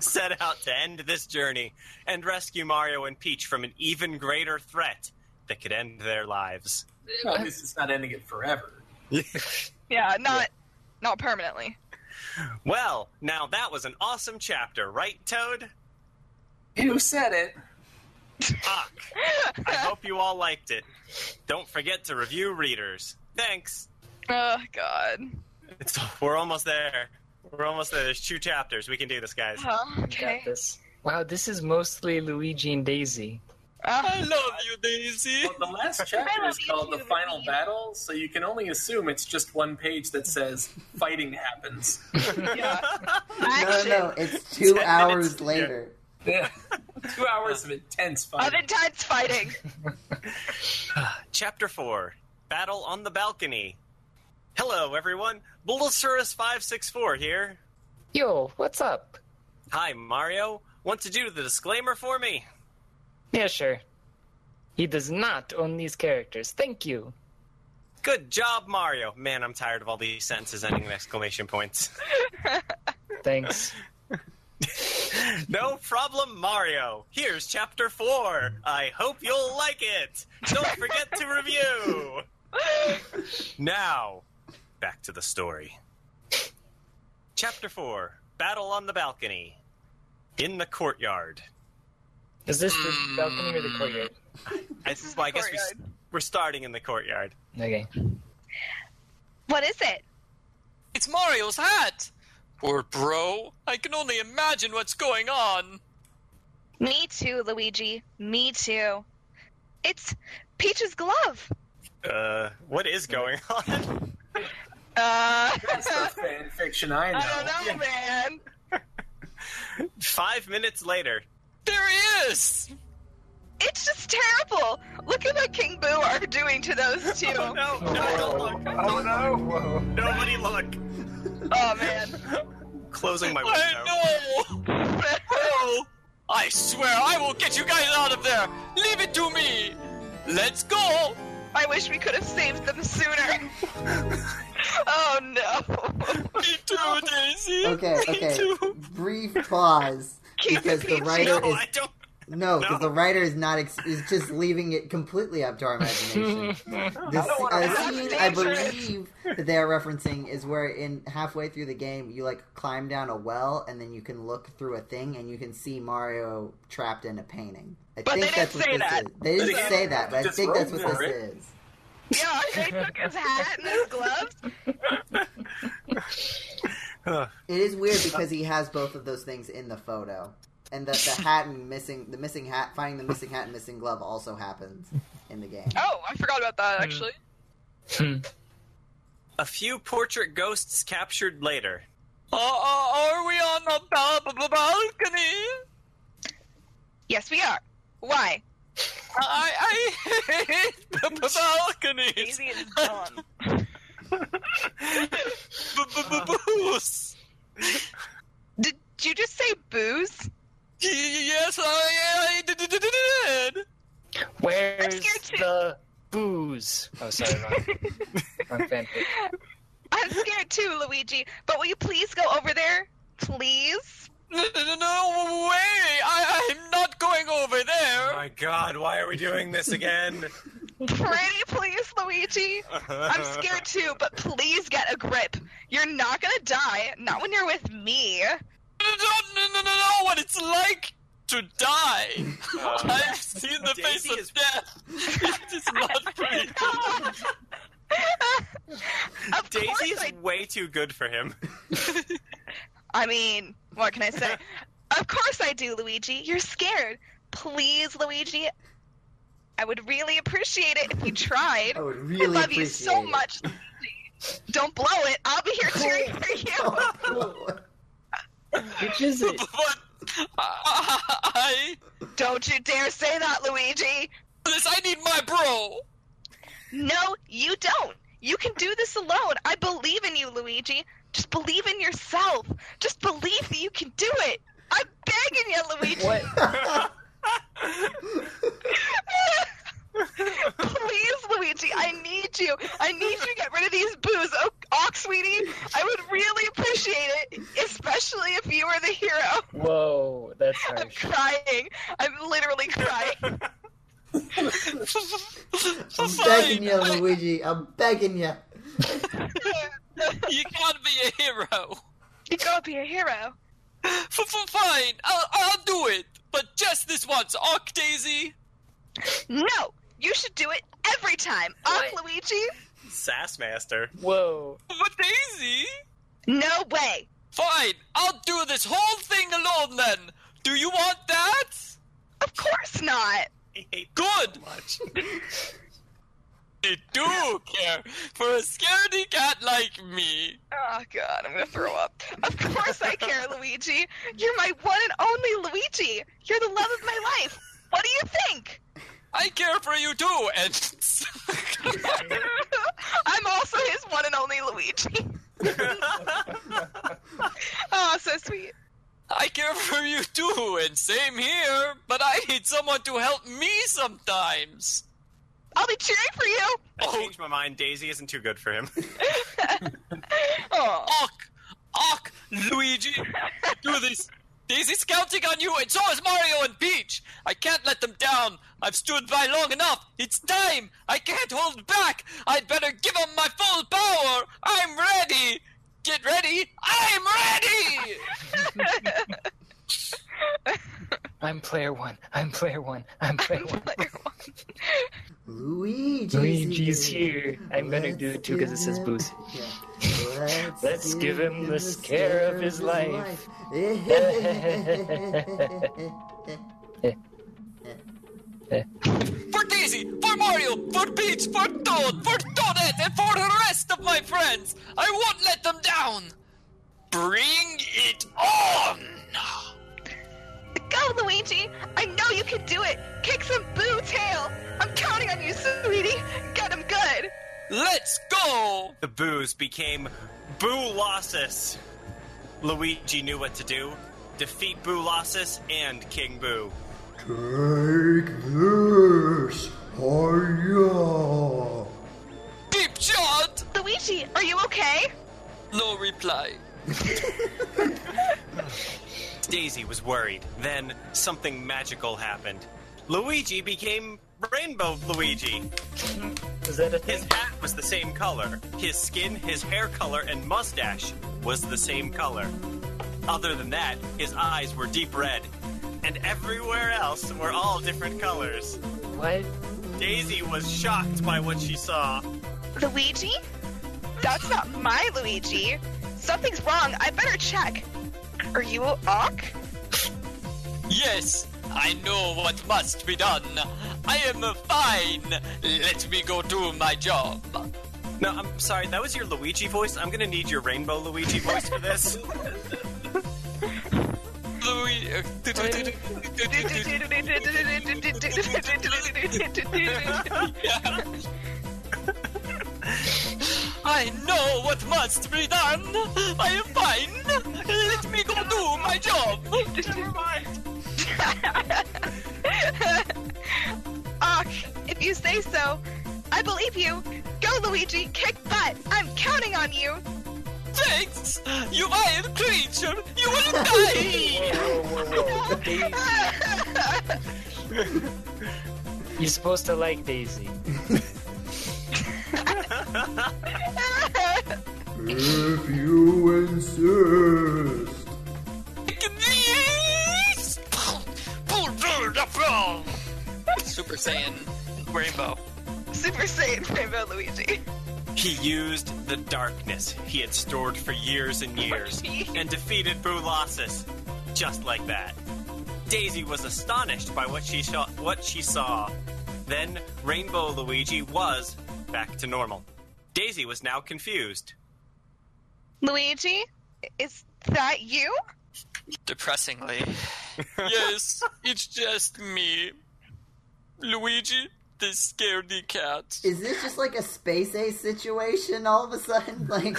Speaker 1: set out to end this journey and rescue Mario and Peach from an even greater threat that could end their lives.
Speaker 3: Well, at least it's not ending it forever.
Speaker 2: Yeah, not not permanently.
Speaker 1: Well, now that was an awesome chapter, right, Toad?
Speaker 3: Who said it?
Speaker 1: Fuck. I hope you all liked it. Don't forget to review readers. Thanks.
Speaker 2: Oh god.
Speaker 1: It's, we're almost there. We're almost there. There's two chapters. We can do this, guys.
Speaker 2: Oh,
Speaker 4: Got
Speaker 2: okay.
Speaker 4: this. Wow, this is mostly Luigi and Daisy.
Speaker 2: Oh,
Speaker 6: I love you, Daisy.
Speaker 3: Well, the last chapter is called The Final Battle, so you can only assume it's just one page that says fighting happens.
Speaker 2: yeah.
Speaker 5: No,
Speaker 2: Action.
Speaker 5: no, it's two
Speaker 1: Ten
Speaker 5: hours
Speaker 1: minutes.
Speaker 5: later.
Speaker 3: Yeah. Two hours of intense
Speaker 2: Of
Speaker 3: fighting.
Speaker 2: intense fighting.
Speaker 1: Chapter 4 Battle on the Balcony. Hello, everyone. Bulbasaurus564 here.
Speaker 4: Yo, what's up?
Speaker 1: Hi, Mario. Want to do the disclaimer for me?
Speaker 4: Yeah, sure. He does not own these characters. Thank you.
Speaker 1: Good job, Mario. Man, I'm tired of all these sentences ending in exclamation points.
Speaker 4: Thanks.
Speaker 1: no problem, Mario. Here's chapter 4. I hope you'll like it. Don't forget to review. Now, back to the story. Chapter 4 Battle on the Balcony. In the courtyard.
Speaker 4: Is this the balcony or the courtyard?
Speaker 1: This
Speaker 2: is the
Speaker 1: well, I guess we, s- we're starting in the courtyard.
Speaker 4: Okay.
Speaker 2: What is it?
Speaker 6: It's Mario's hat. Poor bro. I can only imagine what's going on.
Speaker 2: Me too, Luigi. Me too. It's Peach's glove.
Speaker 1: Uh, what is going on?
Speaker 2: Uh,
Speaker 3: That's not fan fiction, I know.
Speaker 2: I don't know, man.
Speaker 1: Five minutes later.
Speaker 6: There he is.
Speaker 2: It's just terrible. Look at what King Boo are doing to those two.
Speaker 1: Oh, no, no, don't look.
Speaker 9: Oh no! Whoa.
Speaker 1: Nobody look.
Speaker 2: Oh, man.
Speaker 1: Closing my window.
Speaker 6: I know. Bro. Oh, I swear I will get you guys out of there. Leave it to me. Let's go.
Speaker 2: I wish we could have saved them sooner. oh no.
Speaker 6: Me too, Daisy.
Speaker 5: Okay, okay. Brief pause
Speaker 2: Keep
Speaker 5: because the
Speaker 2: it
Speaker 5: writer
Speaker 1: No,
Speaker 5: is
Speaker 1: I don't.
Speaker 5: no, because
Speaker 1: No.
Speaker 5: the writer is not ex- is just leaving it completely up to our imagination. The s- uh, scene I
Speaker 2: dangerous.
Speaker 5: believe that they are referencing is where in halfway through the game you like climb down a well and then you can look through a thing and you can see Mario trapped in a painting. I
Speaker 2: But they didn't
Speaker 5: think that's what
Speaker 2: say
Speaker 5: this
Speaker 2: that.
Speaker 5: is. They didn't
Speaker 3: They
Speaker 5: say that, but I
Speaker 3: just
Speaker 5: think that's
Speaker 3: wrote
Speaker 5: what this
Speaker 3: for
Speaker 5: is.
Speaker 3: it.
Speaker 2: Yeah, they took his hat and his gloves.
Speaker 5: It is weird because he has both of those things in the photo. And the, the hat and missing the missing hat finding the missing hat and missing glove also happens in the game.
Speaker 2: Oh, I forgot about
Speaker 1: Hmm.
Speaker 2: that actually.
Speaker 1: A few portrait ghosts captured later.
Speaker 6: Uh, uh, are we on the top of the balcony?
Speaker 2: Yes, we are. Why?
Speaker 6: I, I hate the b- balconies.
Speaker 2: is dumb.
Speaker 1: Oh
Speaker 6: B-b-b-boos.
Speaker 2: Did you just say booze?
Speaker 6: Y- Yes, I, I did- did- did- did.
Speaker 4: Where's
Speaker 2: scared too.
Speaker 4: the booze? Oh, sorry, wrong, wrong fanfic.
Speaker 2: I'm scared too, Luigi. But will you please go over there? Please?
Speaker 6: No, no, no way! I, I'm not going over
Speaker 1: Oh
Speaker 6: there.
Speaker 1: my god, why are we doing this again?
Speaker 2: Pretty please, Luigi. I'm scared too, but please get a grip. You're not gonna die, not when you're with me.
Speaker 6: I don't no, no, know what it's like to die.
Speaker 1: Uh,
Speaker 6: I've seen the face
Speaker 1: Daisy
Speaker 6: of
Speaker 1: is-
Speaker 6: death. It is not pretty.
Speaker 2: Of
Speaker 1: Daisy
Speaker 2: course
Speaker 1: is
Speaker 2: I
Speaker 1: way too good for him.
Speaker 2: I mean, what can I say? of course I do, Luigi. You're scared. Please, Luigi. I would really appreciate it if you tried.
Speaker 5: I would
Speaker 2: I
Speaker 5: really
Speaker 2: love
Speaker 5: appreciate
Speaker 2: you so
Speaker 5: it.
Speaker 2: much. Luigi. Don't blow it. I'll be here cheering for you.
Speaker 5: Oh,
Speaker 4: Which is it?
Speaker 6: But I,
Speaker 2: Don't you dare say that, Luigi!
Speaker 6: this, I need my bro.
Speaker 2: No, you don't! You can do this alone! I believe in you, Luigi! Just believe in yourself! Just believe that you can do it! I'm begging you, Luigi!
Speaker 4: What?
Speaker 2: Please, Luigi, I need you. I need you to get rid of these boos. Oh, Ox, sweetie, I would really appreciate it, especially if you were the hero.
Speaker 4: Whoa, that's
Speaker 2: I'm
Speaker 4: harsh.
Speaker 2: crying. I'm literally crying.
Speaker 5: I'm
Speaker 6: Fine,
Speaker 5: begging you,
Speaker 6: I-
Speaker 5: Luigi. I'm begging you.
Speaker 6: you can't be a hero.
Speaker 2: you gotta be a hero.
Speaker 6: F- f- Fine, I'll, I'll do it. But just this once, Ock Daisy.
Speaker 2: No, you should do it every time. Ox, Luigi,
Speaker 1: Sassmaster.
Speaker 4: Whoa.
Speaker 6: But Daisy?
Speaker 2: no way.
Speaker 6: Fine, I'll do this whole thing alone then. Do you want that?
Speaker 2: Of course not.
Speaker 1: I hate
Speaker 6: Good.
Speaker 1: much.
Speaker 6: They do care for a scaredy cat like me.
Speaker 2: Oh god, I'm gonna throw up. Of course I care, Luigi. You're my one and only Luigi. You're the love of my life. What do you think?
Speaker 6: I care for you too, and
Speaker 2: I'm also his one and only Luigi. oh, so sweet.
Speaker 6: I care for you too, and same here. But I need someone to help me sometimes.
Speaker 2: I'll be cheering for you.
Speaker 1: I changed my mind. Daisy isn't too good for him.
Speaker 2: Oh,
Speaker 6: Ock, Ock, Luigi, do this. Daisy's counting on you, and so is Mario and Peach. I can't let them down. I've stood by long enough. It's time. I can't hold back. I'd better give them my full power. I'm ready. Get ready. I'm ready.
Speaker 4: I'm player one. I'm player one. I'm player one.
Speaker 2: player one.
Speaker 5: Luigi's,
Speaker 4: Luigi's here. I'm gonna do it too because it
Speaker 5: give
Speaker 4: says
Speaker 5: him-
Speaker 4: booze.
Speaker 5: Yeah. Let's,
Speaker 4: Let's give him the scare of his life.
Speaker 6: For Daisy, for Mario, for Peach, for Toad, for Toadette, and for the rest of my friends. I won't let them down. Bring it on.
Speaker 2: Go, Luigi. I know you can do it. Kick some boo tail. I'm counting on you, sweetie. Get him good.
Speaker 6: Let's go!
Speaker 1: The boos became Boo Losses. Luigi knew what to do. Defeat Boo Losses and King Boo.
Speaker 5: Take this, hiya!
Speaker 6: Deep shot!
Speaker 2: Luigi, are you okay?
Speaker 6: No reply.
Speaker 1: Daisy was worried. Then something magical happened. Luigi became Rainbow Luigi.
Speaker 4: Is that a
Speaker 1: His
Speaker 4: thing?
Speaker 1: hat was the same color. His skin, his hair color, and mustache was the same color. Other than that, his eyes were deep red. And everywhere else were all different colors.
Speaker 4: What?
Speaker 1: Daisy was shocked by what she saw.
Speaker 2: Luigi? That's not my Luigi. Something's wrong. I better check. Are you Ock?
Speaker 6: Yes, I know what must be done. I am fine. Let me go do my job.
Speaker 1: No, I'm sorry, that was your Luigi voice. I'm gonna need your rainbow Luigi voice for this.
Speaker 6: Louis. I know what must be done. I am fine. Let me go do my job.
Speaker 2: Ock, if you say so, I believe you. Go, Luigi, kick butt. I'm counting on you.
Speaker 6: Thanks. You vile creature. You will die.
Speaker 4: You're supposed to like Daisy.
Speaker 5: If you insist.
Speaker 6: Please! Pull through the floor! Super Saiyan Rainbow.
Speaker 2: Super Saiyan Rainbow Luigi.
Speaker 1: He used the darkness he had stored for years and years and defeated Bulasis just like that. Daisy was astonished by what she saw, what she saw. Then Rainbow Luigi was back to normal. Daisy was now confused.
Speaker 2: Luigi, is that you?
Speaker 6: Depressingly, yes, it's just me. Luigi, the scaredy cat.
Speaker 5: Is this just like a space ace situation all of a sudden? Like,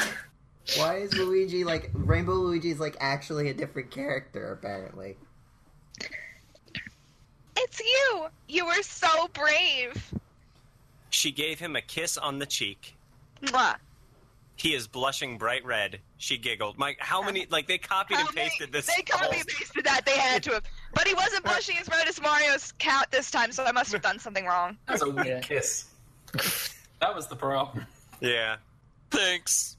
Speaker 5: why is Luigi like Rainbow Luigi's like actually a different character apparently?
Speaker 2: It's you! You were so brave!
Speaker 1: She gave him a kiss on the cheek.
Speaker 2: Mwah.
Speaker 1: He is blushing bright red. She giggled. Mike, how many? Like they copied
Speaker 2: How
Speaker 1: and
Speaker 2: many-
Speaker 1: pasted this.
Speaker 2: Um, They copy
Speaker 1: all-
Speaker 2: and pasted that. They had to have. But he wasn't blushing as red as Mario's cat this time, so I must have done something wrong.
Speaker 3: That's a weak
Speaker 4: Yeah.
Speaker 3: kiss. That was the problem.
Speaker 1: Yeah.
Speaker 6: Thanks.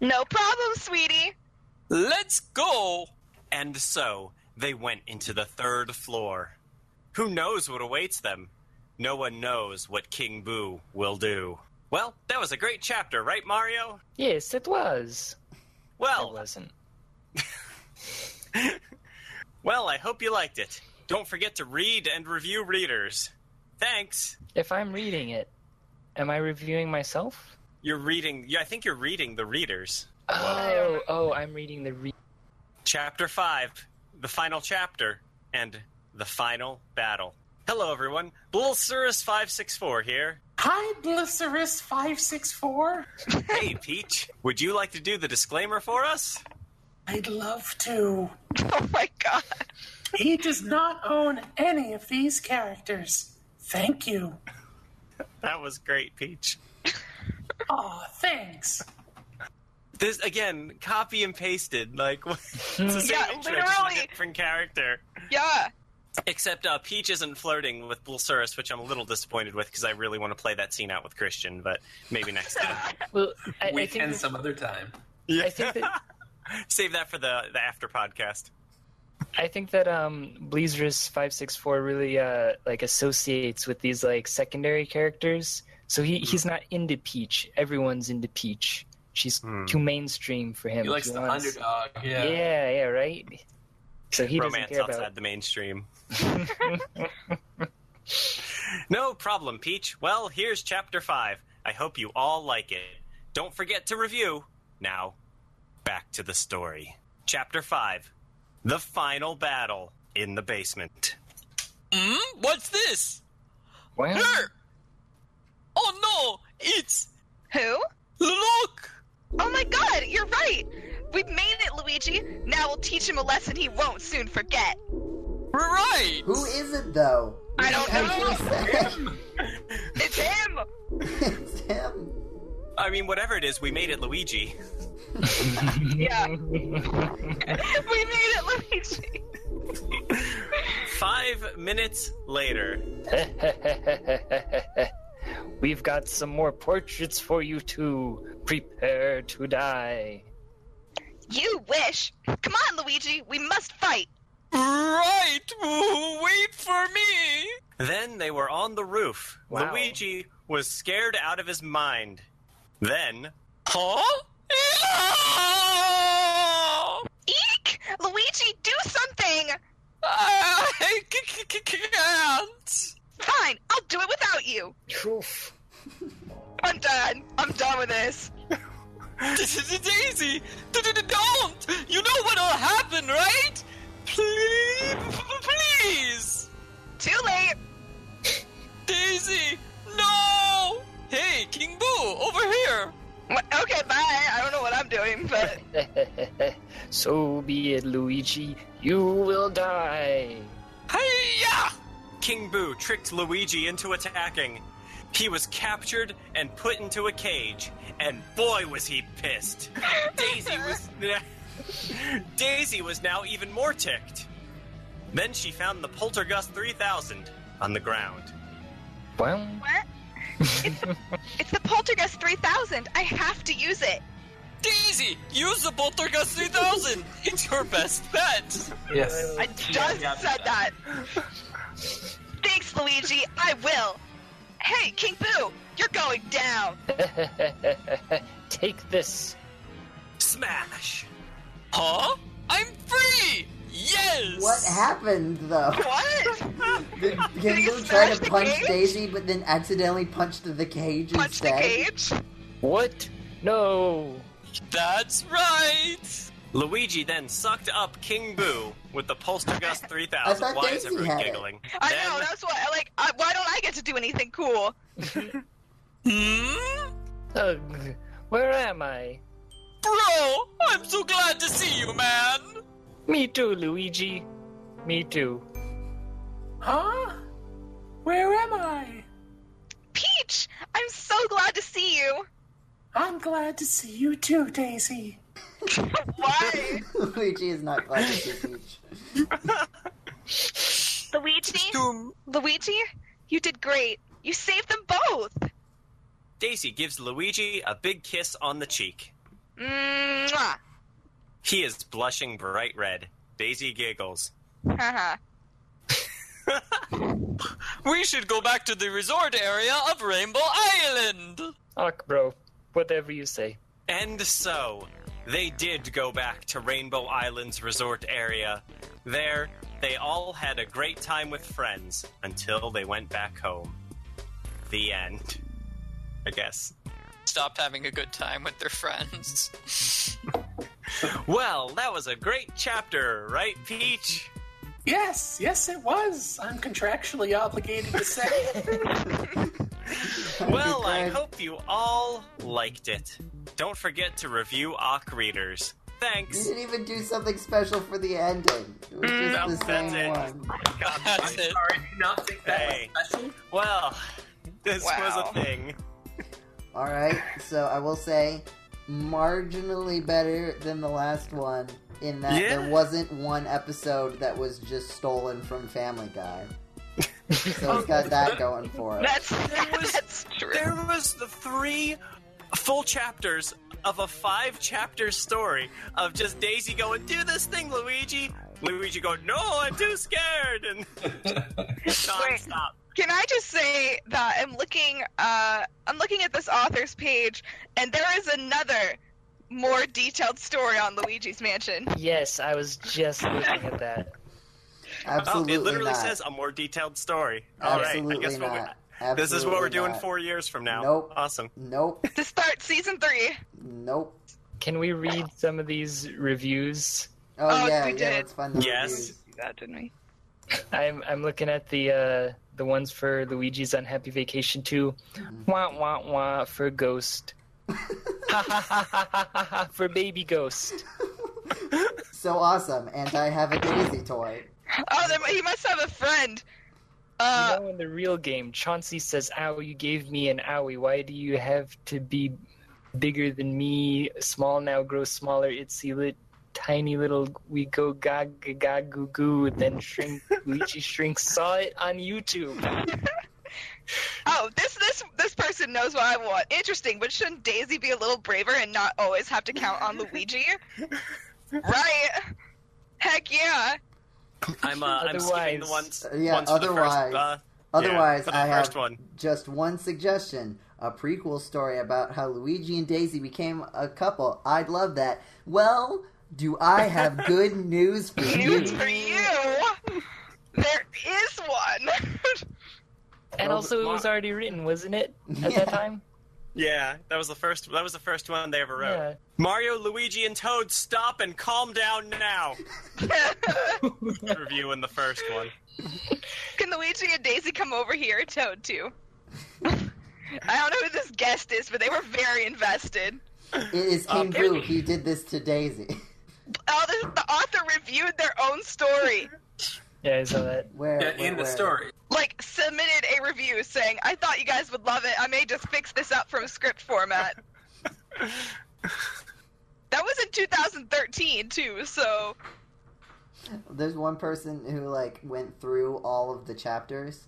Speaker 2: No problem, sweetie.
Speaker 6: Let's go.
Speaker 1: And so they went into the third floor. Who knows what awaits them? No one knows what King Boo will do. Well, that was a great chapter, right, Mario?
Speaker 4: Yes, it was. It
Speaker 1: Well,
Speaker 4: wasn't.
Speaker 1: well, I hope you liked it. Don't forget to read and review readers. Thanks.
Speaker 4: If I'm reading it, am I reviewing myself?
Speaker 1: You're reading. Yeah, I think you're reading the readers.
Speaker 4: Oh, oh, I'm reading the re-
Speaker 1: Chapter 5, the final chapter, and the final battle. Hello, everyone. Blulcerus564 here.
Speaker 3: Hi, Blisserus five six four.
Speaker 1: Hey, Peach, would you like to do the disclaimer for us?
Speaker 3: I'd love to.
Speaker 2: Oh my god.
Speaker 3: He does not own any of these characters. Thank you.
Speaker 1: That was great, Peach.
Speaker 3: Aw, thanks.
Speaker 1: This, again, copy and pasted. Like, it's the same
Speaker 2: Yeah,
Speaker 1: intro, just a
Speaker 2: literally.
Speaker 1: different character.
Speaker 2: Yeah.
Speaker 1: Except uh, Peach isn't flirting with Blulcerus, which I'm a little disappointed with because I really want to play that scene out with Christian, but maybe next time.
Speaker 4: Well, I, I
Speaker 3: We
Speaker 4: think
Speaker 3: can some other time.
Speaker 4: I think that
Speaker 1: Save that for the, the after podcast.
Speaker 4: I think that um Bleezer's 564 really uh like associates with these like secondary characters. So
Speaker 3: Hmm.
Speaker 4: he he's not into Peach. Everyone's into Peach. She's too mainstream for him.
Speaker 3: Hmm. He likes
Speaker 4: He
Speaker 3: the
Speaker 4: wants-
Speaker 3: underdog. Yeah.
Speaker 4: Yeah, yeah, right. So he
Speaker 1: romance
Speaker 4: doesn't care
Speaker 1: outside
Speaker 4: about
Speaker 1: the mainstream. no problem, Peach. Well, here's chapter five. I hope you all like it. Don't forget to review. Now, back to the story. Chapter five The Final Battle in the Basement.
Speaker 6: Hmm? What's this?
Speaker 4: Well,
Speaker 6: Her. Oh no! It's
Speaker 2: Who?
Speaker 6: look.
Speaker 2: Oh my god, you're right. We've made it, Luigi. Now we'll teach him a lesson he won't soon forget.
Speaker 6: Right.
Speaker 5: Who is it though?
Speaker 2: I don't know.
Speaker 5: know.
Speaker 2: It's him.
Speaker 5: it's him.
Speaker 1: I mean, whatever it is, we made it, Luigi.
Speaker 2: Yeah. we made it, Luigi.
Speaker 1: Five minutes later.
Speaker 4: We've got some more portraits for you too. Prepare to die.
Speaker 2: You wish. Come on, Luigi. We must fight.
Speaker 6: Right. Boo. Wait for me.
Speaker 1: Then they were on the roof.
Speaker 4: Wow.
Speaker 1: Luigi was scared out of his mind. Then
Speaker 6: Huh? Ah!
Speaker 2: Eek! Luigi, do something.
Speaker 6: I c- c- can't.
Speaker 2: Fine, I'll do it without you.
Speaker 4: Truth.
Speaker 2: I'm done. I'm done with this.
Speaker 6: This is Daisy. D- d- d- Don't. You know what'll happen, right? Please, please,
Speaker 2: Too late.
Speaker 6: Daisy. No. Hey, King Boo, over here.
Speaker 2: Wh- Okay, bye. I don't know what I'm doing, but
Speaker 4: so be it, Luigi. You will die.
Speaker 6: Hiya!
Speaker 1: King Boo tricked Luigi into attacking. He was captured and put into a cage, and boy was he pissed. Daisy was Daisy was now even more ticked. Then she found the Poltergust 3000 on the ground.
Speaker 4: Well,
Speaker 2: what? It's the, it's the Poltergeist 3000. I have to use it.
Speaker 6: Daisy, use the Poltergeist 3000. It's your best bet.
Speaker 3: Yes.
Speaker 2: I just
Speaker 3: yeah,
Speaker 2: said that. Thanks, Luigi. I will. Hey, King Boo, you're going down.
Speaker 4: take this.
Speaker 1: Smash!
Speaker 6: Huh? I'm free. Yes.
Speaker 5: What happened though?
Speaker 2: What?
Speaker 5: Did
Speaker 2: he
Speaker 5: Kimbo try
Speaker 2: smash
Speaker 5: to
Speaker 2: the
Speaker 5: punch
Speaker 2: cage?
Speaker 5: Daisy, but then accidentally punched the cage
Speaker 2: Punch the
Speaker 5: instead?
Speaker 2: cage?
Speaker 4: What? No.
Speaker 6: That's right.
Speaker 1: Luigi then sucked up King Boo with the Poltergust
Speaker 5: I
Speaker 1: 3000.
Speaker 5: thought
Speaker 1: Why is
Speaker 5: Daisy
Speaker 1: everyone
Speaker 5: had it.
Speaker 1: giggling?
Speaker 2: I
Speaker 1: Then-
Speaker 2: know, that's why, like, I, why don't I get to do anything cool?
Speaker 6: Hmm?
Speaker 4: Ugh, where am I?
Speaker 6: Bro, I'm so glad to see you, man.
Speaker 4: Me too, Luigi. Me too.
Speaker 3: Huh? Where am I?
Speaker 2: Peach, I'm so glad to see you.
Speaker 3: I'm glad to see you too, Daisy.
Speaker 2: Why?
Speaker 5: Luigi is not glad to see Peach.
Speaker 2: Luigi?
Speaker 6: Doom.
Speaker 2: Luigi, you did great. You saved them both.
Speaker 1: Daisy gives Luigi a big kiss on the cheek.
Speaker 2: Mwah.
Speaker 1: He is blushing bright red. Daisy giggles.
Speaker 2: Haha.
Speaker 6: We should go back to the resort area of Rainbow Island.
Speaker 4: Ach, bro. Whatever you say.
Speaker 1: And so, they did go back to Rainbow Island's resort area. There, they all had a great time with friends until they went back home. The end. I guess.
Speaker 6: Stopped having a good time with their friends.
Speaker 1: Well, that was a great chapter, right, Peach?
Speaker 3: Yes, yes, it was. I'm contractually obligated to say.
Speaker 1: Well, I
Speaker 5: Glad-
Speaker 1: hope you all liked it. Don't forget to review Ock Readers.
Speaker 5: You
Speaker 1: Thanks.
Speaker 5: didn't even do something special for the ending. It was
Speaker 2: Mm,
Speaker 1: Nope,
Speaker 5: just the
Speaker 1: that's
Speaker 5: same
Speaker 1: it.
Speaker 5: one.
Speaker 6: That's it.
Speaker 3: Sorry, do not think that
Speaker 1: Hey.
Speaker 3: was special.
Speaker 1: Well, this
Speaker 2: Wow.
Speaker 1: was a thing.
Speaker 5: All right, so I will say, marginally better than the last one in that
Speaker 1: Yeah.
Speaker 5: there wasn't one episode that was just stolen from Family Guy. So it's got that going for it.
Speaker 2: That's,
Speaker 1: was-
Speaker 2: that's true.
Speaker 1: There was the three full chapters of a five chapter story of just Daisy going, Do this thing, Luigi. Luigi going, No, I'm too scared. And oh,
Speaker 2: Wait.
Speaker 1: nonstop.
Speaker 2: Can I just say that I'm looking uh I'm looking at this author's page and there is another more detailed story on Luigi's mansion.
Speaker 4: Yes, I was just looking at that.
Speaker 1: Oh,
Speaker 5: Absolutely
Speaker 1: it literally
Speaker 5: not.
Speaker 1: says a more detailed story. All right,
Speaker 5: Absolutely
Speaker 1: I guess
Speaker 5: not.
Speaker 1: what we This is what
Speaker 5: Absolutely
Speaker 1: we're doing
Speaker 5: not.
Speaker 1: four years from now.
Speaker 5: Nope.
Speaker 1: Awesome.
Speaker 5: Nope.
Speaker 2: To start season three.
Speaker 5: Nope.
Speaker 4: Can we read some of these reviews?
Speaker 5: Oh,
Speaker 2: Oh,
Speaker 5: yeah,
Speaker 2: we
Speaker 5: yeah.
Speaker 2: did.
Speaker 5: Let's find the
Speaker 1: Yes.
Speaker 5: reviews.
Speaker 2: Do that, didn't we?
Speaker 4: I'm I'm looking at the uh, the ones for Luigi's Unhappy Vacation 2.
Speaker 5: Mm-hmm.
Speaker 4: Wah wah wah for Ghost. Ha ha ha ha ha ha ha for Baby Ghost.
Speaker 5: So awesome, and I have a Daisy toy.
Speaker 2: Oh, there, he must have a friend. Uh,
Speaker 4: you know, in the real game, Chauncey says, "Ow, you gave me an owie. Why do you have to be bigger than me? Small now, grow smaller. Itsy lit, tiny little. We go gag gag, gag goo goo. Then shrink. Luigi shrinks. Saw it on YouTube.
Speaker 2: oh, this this this person knows what I want. Interesting, but shouldn't Daisy be a little braver and not always have to count on Luigi? right. Heck yeah.
Speaker 1: I'm, uh, I'm skipping the
Speaker 4: Otherwise-
Speaker 1: ones.
Speaker 5: Uh, yeah,
Speaker 1: ones for the first,
Speaker 5: otherwise-
Speaker 1: uh,
Speaker 5: Otherwise,
Speaker 1: for the
Speaker 5: I
Speaker 1: first
Speaker 5: have
Speaker 1: one.
Speaker 5: just one suggestion: a prequel story about how Luigi and Daisy became a couple. I'd love that. Well, do I have good news for you?
Speaker 2: News for you. There is one.
Speaker 4: And
Speaker 5: Well,
Speaker 4: also, it was
Speaker 1: why-
Speaker 4: already written, wasn't it? At
Speaker 5: Yeah.
Speaker 4: that time.
Speaker 1: Yeah, that was the first. That was the first one they ever wrote.
Speaker 4: Yeah.
Speaker 1: Mario, Luigi, and Toad, stop and calm down now. Review in the first one.
Speaker 2: Can Luigi and Daisy come over here? Toad too. I don't know who this guest is, but they were very invested.
Speaker 5: It is King Boo. He did this to Daisy.
Speaker 2: Oh, the, the author reviewed their own story.
Speaker 4: Yeah, I saw that.
Speaker 5: Where,
Speaker 3: Yeah,
Speaker 5: where-
Speaker 3: in the
Speaker 5: where?
Speaker 3: story.
Speaker 2: Like, submitted a review saying, I thought you guys would love it. I may just fix this up from script format. that was in 2013, too, so.
Speaker 5: There's one person who like went through all of the chapters,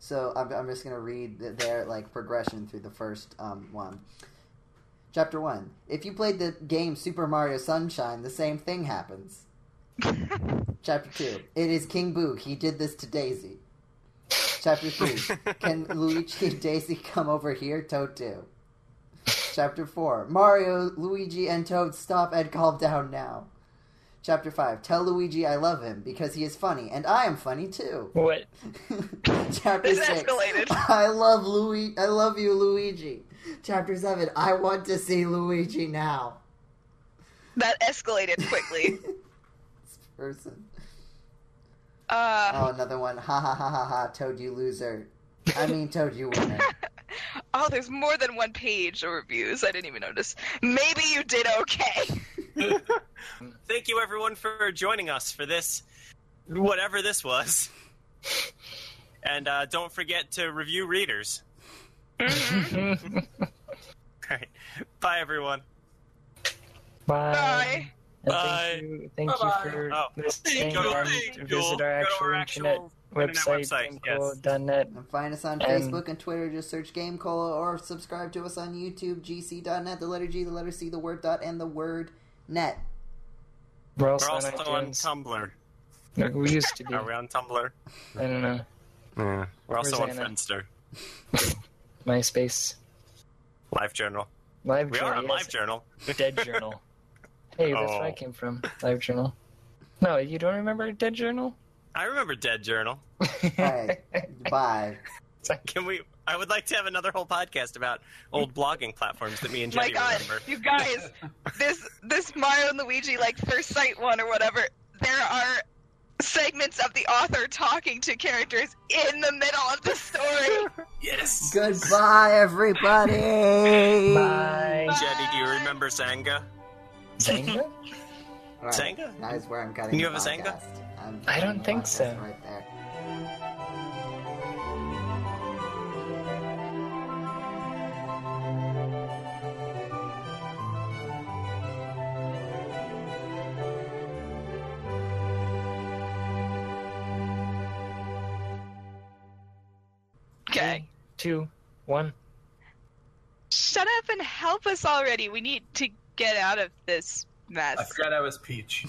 Speaker 5: so I'm, I'm just gonna read th- their like progression through the first um, one. Chapter one: If you played the game Super Mario Sunshine, the same thing happens. Chapter two: It is King Boo. He did this to Daisy. Chapter three: Can Luigi and Daisy come over here? Toad two. Chapter four: Mario, Luigi, and Toad stop and calm down now. Chapter 5. Tell Luigi I love him because he is funny, and I am funny too.
Speaker 4: What?
Speaker 5: Chapter
Speaker 2: This
Speaker 5: 6.
Speaker 2: escalated.
Speaker 5: I love Luigi. I love you, Luigi. Chapter 7. I want to see Luigi now.
Speaker 2: That escalated quickly.
Speaker 5: person.
Speaker 2: Uh,
Speaker 5: Oh, another one. Ha ha ha ha ha. Toad, you loser. I mean, Toad, you winner.
Speaker 2: oh, there's more than one page of reviews. I didn't even notice. Maybe you did okay.
Speaker 1: Thank you, everyone, for joining us for this, whatever this was. And uh, don't forget to review readers.
Speaker 4: Mm-hmm.
Speaker 1: All right. Bye, everyone.
Speaker 4: Bye.
Speaker 2: Bye.
Speaker 4: And
Speaker 6: Bye.
Speaker 4: Thank you, thank
Speaker 3: Bye-bye.
Speaker 4: you for
Speaker 1: Oh.
Speaker 4: listening.
Speaker 1: Go to our-
Speaker 4: and
Speaker 1: thank
Speaker 6: you.
Speaker 4: visit
Speaker 1: Go
Speaker 4: our
Speaker 1: to
Speaker 4: actual,
Speaker 1: our
Speaker 4: internet
Speaker 1: actual internet
Speaker 4: website,
Speaker 1: website, yes.
Speaker 4: gamecola.net.
Speaker 5: And find us on
Speaker 4: Um,
Speaker 5: Facebook and Twitter. Just search Game Cola or subscribe to us on YouTube, gc.net, the letter G, the letter C, the word dot, and the word net.
Speaker 4: We're also,
Speaker 1: We're also on
Speaker 4: on iTunes.
Speaker 1: Tumblr. Oh,
Speaker 4: Or we used to be.
Speaker 1: Are we
Speaker 4: I
Speaker 1: on Tumblr?
Speaker 4: don't know.
Speaker 1: We're also on
Speaker 4: Rosanna.
Speaker 1: Friendster.
Speaker 4: MySpace.
Speaker 1: Live Journal.
Speaker 4: Live
Speaker 1: We
Speaker 4: journal.
Speaker 1: are on
Speaker 4: yes.
Speaker 1: Live Journal.
Speaker 4: Dead Journal. Hey, that's where I
Speaker 1: Oh.
Speaker 4: came from. Live Journal. No, you don't remember Dead Journal?
Speaker 1: I remember Dead Journal.
Speaker 5: All right. Bye.
Speaker 1: Can we? I would like to have another whole podcast about old blogging platforms that me and
Speaker 2: My
Speaker 1: Jenny
Speaker 2: God,
Speaker 1: remember.
Speaker 2: you guys, this this Mario and Luigi like first sight one or whatever. There are segments of the author talking to characters in the middle of the story.
Speaker 3: Yes.
Speaker 5: Goodbye, everybody.
Speaker 4: Bye.
Speaker 1: Jenny, do you remember Zanga?
Speaker 4: Zanga?
Speaker 5: All right.
Speaker 1: Zanga?
Speaker 5: That is where I'm cutting.
Speaker 1: Can you
Speaker 5: the
Speaker 1: have a Zanga?
Speaker 5: podcast. I'm
Speaker 4: I don't
Speaker 5: cutting the
Speaker 4: think so.
Speaker 5: podcast Right there.
Speaker 2: Okay.
Speaker 4: Two, one.
Speaker 2: Shut up and help us already. We need to get out of this
Speaker 3: I
Speaker 2: mess.
Speaker 3: forgot I was Peach.